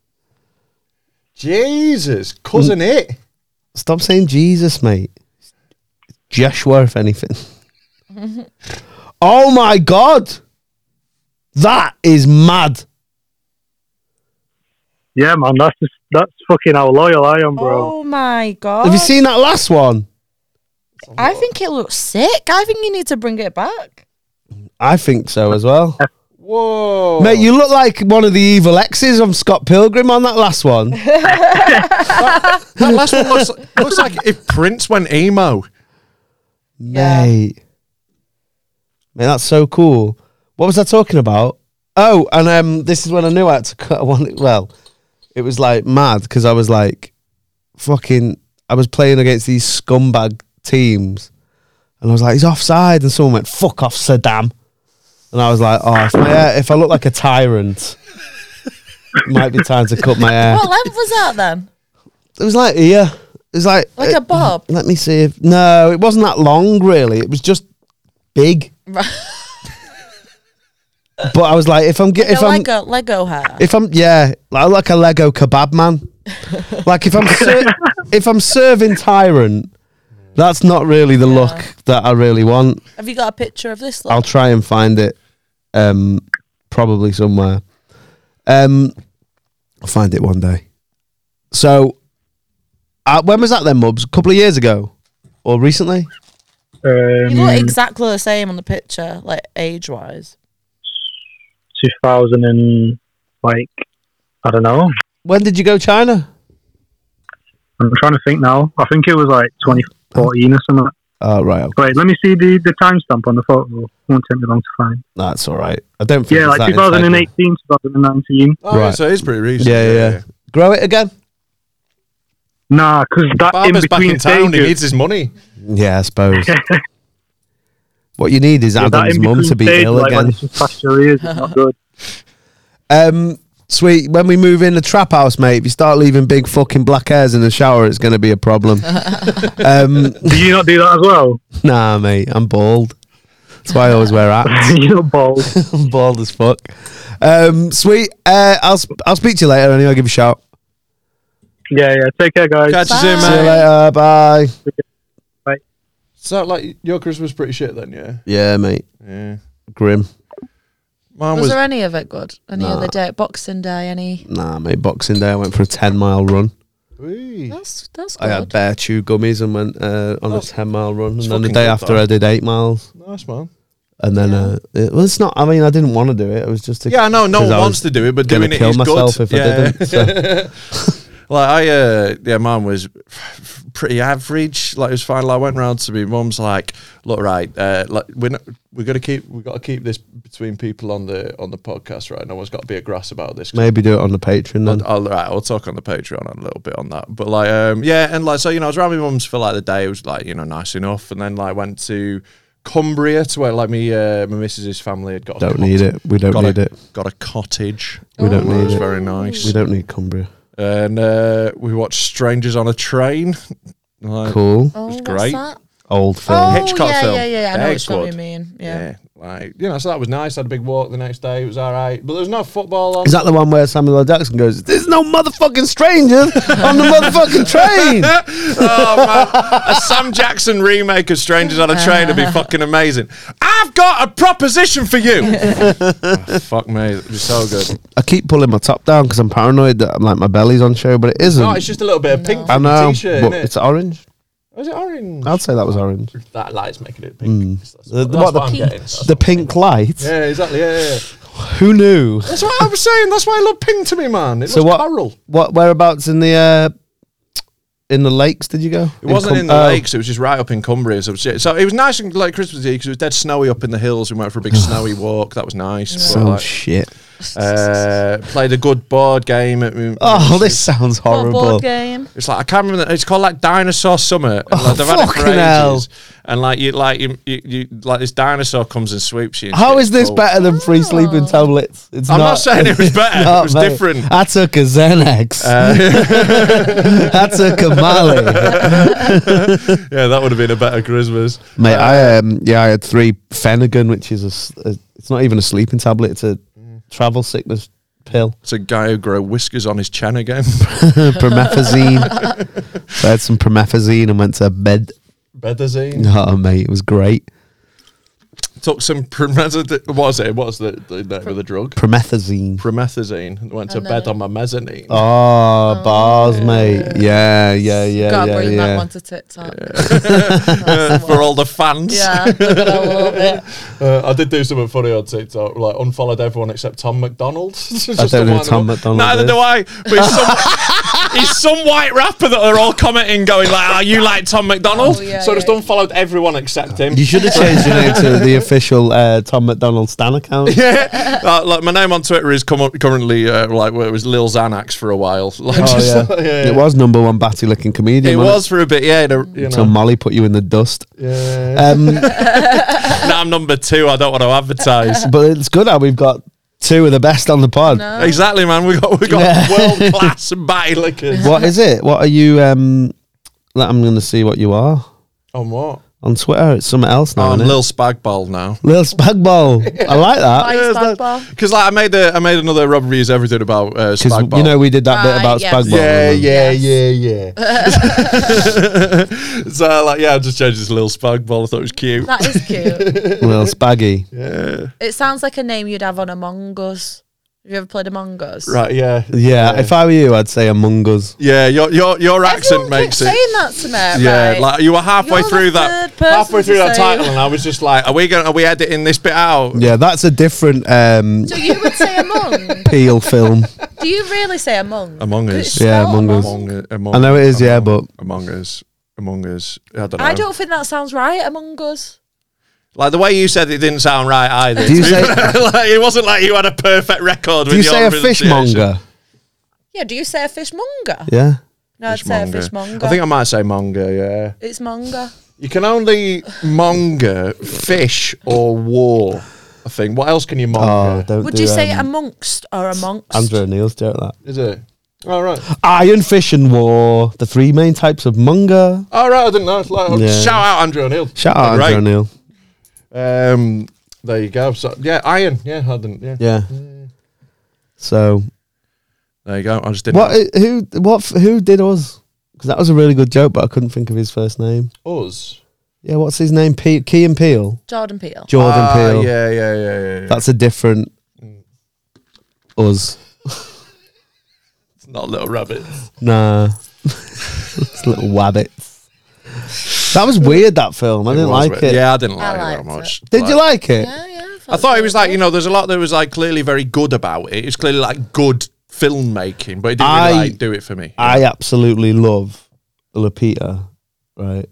Jesus, cousin it. Stop saying Jesus, mate. It's Joshua, if anything. oh my god, that is mad. Yeah, man, that's just that's fucking how loyal I am, bro. Oh my god! Have you seen that last one? I think it looks sick. I think you need to bring it back. I think so as well, Whoa, mate. You look like one of the evil exes of Scott Pilgrim on that last one. That last one looks, looks like if Prince went emo. Yeah. Mate. Man, that's so cool. What was I talking about? Oh, and um, this is when I knew I had to cut one. Well, it was like mad because I was like, fucking, I was playing against these scumbag teams, and I was like, he's offside, and someone went, fuck off, Saddam, and I was like, oh, if, my hair, if I look like a tyrant, it might be time to cut my hair. What length was that then? It was like here, it was like Like a uh, bob. let me see if no, it wasn't that long really. It was just big. but I was like, if I'm get, Like if a I'm Lego Lego hair. if I'm yeah, like, I'm like a Lego kebab man. like if I'm ser- if I'm serving tyrant, that's not really the look that I really want. Have you got a picture of this? I'll Look? try and find it, um, probably somewhere. Um, I'll find it one day. So, uh, when was that then, Mubs? A couple of years ago, or recently? Oh. You look Um, exactly the same on the picture, like age wise. 2000 and like I don't know. When did you go China? I'm trying to think now. I think it was like 2014 or something. Oh right, okay. Wait, let me see the, the timestamp on the photo. Won't take me long to find. that's all right. I don't think Yeah, it's like that insightful. 2018, 2019. Oh, Right. so it's pretty recent. Yeah, yeah, yeah. Grow it again. Nah, because that in Barber's back between in town. He stages. needs his money. Yeah, I suppose. What you need is Adam's in mum between to be stage, ill like, When again. it's just past your ears, it's not good. Um, sweet. When we move in the trap house, mate, if you start leaving big fucking black hairs in the shower, it's going to be a problem. um, Do you not do that as well? nah, mate, I'm bald. That's why I always wear hats. You're not bald. I'm bald as fuck. Um, sweet. Uh, I'll sp- I'll speak to you later. Anyway, I'll give you a shout. Yeah, yeah. Take care, guys. Catch you soon, Bye. See you mate. later. Bye. So, like, your Christmas was pretty shit then, yeah? Yeah, mate. Yeah. Grim. Mine Was, was. there any of it good? Any Nah. other day? Boxing Day? Any? Nah, mate. Boxing day, I went for a ten mile run. Wee. That's that's I had good. bear chew gummies and went uh, on a ten mile run, and it's then the fucking day good, after though. I did eight miles, Nice, man. and then uh, it, well, it's not. I mean, I didn't want to do it. It was just a, Yeah, I know. No 'cause one was wants to do it, but gonna doing it kill is myself good. if I didn't, like I, uh, yeah, mine was pretty average. Like it was fine. Like, I went round to me. Mum's like, "Look, right, uh, like we're not, we're gonna keep we got to keep this between people on the on the podcast, right? No one's got to be a grass about this. 'cause Maybe do it on the Patreon then. I'll, I'll, right, I'll talk on the Patreon a little bit on that. But like, um, yeah, and like, so you know, I was around my mum's for like the day. It was like, you know, nice enough. And then like went to Cumbria to where like me, uh, my missus's family had got. a Don't need it. We don't got need a, it. Got a cottage. We don't It need was it. very nice. We don't need Cumbria. And uh, we watched Strangers on a Train. Like, Cool. Oh, what's great. that? Old film. Oh, Hitchcock yeah, film. yeah, yeah, yeah. I Yeah, know which one you good. mean. yeah. Yeah. like you know, so that was nice. had a big walk the next day. It was all right, but there was no football on. Is that the one where Samuel L. Jackson goes, There's no motherfucking strangers on the motherfucking train? oh, man. A Sam Jackson remake of Strangers on a Train would be fucking amazing. I've got a proposition for you. Oh, fuck me, it was so good. I keep pulling my top down because I'm paranoid that like my belly's on show, but it isn't. No, Oh, it's just a little bit of pink I from the know, t-shirt, but innit? it's orange. Was it orange? I'd say that was orange. That light's making it pink. That's, that's mm. what, what, the I'm pink- getting. That's The what I'm pink light. getting. Yeah, exactly. Yeah, yeah. yeah. Who knew? That's what I was saying. That's why it looked pink to me, man. It So looked what? coral. What whereabouts in the uh, in the lakes did you go? Oh. It wasn't in the uh, lakes. It was just right up in Cumbria. So it was, so it was nice and like Christmas Eve because it was dead snowy up in the hills. We went for a big snowy walk. That was nice. But, Sounds like, shit. uh, played a good board game. At, me- Oh, this sounds What horrible. board game? It's like I can't remember. the- It's called like Dinosaur Summer. And, like, they've had it for Oh, fucking hell. ages. And like you, like you, you, you, like this dinosaur comes and sweeps you. and How shit. Oh. is this Cool. better than free sleeping Oh. tablets? It's I'm not saying it was it's better. It not, was mate. different. Uh. I took a Xanax. I took a Molly. Yeah, that would have been a better Christmas. Mate, I um, yeah, I had three Phenagon, which is a, s- a- it's not even a sleeping tablet. It's a travel sickness pill, It's a guy who grew whiskers on his chin again. promethazine. so I had some promethazine and went to bed. Bedazine. Oh, mate, it was great. took some promethazine. What was it? What was the, the name of the drug? Promethazine. Promethazine. Went to And bed then- on my mezzanine. Oh, bars, mate. Yeah, yeah, yeah, Gotta yeah, bring that yeah. one to TikTok. That's the Uh, For one. all the fans, Yeah, look at that little bit. uh, I did do something funny on TikTok. Like unfollowed everyone except Tom McDonald. Just don't to know who wind them Tom up. McDonald Neither is. do I. But he's some, he's some white rapper that are all commenting, going like, "Are you like Tom McDonald?" Oh, yeah, so I just yeah. unfollowed everyone except him. You should have changed your name to the official uh, Tom McDonald Stan account. yeah, uh, like my name on Twitter is com- currently uh, like where it was Lil Xanax for a while. Like, Oh, just- yeah. yeah, yeah. It was number one batty looking comedian. It wasn't was for a bit, yeah. to- you Till know. Molly put you in the dust. Yeah. Um, now I'm number two. I don't want to advertise. but it's good how we've got two of the best on the pod. exactly, man. We got we got world class batty lickers. What is it? What are you? Um, like, I'm going to see what you are On what? on Twitter. It's something else now. Oh, I'm isn't it? Lil Spagball now. Lil Spagball. I like that. Ice it's like- basketball. Because like I made the I made another Rob Reviews everything about uh, Because Spagball. you know we did that bit Right, about yes. Spagball. yeah, didn't we? yeah, Yes. yeah, yeah. so like, yeah, I just changed this Lil Spagball. I thought it was cute. That is cute. Lil Spaggy. it sounds like a name you'd have on Among Us. Have you ever played Among Us? Right, yeah, Yeah, if I were you, I'd say Among Us. yeah. Your your your accent Everyone makes keeps it. saying that to me. Yeah, right? like you were You're halfway the through that third person halfway through to that say- title, and I was just like, "Are we going? to Are we editing this bit out?" Yeah, that's a different um, So you would say Among? peel film. Do you really say Among? Among 'Cause Us. it's Yeah, spelled Among Us. Among, Us- Among, I know it is, yeah, Among- but- Among Us, Among Us. I don't know. I don't think that sounds right. Among Us. like the way you said it didn't sound right either. Do you say- like, it wasn't like you had a perfect record. Do with your you say a pronunciation. fishmonger? Yeah. Do you say a fishmonger? Yeah. No, I'd say a Fishmonger. fishmonger. I think I might say monger. Yeah, it's monger. You can only monger fish or war. I think. What else can you Oh, monger? don't Would do, you say um, amongst or amongst? Andrew O'Neill's joke that? Is it? All right. Iron, fish, and war, the three main types of munger. All right. I didn't know. It's like, Yeah. Shout out Andrew O'Neill. Shout out Right. Andrew O'Neill. Um, there you go. So, yeah, iron. Yeah, I didn't. Yeah. Yeah. So There you go. I just didn't. what? uh, Who? What? Who did us? Because that was a really good joke, but I couldn't think of his first name. Us. Yeah, what's his name? Pe- Key and Peel. Jordan Peele. Jordan Ah, Peele. Yeah, yeah, yeah, yeah. yeah. That's a different us. It's not little rabbits. Nah. it's little wabbits. That was weird. That film. I didn't was, like but- it. Yeah, I didn't I like it liked that much. Did you like it? Yeah, yeah. I thought it was like you know, there's a lot that was like clearly very good about it. It's clearly like good filmmaking, but it didn't I- really like do it for me. I absolutely love Lupita. Right.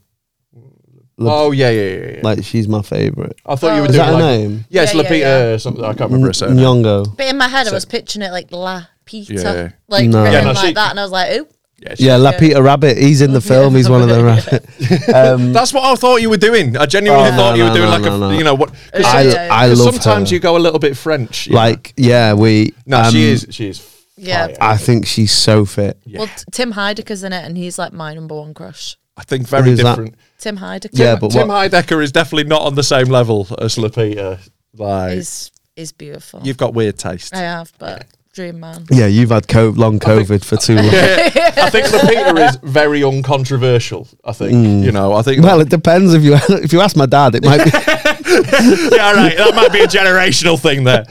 oh yeah, yeah, yeah. yeah. Like she's my favorite. I thought you Oh, were Is doing that her like name? yes, Yeah, yeah, Lapita yeah. or something. I can't remember her surname. Nyong'o. But in my head, I was picturing it like La Peter, Yeah. like No. written Yeah, no, like she- that, and I was like, "Ooh, Yes. Yeah, Lapita Rabbit. He's in the film. He's one of the Um, rabbit. That's what I thought you were doing. I genuinely Oh, thought no, you were no, doing no, like no, a no. you know what. Cause Yeah, I, yeah, yeah. I love sometimes her. you go a little bit French. you know. like yeah we no, um, she is she is. Yeah. fire. I think she's so fit. well." T- Tim Heidecker's in it, and he's like my number one crush. I think very Who's that? different. Tim Heidecker. Yeah, but Tim what Heidecker is definitely not on the same level as Lapita. Like he's he's beautiful. you've got weird taste. I have, but dream man. yeah you've had co- long COVID for too long. I think Lapita is very uncontroversial. I think you know. I think Hmm. Well, it depends if you if you ask my dad, it might be. yeah, right. That might be a generational thing there.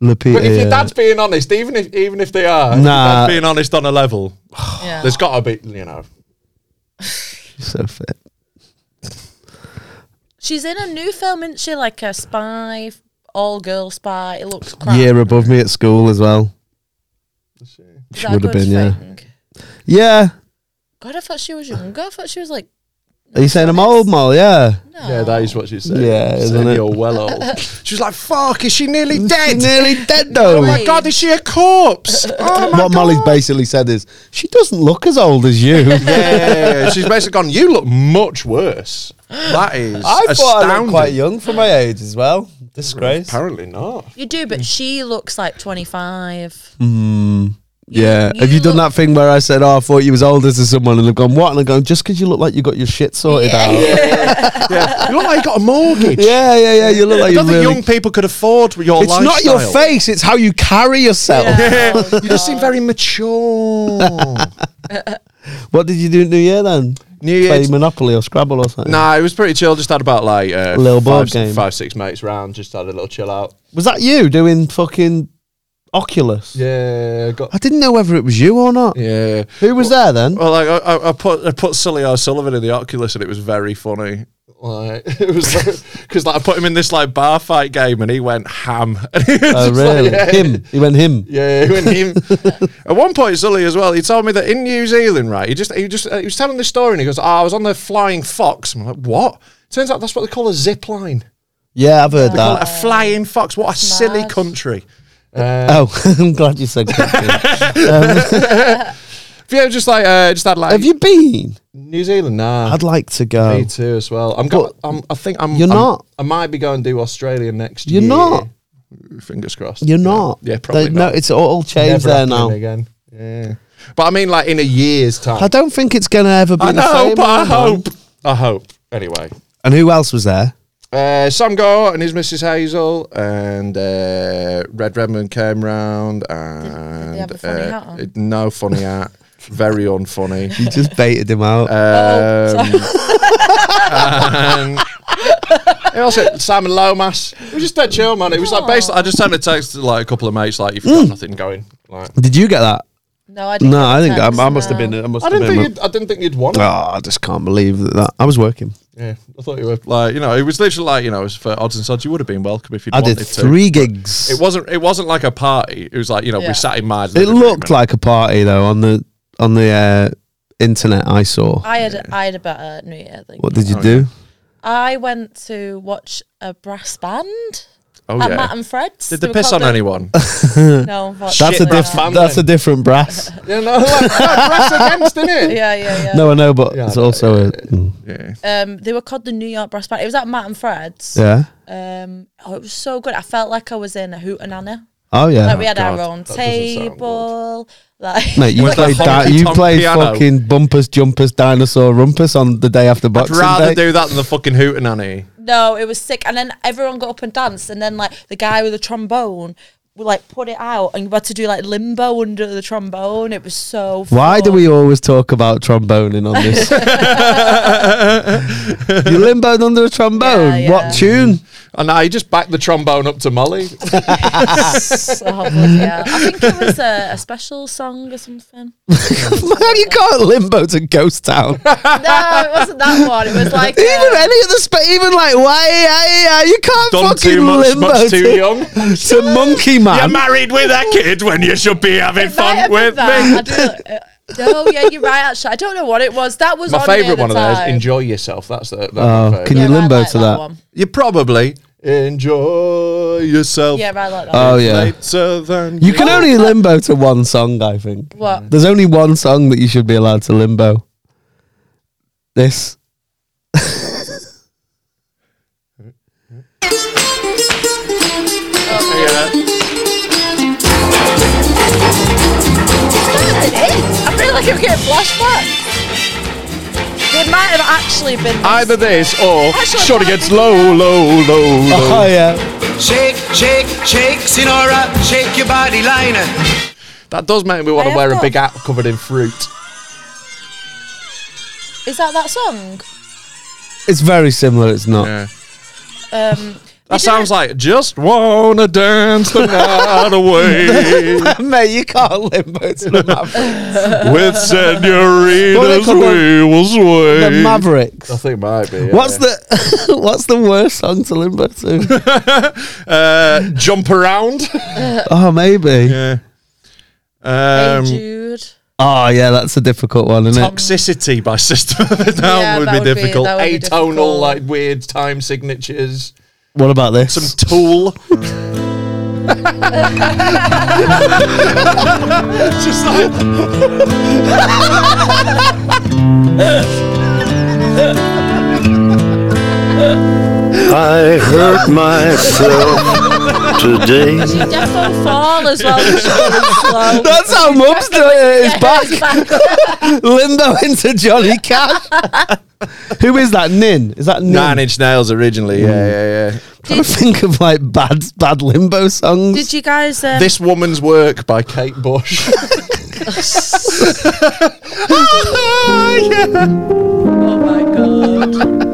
Lupita. But if your dad's being honest, even if even if they are, if your Nah. dad's being honest on a level, Yeah. there's got to be you know. so fit. She's in a new film, isn't she? Like a spy, all girl spy. It looks crap. Year above me at school as well. Is She that a would have good been yeah. thing? Yeah, God, I thought she was younger. I thought she was like are you saying I'm old, Mol? Yeah, no. Yeah, that is what she said. Yeah, She said, isn't it? You're well old. She was like, "Fuck! Is she nearly dead? nearly dead oh though. my god, is she a corpse? Oh my what Molly's basically said is she doesn't look as old as you. Yeah, Uh, she's basically gone. You look much worse. That is I thought I astounding. looked quite young for my age as well. Disgrace. Apparently not. You do, Mm. but she looks like 25. Yeah. You Have you done look- that thing where I said, "Oh, I thought you was older to someone," and they've gone, "What?" And I go, "Just because you look like you got your shit sorted out." Yeah, you look like you got a mortgage. Yeah, yeah, yeah. You look I like you don't think really. young people could afford your it's not lifestyle. your face; it's how you carry yourself. Yeah. Oh, You just seem God. very mature. What did you do at New Year then? New Play Year's. Monopoly or Scrabble or something? Nah, it was pretty chill. Just had about like uh, Little board five, game. five, six mates round. Just had a little chill out. Was that you doing fucking Oculus? Yeah, got. I didn't know whether it was you or not. Yeah. Who was there then? Well, like, I- I, I put I put Sully O'Sullivan in the Oculus, and it was very funny. Like it was because like I put him in this like bar fight game, and he went ham. And he was Oh, just like, really? yeah. Him? He went him. Yeah, when he, at one point, Zully as well, he told me that in New Zealand, right, he just he just he was telling this story and he goes, oh, I was on the flying fox. I'm like, what? Turns out that's what they call a zip line. Yeah, I've heard Call it that. a flying fox. What a silly country. Oh, I'm glad you said. that. But yeah, just like uh, just had like Have you been? New Zealand? Nah, I'd like to go. me too as well. I'm going. I'm, I think I'm. You're I'm- not. I might be going to Australia next You're year. not. Fingers crossed. You're not. Yeah, probably They- not. No, it's all changed Never happening there now. again. Yeah, but I mean, like in a year's time. I don't think it's going to ever be I the know, same. but I man. hope. I hope. Anyway, And who else was there? uh, Sam Gore and his Mrs. Hazel and uh, Red Redmond came round and have a funny uh, hat on? it- no funny hat, very unfunny. You just baited him out. Um, Um, and- Um, Who else? Simon Lomas. It was just dead chill, man. It was like basically, I just sent a text to like a couple of mates, like you've got nothing going. Like, Did you get that? No, I didn't. No, get I the think I, text, I must have no. been. I must I have didn't been. think you'd, I didn't think you'd want. it. oh, I just can't believe that, that. I was working. Yeah, I thought you were like you know it was literally like you know it was for odds and sods you would have been welcome if you'd I wanted did to. three gigs. It It, wasn't. It wasn't like a party. It was like you know Yeah. we sat in my. It looked like a party though on the on the uh, internet. I saw. I had I had a better Oh, New Year. Thing. what did you do? I went to watch a brass band. Oh At yeah. Matt and Fred's. Did They they were piss on called the- anyone? No, That's unfortunately a not. different. fam That's a then. different brass. yeah, no, like, that's against, innit? Yeah, yeah, yeah. No, I know, but Yeah, it's I know, also a, mm, Yeah. Um, they were called the New York Brass Band. It was at Matt and Fred's. yeah. Um, oh, it was so good. I felt like I was in a hoot and Anna. Oh yeah. Like we had God, our own that doesn't sound table. Like Mate, you With the played that. honky You tonk played piano. fucking bumpers, jumpers, dinosaur, rumpus on the day after I'd Boxing rather Day. do that than the fucking hootenanny. no, it was sick. And then everyone got up and danced, and then like the guy with the trombone would like put it out, and you had to do like limbo under the trombone. It was so. Fun. Why do we always talk about tromboning on this? you limboed under a trombone. Yeah, yeah. What tune? And I just backed the trombone up to Molly. So bloody hell. I think it was a, a special song or something. How do you call it limbo to Ghost Town? No, it wasn't that one. It was like even uh, any of the spa even like why I, I, you can't Done fucking too much, limbo much to- too young. to Monkey You're Man. married with a kid when you should be having it might have been fun with me. that. I do, uh, no, yeah, you're right. Actually, I don't know what it was. That was My on favourite one the of those. time. Enjoy yourself. That's the. That's my Oh, favourite. can Yeah, you I limbo like to that that? one. You probably enjoy yourself Yeah, right, I like that. Oh one. yeah. later than You can only limbo to one song, I think. What? There's only one song that you should be allowed to limbo. This. Yeah. I feel like I'm getting flashbacks. It might have actually been. This. Either this or Actually, shot I against think- low, low, low, Oh low. yeah. Shake, shake, shake, Sinora, shake your body liner. That does make me want I to have wear a got- big hat covered in fruit. Is that that song? It's very similar, it's not. Yeah. Um, That sounds like just wanna dance the night away Mate, you can't limbo to the Mavericks. with What are they senoritas called? we will sway. the Mavericks. I think might be. yeah. What's the what's the worst song to limbo to? uh, jump around? oh, maybe. yeah. Hey Um, Jude. Oh yeah, that's a difficult one, isn't it? Toxicity by System of a Down Yeah, would that be would be- difficult. that would be Atonal, difficult. like weird time signatures. What about this? Some tool. Just like I hurt myself today. Defo Fall as well. which was slow. That's how Mum's doing it. It's It's back. back. Limbo into Johnny Cash. Who is that? Nin? Is that Nin? Nine Inch Nails originally. Yeah, yeah, yeah. trying to think of like bad bad limbo songs. Did you guys? Um, This Woman's Work by Kate Bush. oh my god.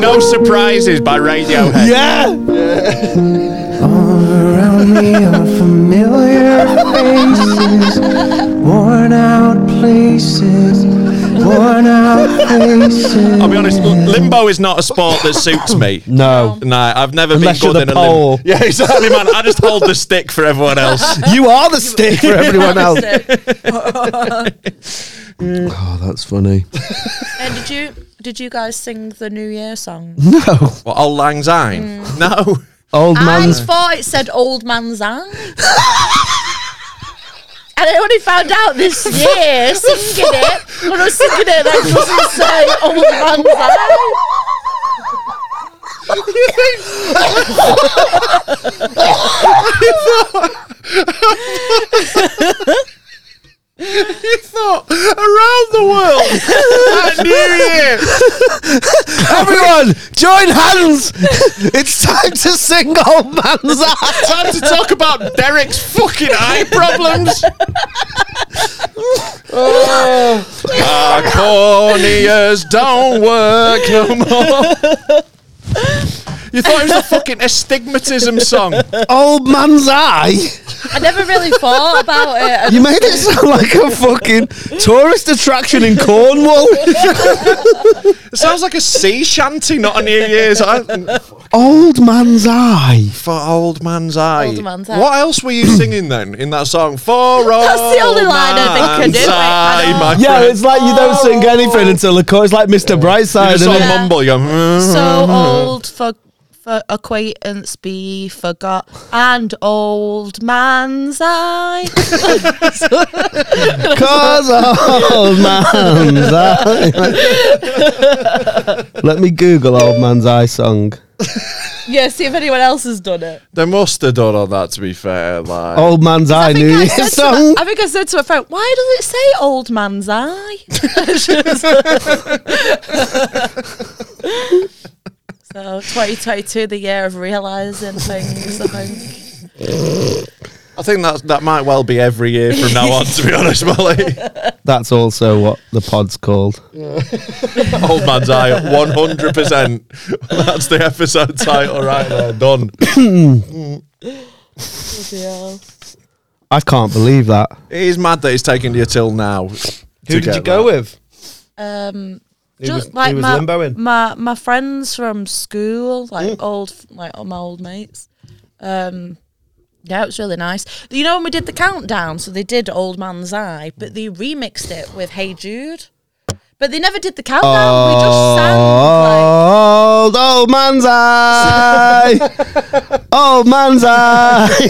no Surprises by Radiohead. yeah. Around me are familiar faces, worn out places, worn out faces. I'll be honest, l- limbo is not a sport that suits me. No. Nah, I've never Unless been you're good in the a pole. limbo. Yeah, exactly, man. I just hold the stick for everyone else. You are the stick for everyone else. and Oh, that's funny. did you did you guys sing the New Year song? No. What, Old Lang Syne? No. Old I man's thought it said old man's eye. and I only found out this year singing it. When I was singing it, that doesn't say old man's eye. Around the world at New Year. Everyone, join hands. it's time to sing Old Man's Eye. Time to talk about Derek's fucking eye problems. Our corneas don't work no more. You thought it was a fucking astigmatism song. Old Man's Eye? I never really thought about it. I just- You made it sound like a fucking tourist attraction in Cornwall. It sounds like a sea shanty, not a New Year's. I, Old man's eye. for old man's eye. Old man's eye. What else were you singing then in that song? For That's old the only line I think I man's do, like, I eye, know. my Yeah, friend. it's like you don't sing anything until the chorus. It's like Mr. you Brightside. just Isn't sort it? of Yeah. mumble. You go, "Mm." so old for for acquaintance be forgot and old man's eye. Cause old man's eye. Let me Google old man's eye song. yeah, see if anyone else has done it. They must have done on that. To be fair, like Old man's eye New I, Year's said to my, song. I think I said to a friend, "Why does it say old man's eye?" so 2022, the year of realizing things. I think. I think that that might well be every year from now on. To be honest, Molly, That's also what the pod's called. old man's eye, one hundred percent. That's the episode title right there. Done. Yeah. I can't believe that. It is mad that it's taken you till now. Who with? Um, Who just was- like who was my, limboing? Mm. my my friends from school, like old, like all my old mates. Um, yeah, it was really nice. You know when we did the countdown, so they did Old Man's Eye, but they remixed it with Hey Jude. But they never did the countdown. Um, we just sang. Like, Old, old man's eye. old man's eye.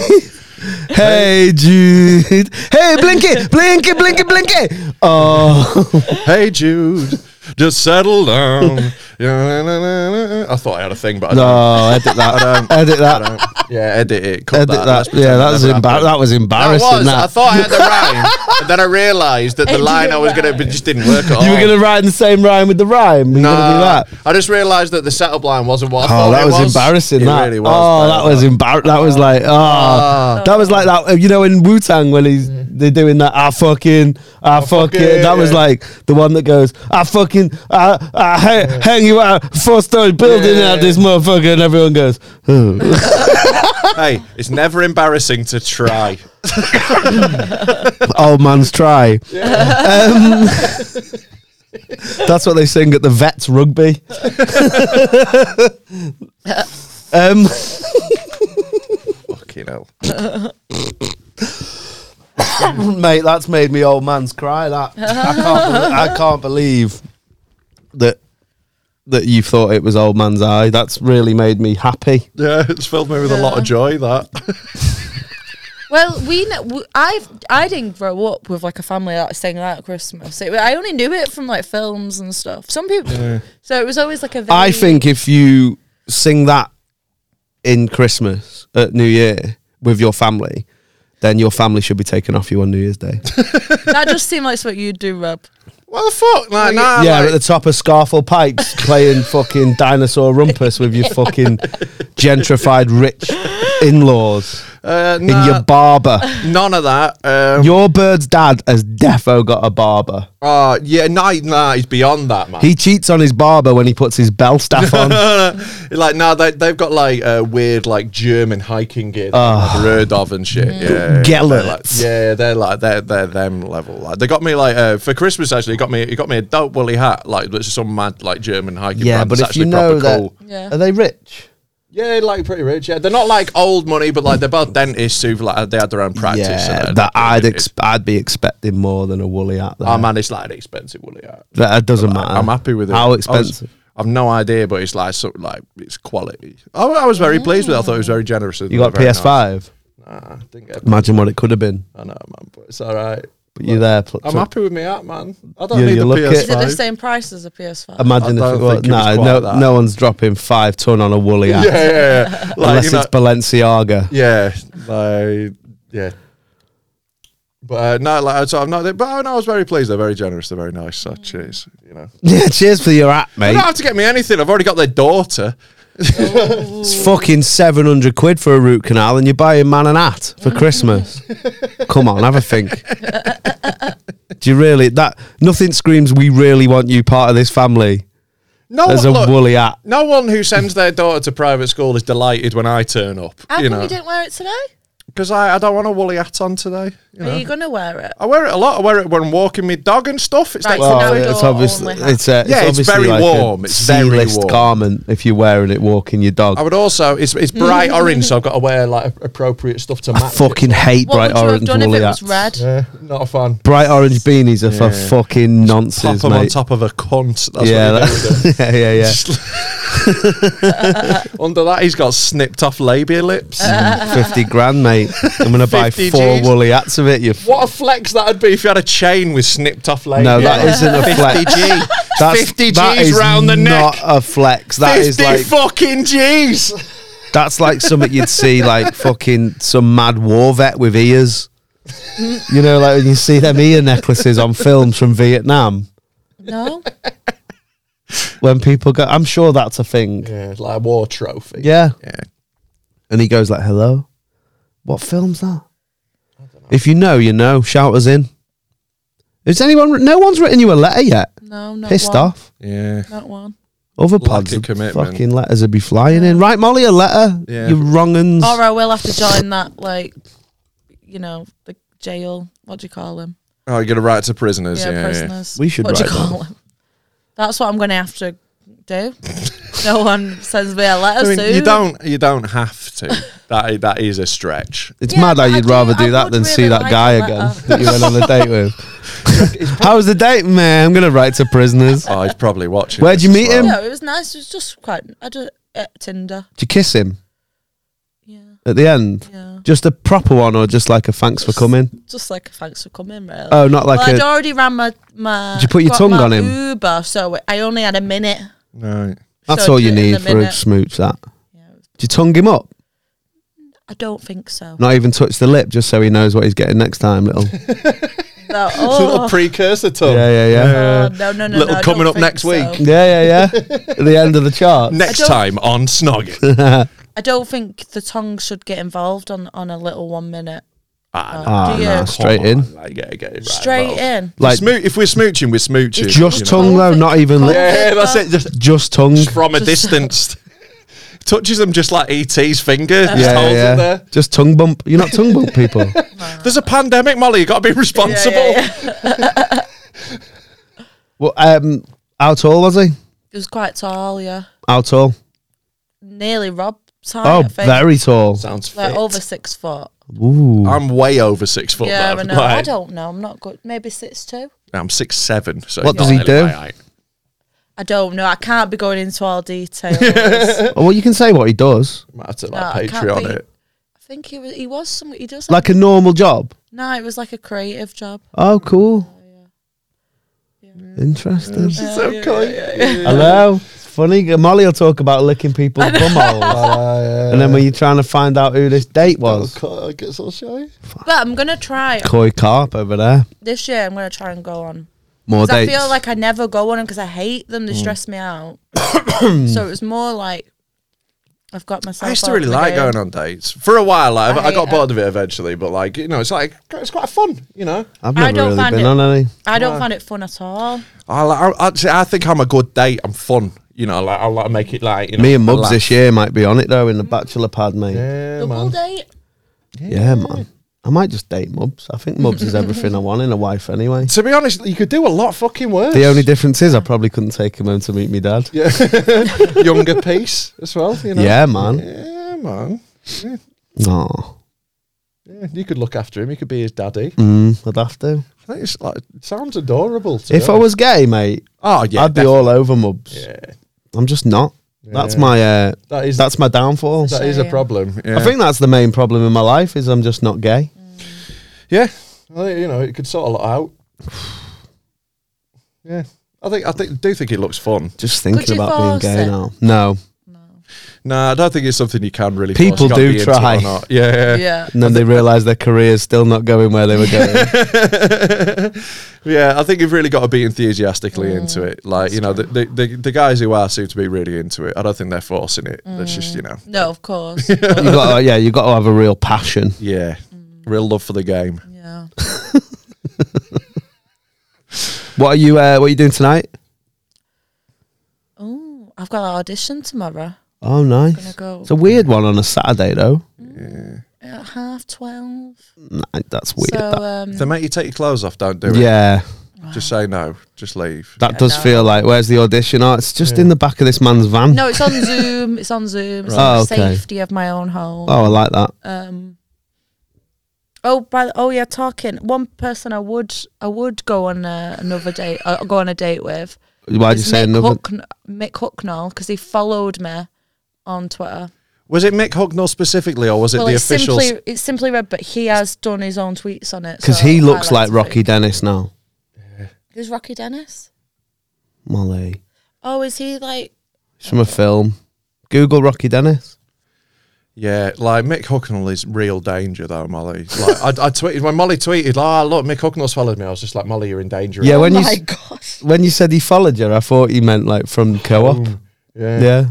Hey Jude. Hey Blinky, Blinky, Blinky, Blinky. Oh, Hey Jude, just settle down. I thought I had a thing, but I don't. no, edit that. Edit that. Yeah, edit it. Cut Edit that. that. Yeah, that was, embar- that was That embarrassing. was. I that. thought I had the rhyme, and then I realised that the Edit line it I was going to right. just didn't work at all. you were going to rhyme the same rhyme with the rhyme. Were you going to do that? I just realised that the setup line wasn't what I Oh, thought that it was, embarrassing. It that. really was. Ah. oh, though. that was embarrassing. That was like, oh, that was like that. You know, in Wu Tang when he's Mm. they're doing that. I fucking, Ah, I fucking. fucking- That was like the one that goes, I fucking, I, I hang, hang you out four story building Yeah. out this motherfucker, and everyone goes, oh. Hey, it's never embarrassing to try. old man's try. Um, that's what they sing at the vets rugby. um. Fucking hell. mate, that's made me old man's cry. That I can't, believe, I can't believe that that you thought it was old man's eye. That's really made me happy. Yeah, it's filled me with a lot of joy. That. well, we, kn- w- I've I didn't grow up with like a family that sang that at Christmas. It, I only knew it from like films and stuff. Some people, so it was always like a. Very, I think if you sing that in Christmas at New Year with your family, then your family should be taken off you on New Year's Day. that just seemed like what you'd do, Rob. What the fuck? Like, nah, yeah, like- at the top of Scarfell Pikes playing fucking dinosaur rumpus with your fucking gentrified rich in-laws Uh, in nah, your barber. none of that. Um, Your bird's dad has defo got a barber. uh, yeah, nah, nah, he's beyond that, man. He cheats on his barber when he puts his bell staff on. like, nah, they, they've got like uh, weird, like German hiking gear that I've never heard of and shit. Yeah, They're like, Ah. Gellert. yeah, they're like they're they're them level. Like, they got me like uh, for Christmas actually. He got me he got me a dope woolly hat like that's some mad like German hiking. Yeah, brand but that's if you actually know proper that, cool. Yeah. are they rich? Yeah, like pretty rich. Yeah, they're not like old money, but like they're both dentists who've like they had their own practice. yeah, and that I'd ex- ex- I'd be expecting more than a woolly hat. There. Oh man, it's like an expensive woolly hat. that that doesn't matter. I'm happy with it. I How was- expensive? I've no idea, but it's like so, like it's quality. I, I was very pleased with. it. I thought it was very generous. You got PS5. Nah, didn't get. Imagine what it could have been. I know, man, but it's all right. But you're there. Pl- I'm so- happy with my hat, man. I don't You- need you the look PS5. it- Is it the same price as a PS5? Imagine I if it don't was. think it Nah, was quite no, that. no one's dropping five ton on a woolly hat yeah, yeah, yeah. Like, unless you know- it's Balenciaga. Yeah, like yeah. But uh, no, like so I'm not. But oh, no, I was very pleased. They're very generous. They're very nice. So cheers. You know, Yeah, cheers for your hat, they mate. don't have to get me anything. I've already got their daughter. It's fucking 700 quid for a root canal and you're buying man an hat for Christmas. Come on, have a think. Do you really that nothing screams we really want you part of this family Oh, No, as a look, woolly hat. no one who sends their daughter to private school is delighted when I turn up. How you come know, you didn't wear it today? because I, I don't want a woolly hat on today. You know, Are you gonna wear it? I wear it a lot. I wear it when I'm walking my dog and stuff. It's Right, like so now Well, Outdoor it's obviously only hat. it's, uh, Yeah, it's obviously very like a warm. It's very C-list warm. garment if you're wearing it walking your dog. I would also. It's it's bright orange, so I've got to wear like appropriate stuff to I match. fucking hate What bright would you have orange done if woolly it was hats. red? it. Yeah, not a fan. Bright orange beanies are for Yeah. fucking Pop nonsense, 'em on mate. top of a cunt. That's yeah, what you do with it. that- yeah, yeah, yeah. Under that, he's got snipped off labia lips. 50 grand, mate. I'm going to buy 50 four Gs. woolly hats of it. You f- What a flex that'd be if you had a chain with snipped off labia. No, that isn't a flex. 50 G. That's, 50 Gs that is round the not neck. a flex. That 50 is like fucking G's. that's like something you'd see like fucking some mad war vet with ears. You know, like when you see them ear necklaces on films from Vietnam. No. When people go, I'm sure that's a thing. Yeah, like a war trophy. Yeah. Yeah. And he goes like, "Hello, what film's that?" If you know, you know. Shout us in. Is anyone? No one's written you a letter yet. No, not Pissed one. off. Yeah. Not one. Other Lack pods, of would- commitment. fucking letters would be flying in. Right, Molly, a letter. Yeah. You wrong'uns. Or I will have to join that, like, you know, the jail. What do you call them? Oh, you're gonna write to prisoners. Yeah, Yeah, yeah. prisoners. We should What do you write call them? That's what I'm gonna have to do. no one sends me a I letter mean, soon. you don't. You don't have to. that i- that is a stretch. It's Yeah, mad how I you'd do- rather I do that would than see really that like guy a again letter. that you went on a date with. How was the date, man? I'm gonna write to prisoners. Did Oh, he's probably watching. Where'd this you as meet well. him? No, it was nice. It was just quite. I do uh, Tinder. you kiss him Yeah, at the end? yeah. Just a proper one, or just like a thanks for coming? Just like thanks for coming, really. Oh, not like well, I'd a. already ran my my. Did you put your got tongue my on him? Uber, so I only had a minute. No. That's so all do you it in need a for a minute. smooch. That. Yeah, Did you tongue him up? I don't think so. Not even touch the lip, just so he knows what he's getting next time. Little. No, It's a little oh, precursor to yeah, yeah, yeah, oh, no, no, no. Little no, I coming don't up think next so. week. yeah, yeah, yeah. At the end of the chart. next don't- time on Snogging. I don't think the tongue should get involved on on a little one minute. ah, Do you? nah, straight in. Like, yeah, get it right, Straight well. in. Like Smo- if we're smooching, we're smooching. just you know. tongue though, not even lip. Yeah, that's it. Just Just tongue. from a distance. Touches them just like ET's finger. Just Yeah, yeah, holds yeah. it there. Just tongue bump. You're not tongue bump people. There's a pandemic, Molly. You got to be Yeah, responsible. yeah, yeah. well, um, how tall was he? It was quite tall, yeah. How tall? Nearly Rob's height. Oh, I think. very tall. Sounds fit. Like over six foot. Ooh, I'm way over six foot. yeah, Yeah, I man. know. I Like, don't know. I'm not good. Maybe six two. I'm six seven. So What it's does not he really do? my height. I don't know. I can't be going into all detail. Oh, well, you can say what he does, Might have to No, I like can't Patreon be- it. I think he was. He was some. He does like a normal job. No, it was like a creative job. Oh, cool. Interesting. So cool. Hello. It's funny. Molly will talk about licking people's bumholes, and then when you're trying to find out who this date was, I guess I'll show you. But I'm gonna try Coy Carp over there. this year. I'm gonna try and go on. More 'Cause I dates. feel like I never go on them because I hate them. Mm. They stress me out. so it was more like I've got myself. I used to really like going on dates for a while. Like, I, I got hate bored of it eventually, but like you know, it's like it's quite fun. You know, I've I never don't really find been it- on any. I don't find it fun at all. I, li- I actually I think I'm a good date. I'm fun. You know, like I like make it like you know, Me and a Mubs laugh. this year might be on it though in the bachelor pad, mate. Yeah, Yeah, The man. whole date. man. I might just date Mubs. I think Mubs is everything I want in a wife anyway. To be honest, you could do a lot fucking worse. The only difference is I probably couldn't take him home to meet me dad. Yeah, younger piece as well. You know. man. Yeah, man. No, Yeah, you could look after him. You could be his daddy. mm, I'd have to. I think it's like it sounds adorable. To If be I honest. was gay, mate, oh yeah, I'd be definitely. all over Mubs. Yeah, I'm just not. That's Yeah. my uh, that is that's my downfall. that is a Shame. problem. Yeah. I think that's the main problem in my life is I'm just not gay. Mm. Yeah, I think you know it could sort a lot out. yeah, I think I think do think it looks fun. Just thinking you about being force gay it? now. No, No, I don't think it's something you can really. People force. You've got to do be into it try. Or not. Yeah, yeah, Yeah. and then they realise their career's still not going where they were going. yeah. I think you've really got to be enthusiastically into it. Like you know, the, the the the guys who are seem to be really into it. I don't think they're forcing it. That's just you know, No, of course. you got, uh, yeah, you got to have a real passion. yeah, real love for the game. yeah. What are you? Uh, what are you doing tonight? Oh, I've got an audition tomorrow. Oh, nice. Gonna go. It's a weird one on a Saturday, though. at half twelve. Nah, that's weird. So that- um, If they make you take your clothes off, don't do it. yeah, Just say no. Just leave. that does no. feel like where's the audition? Oh, it's just in the back of this man's van. no, it's on Zoom. It's on Zoom. It's Right. on Oh, the okay. safety of my own home. Oh, I like that. Um. Oh, by the, oh yeah, talking. One person I would I would go on uh, another date. Uh, go on a date with. Why'd you is say Mick another? Huckn- Mick Hucknall because he followed me on Twitter. Was it Mick Hucknall specifically, or was it well, the it's official? simply it's simply red, but he has done his own tweets on it Because so he I looks like to Rocky think- Dennis now. Who's Rocky Dennis? Molly, Oh, is he like? it's from a film. Google Rocky Dennis. yeah, like Mick Hucknall is real danger, though, Molly. Like I, I tweeted when Molly tweeted, like, "Ah, look, Mick Hucknall's followed me." I was just like, "Molly, you're in danger." Yeah, oh when you my s- gosh. When you said he followed you, I thought you meant like from co-op. yeah. Yeah.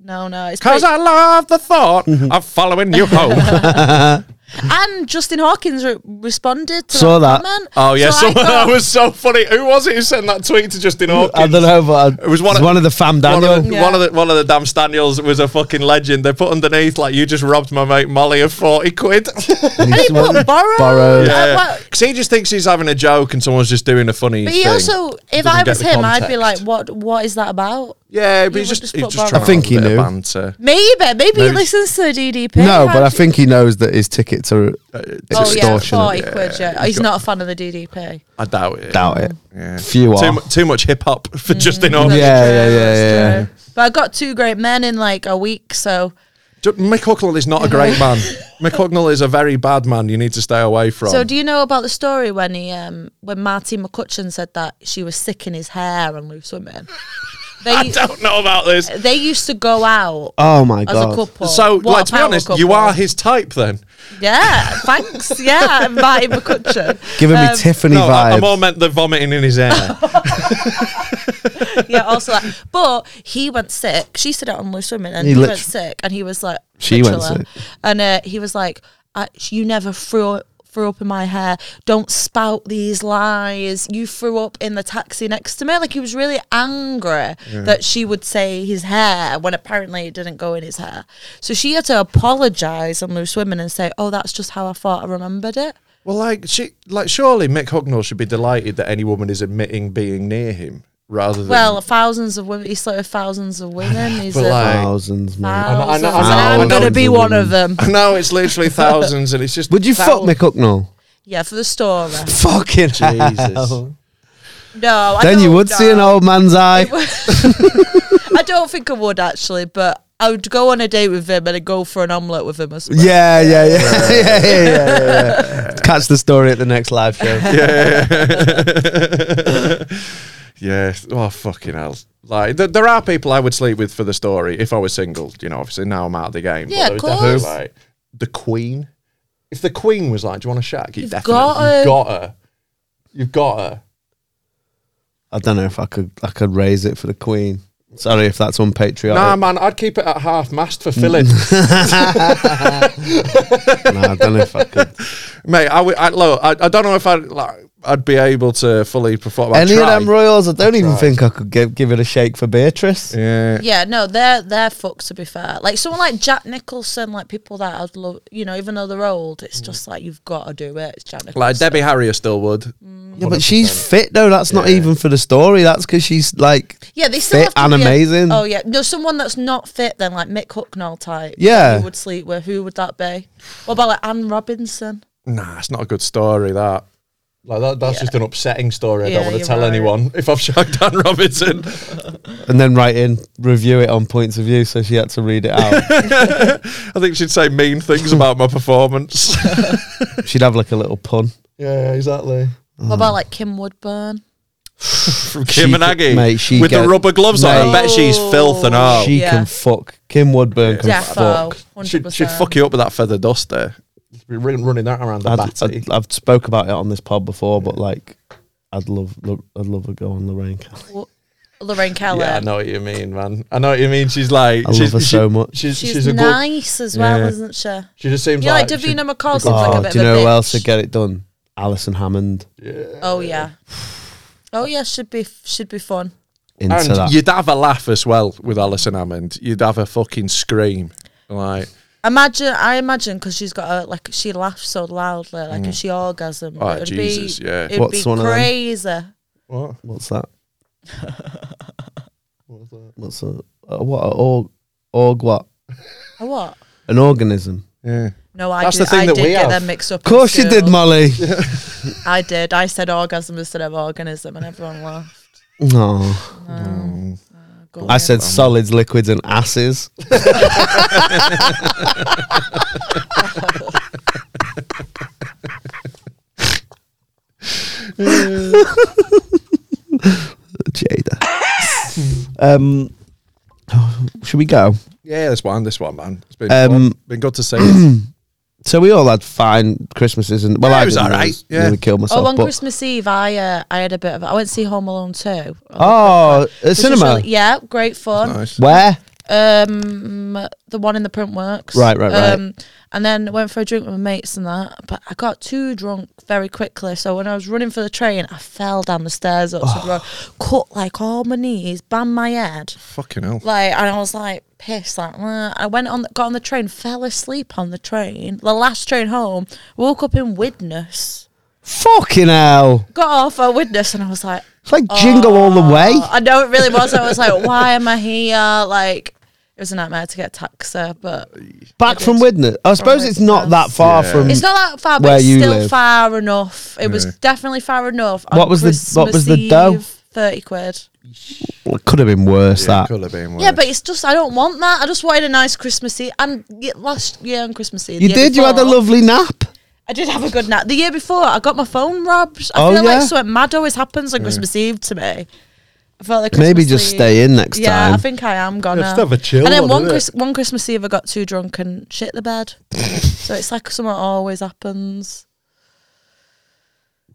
No, no, it's Cause pretty- I love the thought of following you home. and Justin Hawkins re- responded to Saw that, that. comment. oh yeah, so I someone that thought- was so funny. Who was it who sent that tweet to Justin Hawkins? I don't know, but I, It was one it's of- one of the fam One Daniel. of, the, Yeah. one of the one of the damn Staniels was a fucking legend. They put underneath like you just robbed my mate Molly of forty quid. And he put borrow. Borrow. Uh, Yeah. well, 'Cause he just thinks he's having a joke and someone's just doing a funny but thing. he also, if doesn't I get was the him, I'd be like, context. what? What is that about? yeah, but You would he's just, just he's put just Barrow. trying I think to he have a bit knew. of banter. Maybe, maybe he Maybe- listens to DDP. No, but How'd I you- think he knows that his tickets are Uh, it's Oh yeah, forty extortionate. quid. Yeah, he's not a fan of the DDP. I doubt it. Doubt it. Yeah. Few Too, are. mu- too much hip hop for Justin Hawkins. Yeah, Yeah. yeah, yeah, That's yeah, true. But I got two great men in like a week, so Mick Hucknall is not a great man. Mick Hucknall is a very bad man. You need to stay away from. So do you know about the story when he um when Marty McCutcheon said that she was sick in his hair and loose women? I They don't know about this. they used to go out Oh my as god. a couple. So, Uh, What like a to be power honest, couple. you are his type then. Yeah, thanks. Yeah, Marty McCutcheon. Giving me Um, Tiffany No, I, I vibes. more meant the vomiting in his hair. Yeah, also that. But he went sick. She said it on Loose Women, and He he, lit- went sick, and he was like, She went literally. sick. and uh, he was like, I, "You never threw." Threw up in my hair. Don't spout these lies. You threw up in the taxi next to me. Like he was really angry that she would say his hair when apparently it didn't go in his hair. So she had to apologize on Loose Women and say, "Oh, that's just how I thought I remembered it." well, like she, like surely Mick Hucknall should be delighted that any woman is admitting being near him rather than. Well, thousands of women. He slept with thousands of women. He's But a- like- Thousands, man. thousands, know- and I I'm know- gonna be one of them. no, it's literally thousands, and it's just. Would you fuck thou- Mick Hucknall? Yeah, for the story. Fucking Jesus. hell. No, I Then you don't would know. see an old man's eye. I don't think I would actually, but I would go on a date with him and I'd go for an omelette with him or something. Yeah, yeah, yeah, yeah, yeah, yeah, yeah, yeah. Catch the story at the next live show. Yeah. Oh fucking hell! Like th- there are people I would sleep with for the story if I was single. You know, obviously now I'm out of the game. but Yeah, there of was definitely, course. Like, the Queen. If the Queen was like, "Do you want a shack?" You You've definitely got you've her. got her. You've got her. I don't know if I could. I could raise it for the Queen. Sorry if that's Nah, unpatriotic. man, I'd keep it at half mast for filling. no, I don't know if I could. Mate, I, would- I, look, I, I don't know if I'd, like, I'd be able to fully perform. I'd Any try. of them royals, I don't even think I could give, give it a shake for Beatrice. yeah. Yeah, no, they're they're fucked to be fair. Like someone like Jack Nicholson, like people that I'd love, you know, even though they're old, it's just like you've got to do it. It's Jack Nicholson. Like, Debbie Harrier still would. Mm. Yeah, but she's fit though. That's not even for the story. That's because she's like, yeah, they still fit have to and be a- amazing. oh yeah, no, someone that's not fit then, like Mick Hucknall type. Yeah. who would sleep with? Who would that be? What about like Anne Robinson? Nah, it's not a good story, that. Like, that, that's just an upsetting story. I Yeah, don't want to you're tell right. anyone if I've shagged Dan Robinson. and then write in review it on points of view. So she had to read it out. I think she'd say mean things about my performance. She'd have like a little pun. yeah, exactly. What about like Kim Woodburn? From Kim and She could- Aggie. mate, she with get- the rubber gloves on. I mate. bet she's filth and all. she yeah. can fuck Kim Woodburn. Can Defo, fuck. She'd, hundred she'd fuck you up with that feather duster. Be run- running that around the I'd, batty. I'd, I've spoke about it on this pod before, but like, I'd love, lo- I'd love a go on Lorraine. Kelly. Lorraine Kelly. Yeah, I know what you mean, man. I know what you mean. She's like, I she's, love her she- so much. She's, She's, she's a good. nice as well, Yeah. isn't she? Yeah, She just seems like she'd Davina be McCall good seems like for a Oh, bit do you of a know bitch. who else would get it done? Alison Hammond Oh yeah. Oh yeah, should be should be fun. into And that. you'd have a laugh as well with Alison Hammond. You'd have a fucking scream. Like, Imagine, I imagine, because she's got a like she laughs so loudly, like if she orgasm, Oh, it would Jesus, be, yeah. it'd What's be one of them? crazy. What? What's that? What's that? Uh, what? A org, org what? A what? An organism. Yeah. No, I That's did, the thing I that did we get have. them mixed up. Of course you did, Mom. Molly. I did. I said orgasm instead of organism, and everyone laughed. No. Go I on. said solids, liquids, and asses. Jada. um, should we go? Yeah, this one, this one, man. It's been Um, fun. been good to see. you. So we all had fine Christmases, and well, Yeah, I it was didn't all I right, was yeah. nearly killed myself. Oh, on but- Christmas Eve, I uh, I had a bit of. I went to see Home Alone too. oh, at cinema. yeah, great fun. nice. Where? Um, the one in the print works. Right, right, right. Um, and then went for a drink with my mates and that. But I got too drunk very quickly. So when I was running for the train, I fell down the stairs up to the road, cut like all my knees, banged my head. Fucking hell. Like, and I was like pissed. Like, "Ugh." I went on, got on the train, fell asleep on the train, the last train home. Woke up in Widnes. Fucking hell! Got off at Widnes, and I was like, It's like jingle all the way. Oh, I know it really was. I was like, why am I here? Like, it was a nightmare to get a taxi, but Back It from is. Widnes. I suppose it's not that far Yeah. from. it's not that far, but Where it's you still live. far enough. It was Yeah. definitely far enough. What On was the- what was the Christmas dough? Eve, Thirty quid. Well, it could have been worse. Yeah, that could have been worse. Yeah, but it's just I don't want that. I just wanted a nice Christmas Eve. And y- last year on Christmas Eve, you the year did. You had a before, lovely nap. I did have a good night. The year before, I got my phone robbed. I Oh, feel yeah? like something mad always happens on Christmas Eve to me. I felt like Maybe Christmas just Eve- stay in next yeah, I time. think I am gonna just have a chill And then one, one innit? Chris- one Christmas Eve, I got too drunk and shit the bed. so it's like something always happens.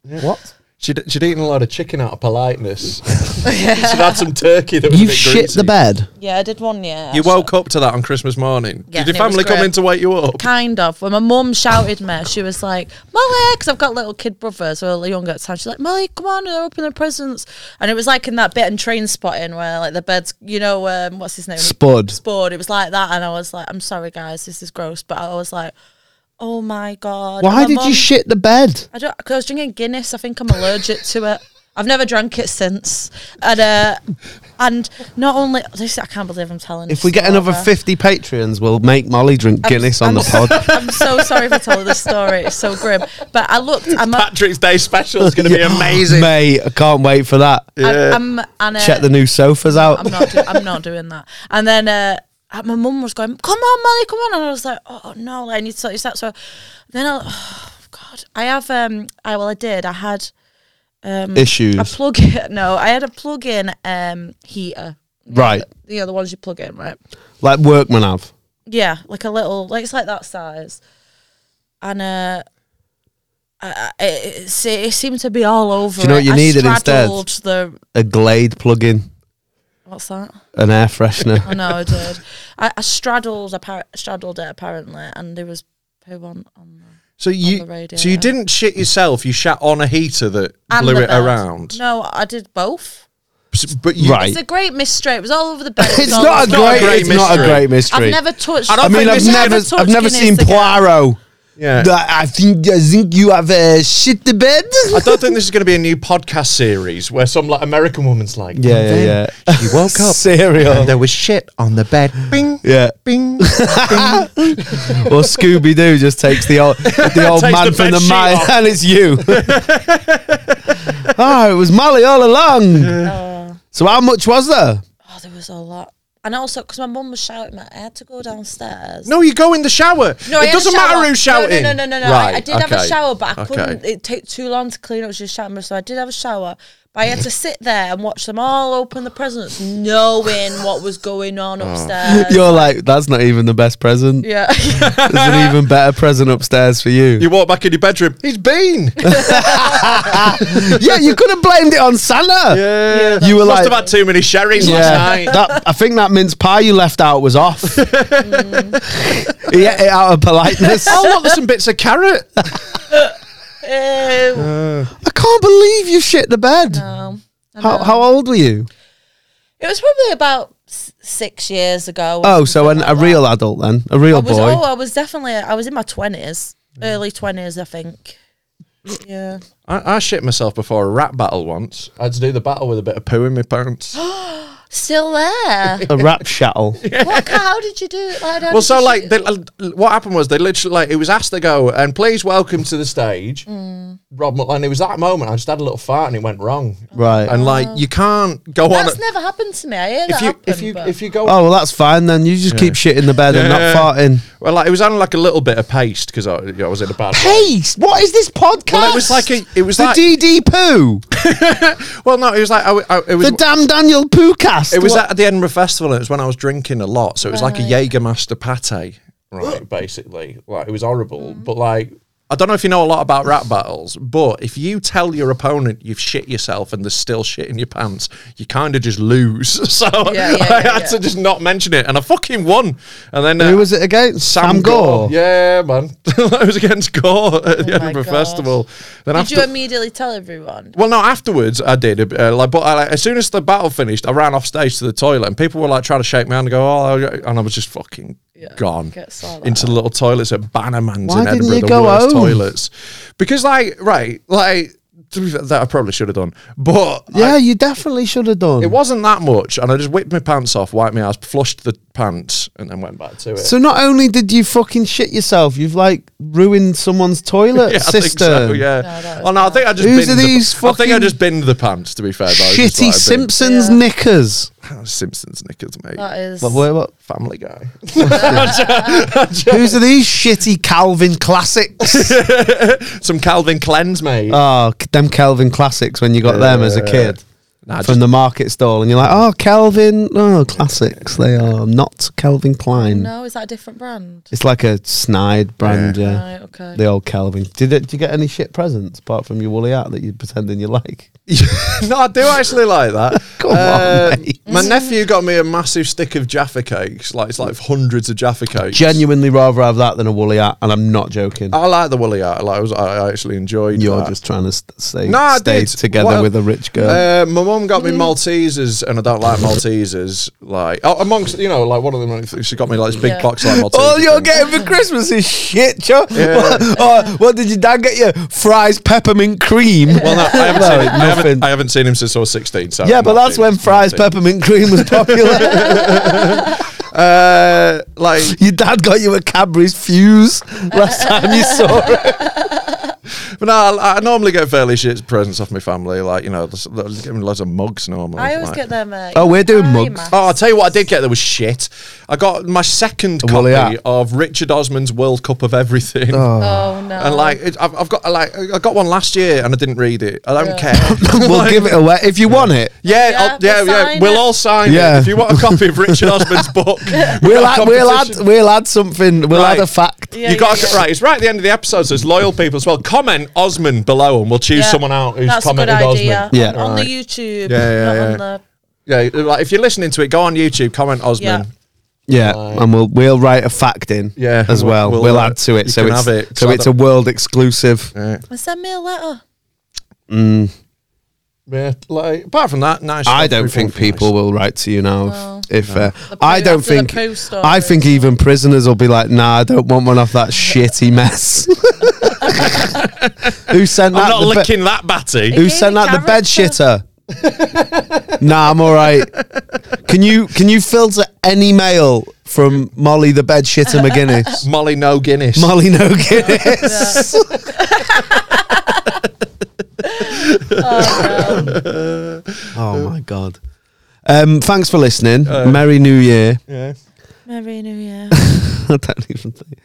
What? she'd, she'd eaten a lot of chicken out of politeness. she'd had some turkey that was a You bit shit greasy. the bed. Yeah, I did one year. You woke up to that on Christmas morning. Yeah, and it Did your was family come great. in to wake you up? Kind of. When my mum shouted me, she was like, Molly, because I've got little kid brothers who are younger at the time. She's like, Molly, come on, they're opening the presents. And it was like in that bit in train spotting where, like, the bed's, you know, um, what's his name? Spud. Spud. It was like that. And I was like, I'm sorry, guys, this is gross. But I was like, oh my God. And Why my did mum- you shit the bed? I don't because I was drinking Guinness. I think I'm allergic to it. I've never drank it since, and uh, and not only this, I can't believe I'm telling. If this we get story. another fifty Patreons, we'll make Molly drink Guinness on I'm the so- pod. I'm so sorry for telling this story. It's so grim. But I looked. I'm, a, Patrick's Day special is going to be amazing. Mate, I can't wait for that. I'm, I'm and, uh, Check the new sofas out. I'm not. Do- I'm not doing that. And then uh, uh, my mum was going, "Come on, Molly, come on!" And I was like, "Oh no, like, I need to sort this out." So then I, oh God, I have. Um, I well, I did. I had um a Issues. plug. in No, I had a plug-in um heater. Right. You know the ones you plug in, right? Like workmen have. Yeah, like a little, like it's like that size, and uh, I, I, it, se- it seemed to be all over. you know it. what you I needed instead? straddled The A glade plug in, what's that? an air freshener. I know I did. I, I straddled, appar- straddled it apparently, and there was poo on. on the, So you, the radio, so you yeah. didn't shit yourself. You shat on a heater that and blew the it bed. around. No, I did both. S- But you, Right. It's a great mystery. It was all over the bed. It was It's all not over- a not a great. great It's not a mystery. great mystery. I've never touched. I don't I mean, think I've this- never, touched I've never Guinness seen again. Poirot. Yeah. That I think, I think you have uh, shit the bed. I don't think this is going to be a new podcast series where some like American woman's like, Yeah, yeah, yeah. She woke up Cereal. and there was shit on the bed. Bing, Yeah. bing. Or Scooby Doo just takes the old the old Takes man the from bed the sheet mine, off. and it's you. oh, it was Molly all along. so how much was there? Oh, there was a lot. And also, because my mum was shouting, I had to go downstairs. No, you go in the shower. No, I had it a doesn't shower. matter who's shouting. No, no, no, no, no. I, I did have a okay. shower, but I Okay. couldn't. It took too long to clean up. She was shouting, so I did have a shower. But I had to sit there and watch them all open the presents, knowing what was going on Oh. upstairs. You're like, that's not even the best present. Yeah. There's an even better present upstairs for you. You walk back in your bedroom. He's been. yeah. yeah, you could have blamed it on Santa. You were Must like, have had too many sherries last night. That, I think that mince pie you left out was off. he ate it out of politeness. oh, look, there's some bits of carrot. Ew. I can't believe you shit the bed. Um, How, how old were you? it was probably about s- six years ago. or Oh, something so an, like a that. real adult then, a real I was, boy. Oh, I was definitely. I was in my twenties, early twenties, I think. Yeah. I, I shit myself before a rap battle once. I had to do the battle with a bit of poo in my pants. Still there. A rap shuttle. what? How did you do it? Like, how well, did so you like, do- they, uh, what happened was they literally like it was asked to go and please welcome to the stage, Hmm. Rob. Mul-" And it was that moment I just had a little fart and it went wrong. Right. And like you can't go on. Uh. that's a- never happened to me. I hear if that you happen, if you but- if you go Oh well, that's fine then. You just keep shit in the bed and not Yeah. farting. well, like it was only like a little bit of paste because I, I was in a bad. way. Paste. What is this podcast? Well, it was like a- it was the like- DD poo, Well, no, it was like I, w- I- it was the damn Daniel poo cast. It was What- at the Edinburgh Festival, and it was when I was drinking a lot, so it was like a Jägermeister pate, right? basically, like it was horrible. Mm. But like, I don't know if you know a lot about rap battles, but if you tell your opponent you've shit yourself and there's still shit in your pants, you kind of just lose. So Yeah, yeah, I yeah, had yeah. to just not mention it, and I fucking won. And then uh, who was it against? Sam, Gore. Yeah, man, I was against Gore at the Oh my Edinburgh God. Festival. Then did after- you immediately tell everyone? well, no. Afterwards, I did. a bit, Uh, like, but I, like, as soon as the battle finished, I ran off stage to the toilet, and people were like trying to shake me hand and go, "Oh," and I was just fucking gone gets all that. into the little toilets at Bannerman's Why in didn't Edinburgh. you the go worst home? toilets, because like, right, like to be fair, that I probably should have done, but I- Yeah, you definitely should have done. it wasn't that much, and I just whipped my pants off, wiped my ass, flushed the pants, and then went back to it. So not only did you fucking shit yourself, you've like ruined someone's toilet yeah, I think system. so, yeah. that was oh no, I think I just Who's binned these the, I think I fucking just binned the pants. To be fair, though, It was just Shitty like a bit- Simpsons Yeah. knickers. Simpsons knickers, mate. That is. What, what, what? Family Guy. Whose are these shitty Calvin classics? Some Calvin cleanse, mate. oh, c- them Calvin classics when you got them as a kid Nah, from just- the market stall, and you're like, oh, Calvin, oh, classics. They are not Calvin Klein. no, is that a different brand? It's like a snide brand, yeah. Right. Okay. The old Calvin. Did, it, did you get any shit presents apart from your woolly hat that you're pretending you like? no, I do actually like that. Uh, Come on, mate. My nephew got me a massive stick of Jaffa cakes. Like it's like hundreds of Jaffa cakes. Genuinely rather have that than a woolly hat, and I'm not joking. I like the woolly art. Like I, was, I actually enjoyed. You're that. just trying to st- stay, No, I stay did. together What- with a rich girl. Uh, my mum got me Maltesers, and I don't like Maltesers. Like oh, amongst you know, like one of them, like, she got me like this big Yeah. box like Maltesers. All Oh, you're thing. getting for Christmas is shit, Joe. What, oh, what did your dad get you? Fries, peppermint cream. Well, no, I haven't, seen him. I, nothing. haven't, I haven't seen him since I was 16. So yeah, I'm but not that's seeing- when fries, not seeing- peppermint cream was popular. Uh, like your dad got you a Cadbury's fuse last time you saw it. But no, I, I normally get fairly shit presents off my family. Like, you know, there's- there's- give me loads of mugs normally. I always like- get them. Uh, Oh, we're doing pie mugs. masks. Oh, I'll tell you what I did get that was shit. I got my second A woolly copy hat. of Richard Osman's World Cup of Everything. Oh, no. And like, it, I've, I've got like, I got one last year and I didn't read it. I don't care. we'll Like, give it away if you want it. Yeah, Yeah, I'll- we'll yeah, yeah. sign We'll it. all sign Yeah. it. If you want a copy of Richard Osman's book, We'll got add, a we'll add competition. we'll add something. We'll Right. add a fact. Yeah, you got yeah, to, yeah. right. It's right at the end of the episode. So it's loyal people as well. Comment Osman below, and we'll choose Yeah, someone out who's That's a good commented idea. Osman. Yeah. On, on Right. the YouTube. Yeah, yeah, not yeah. on the. Yeah, like if you're listening to it, go on YouTube, comment Osman. Yeah. Yeah, and we'll we'll write a fact in. Yeah, as we'll- well. We'll, we'll, uh, add to it you so can it's have it, so 'cause I it's a don't- world exclusive. Send me a letter. Yeah, like apart from that, nice. I stuff. don't We've think all nice. people will write to you now. if if uh, The I poo- after don't the think poo story. I think even prisoners will be like, nah, I don't want one off that shitty mess. Who sent I'm that? not the be- licking that batty. Who Gave sent the that? The bed character- shitter. nah, I'm all right. Can you can you filter any mail from Molly the bed shitter McGuinness? Molly no Guinness. Molly no Guinness. Oh my god. Um, thanks for listening. Uh, Merry New Year. yeah. Merry New Year. I don't even think.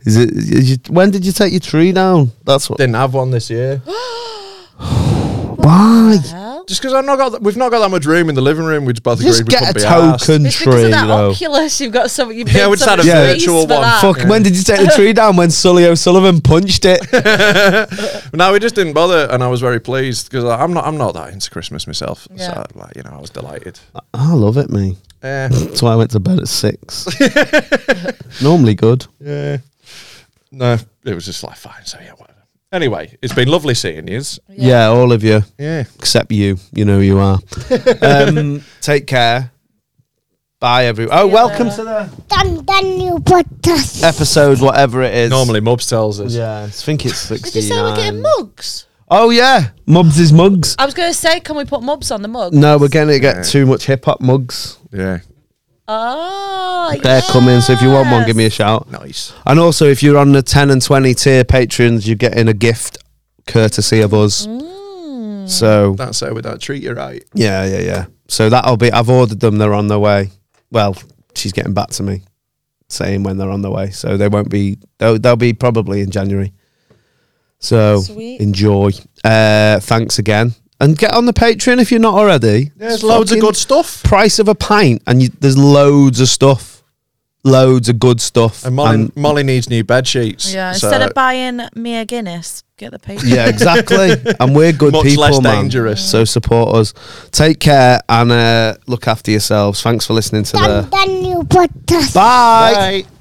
Is it? Is you, when did you take your tree down? That's what. Didn't have one this year. Why? Well, Just because I've not got, th- we've not got that much room in the living room. We just both Just agreed we couldn't get a be token arsed. It's because tree, of that though. Oculus. You've got something. You've Yeah, made we just so had a much space virtual for one. that. Fuck. When did you take the tree down? When Sully O'Sullivan punched it? But No, we just didn't bother, and I was very pleased because I'm not, I'm not that into Christmas myself. Yeah. So, like, you know, I was delighted. I love it, me. Yeah, That's why I went to bed at six. Normally good. yeah. No, it was just like fine. So yeah, whatever. Anyway, it's been lovely seeing you. Yeah, all of you Yeah. except you. You know who you are. um, take care. Bye, everyone. Oh, welcome to the Dan Daniel podcast. episode, whatever it is. Normally, Mubs tells us. Yeah, I think it's 69. Did you say we're getting mugs? Oh, yeah. Mubs is mugs. I was going to say, can we put mubs on the mug? No, we're going to get too much hip hop mugs. Yeah. Oh, They're coming, so if you want one, give me a yes. shout. Nice. And also, if you're on the 10 and 20 tier patrons, you're getting a gift courtesy of us. Mm. So, That's how with that treat you right. yeah, yeah, yeah. So that'll be, I've ordered them, they're on their way. Well, she's getting back to me saying when they're on their way. So they won't be, they'll, they'll be probably in January. So Sweet. enjoy. Uh, thanks again. And get on the Patreon if you're not already. There's loads of Fucking- good stuff. price of a pint, and you, there's loads of stuff, loads of good stuff. And Molly, Molly needs new bed sheets. Yeah, so instead of buying me a Guinness, get the paper. yeah, exactly. and we're good Much people, less man. dangerous. So support us. Take care and uh, look after yourselves. Thanks for listening to Dan the. Daniel podcast. Bye. Bye.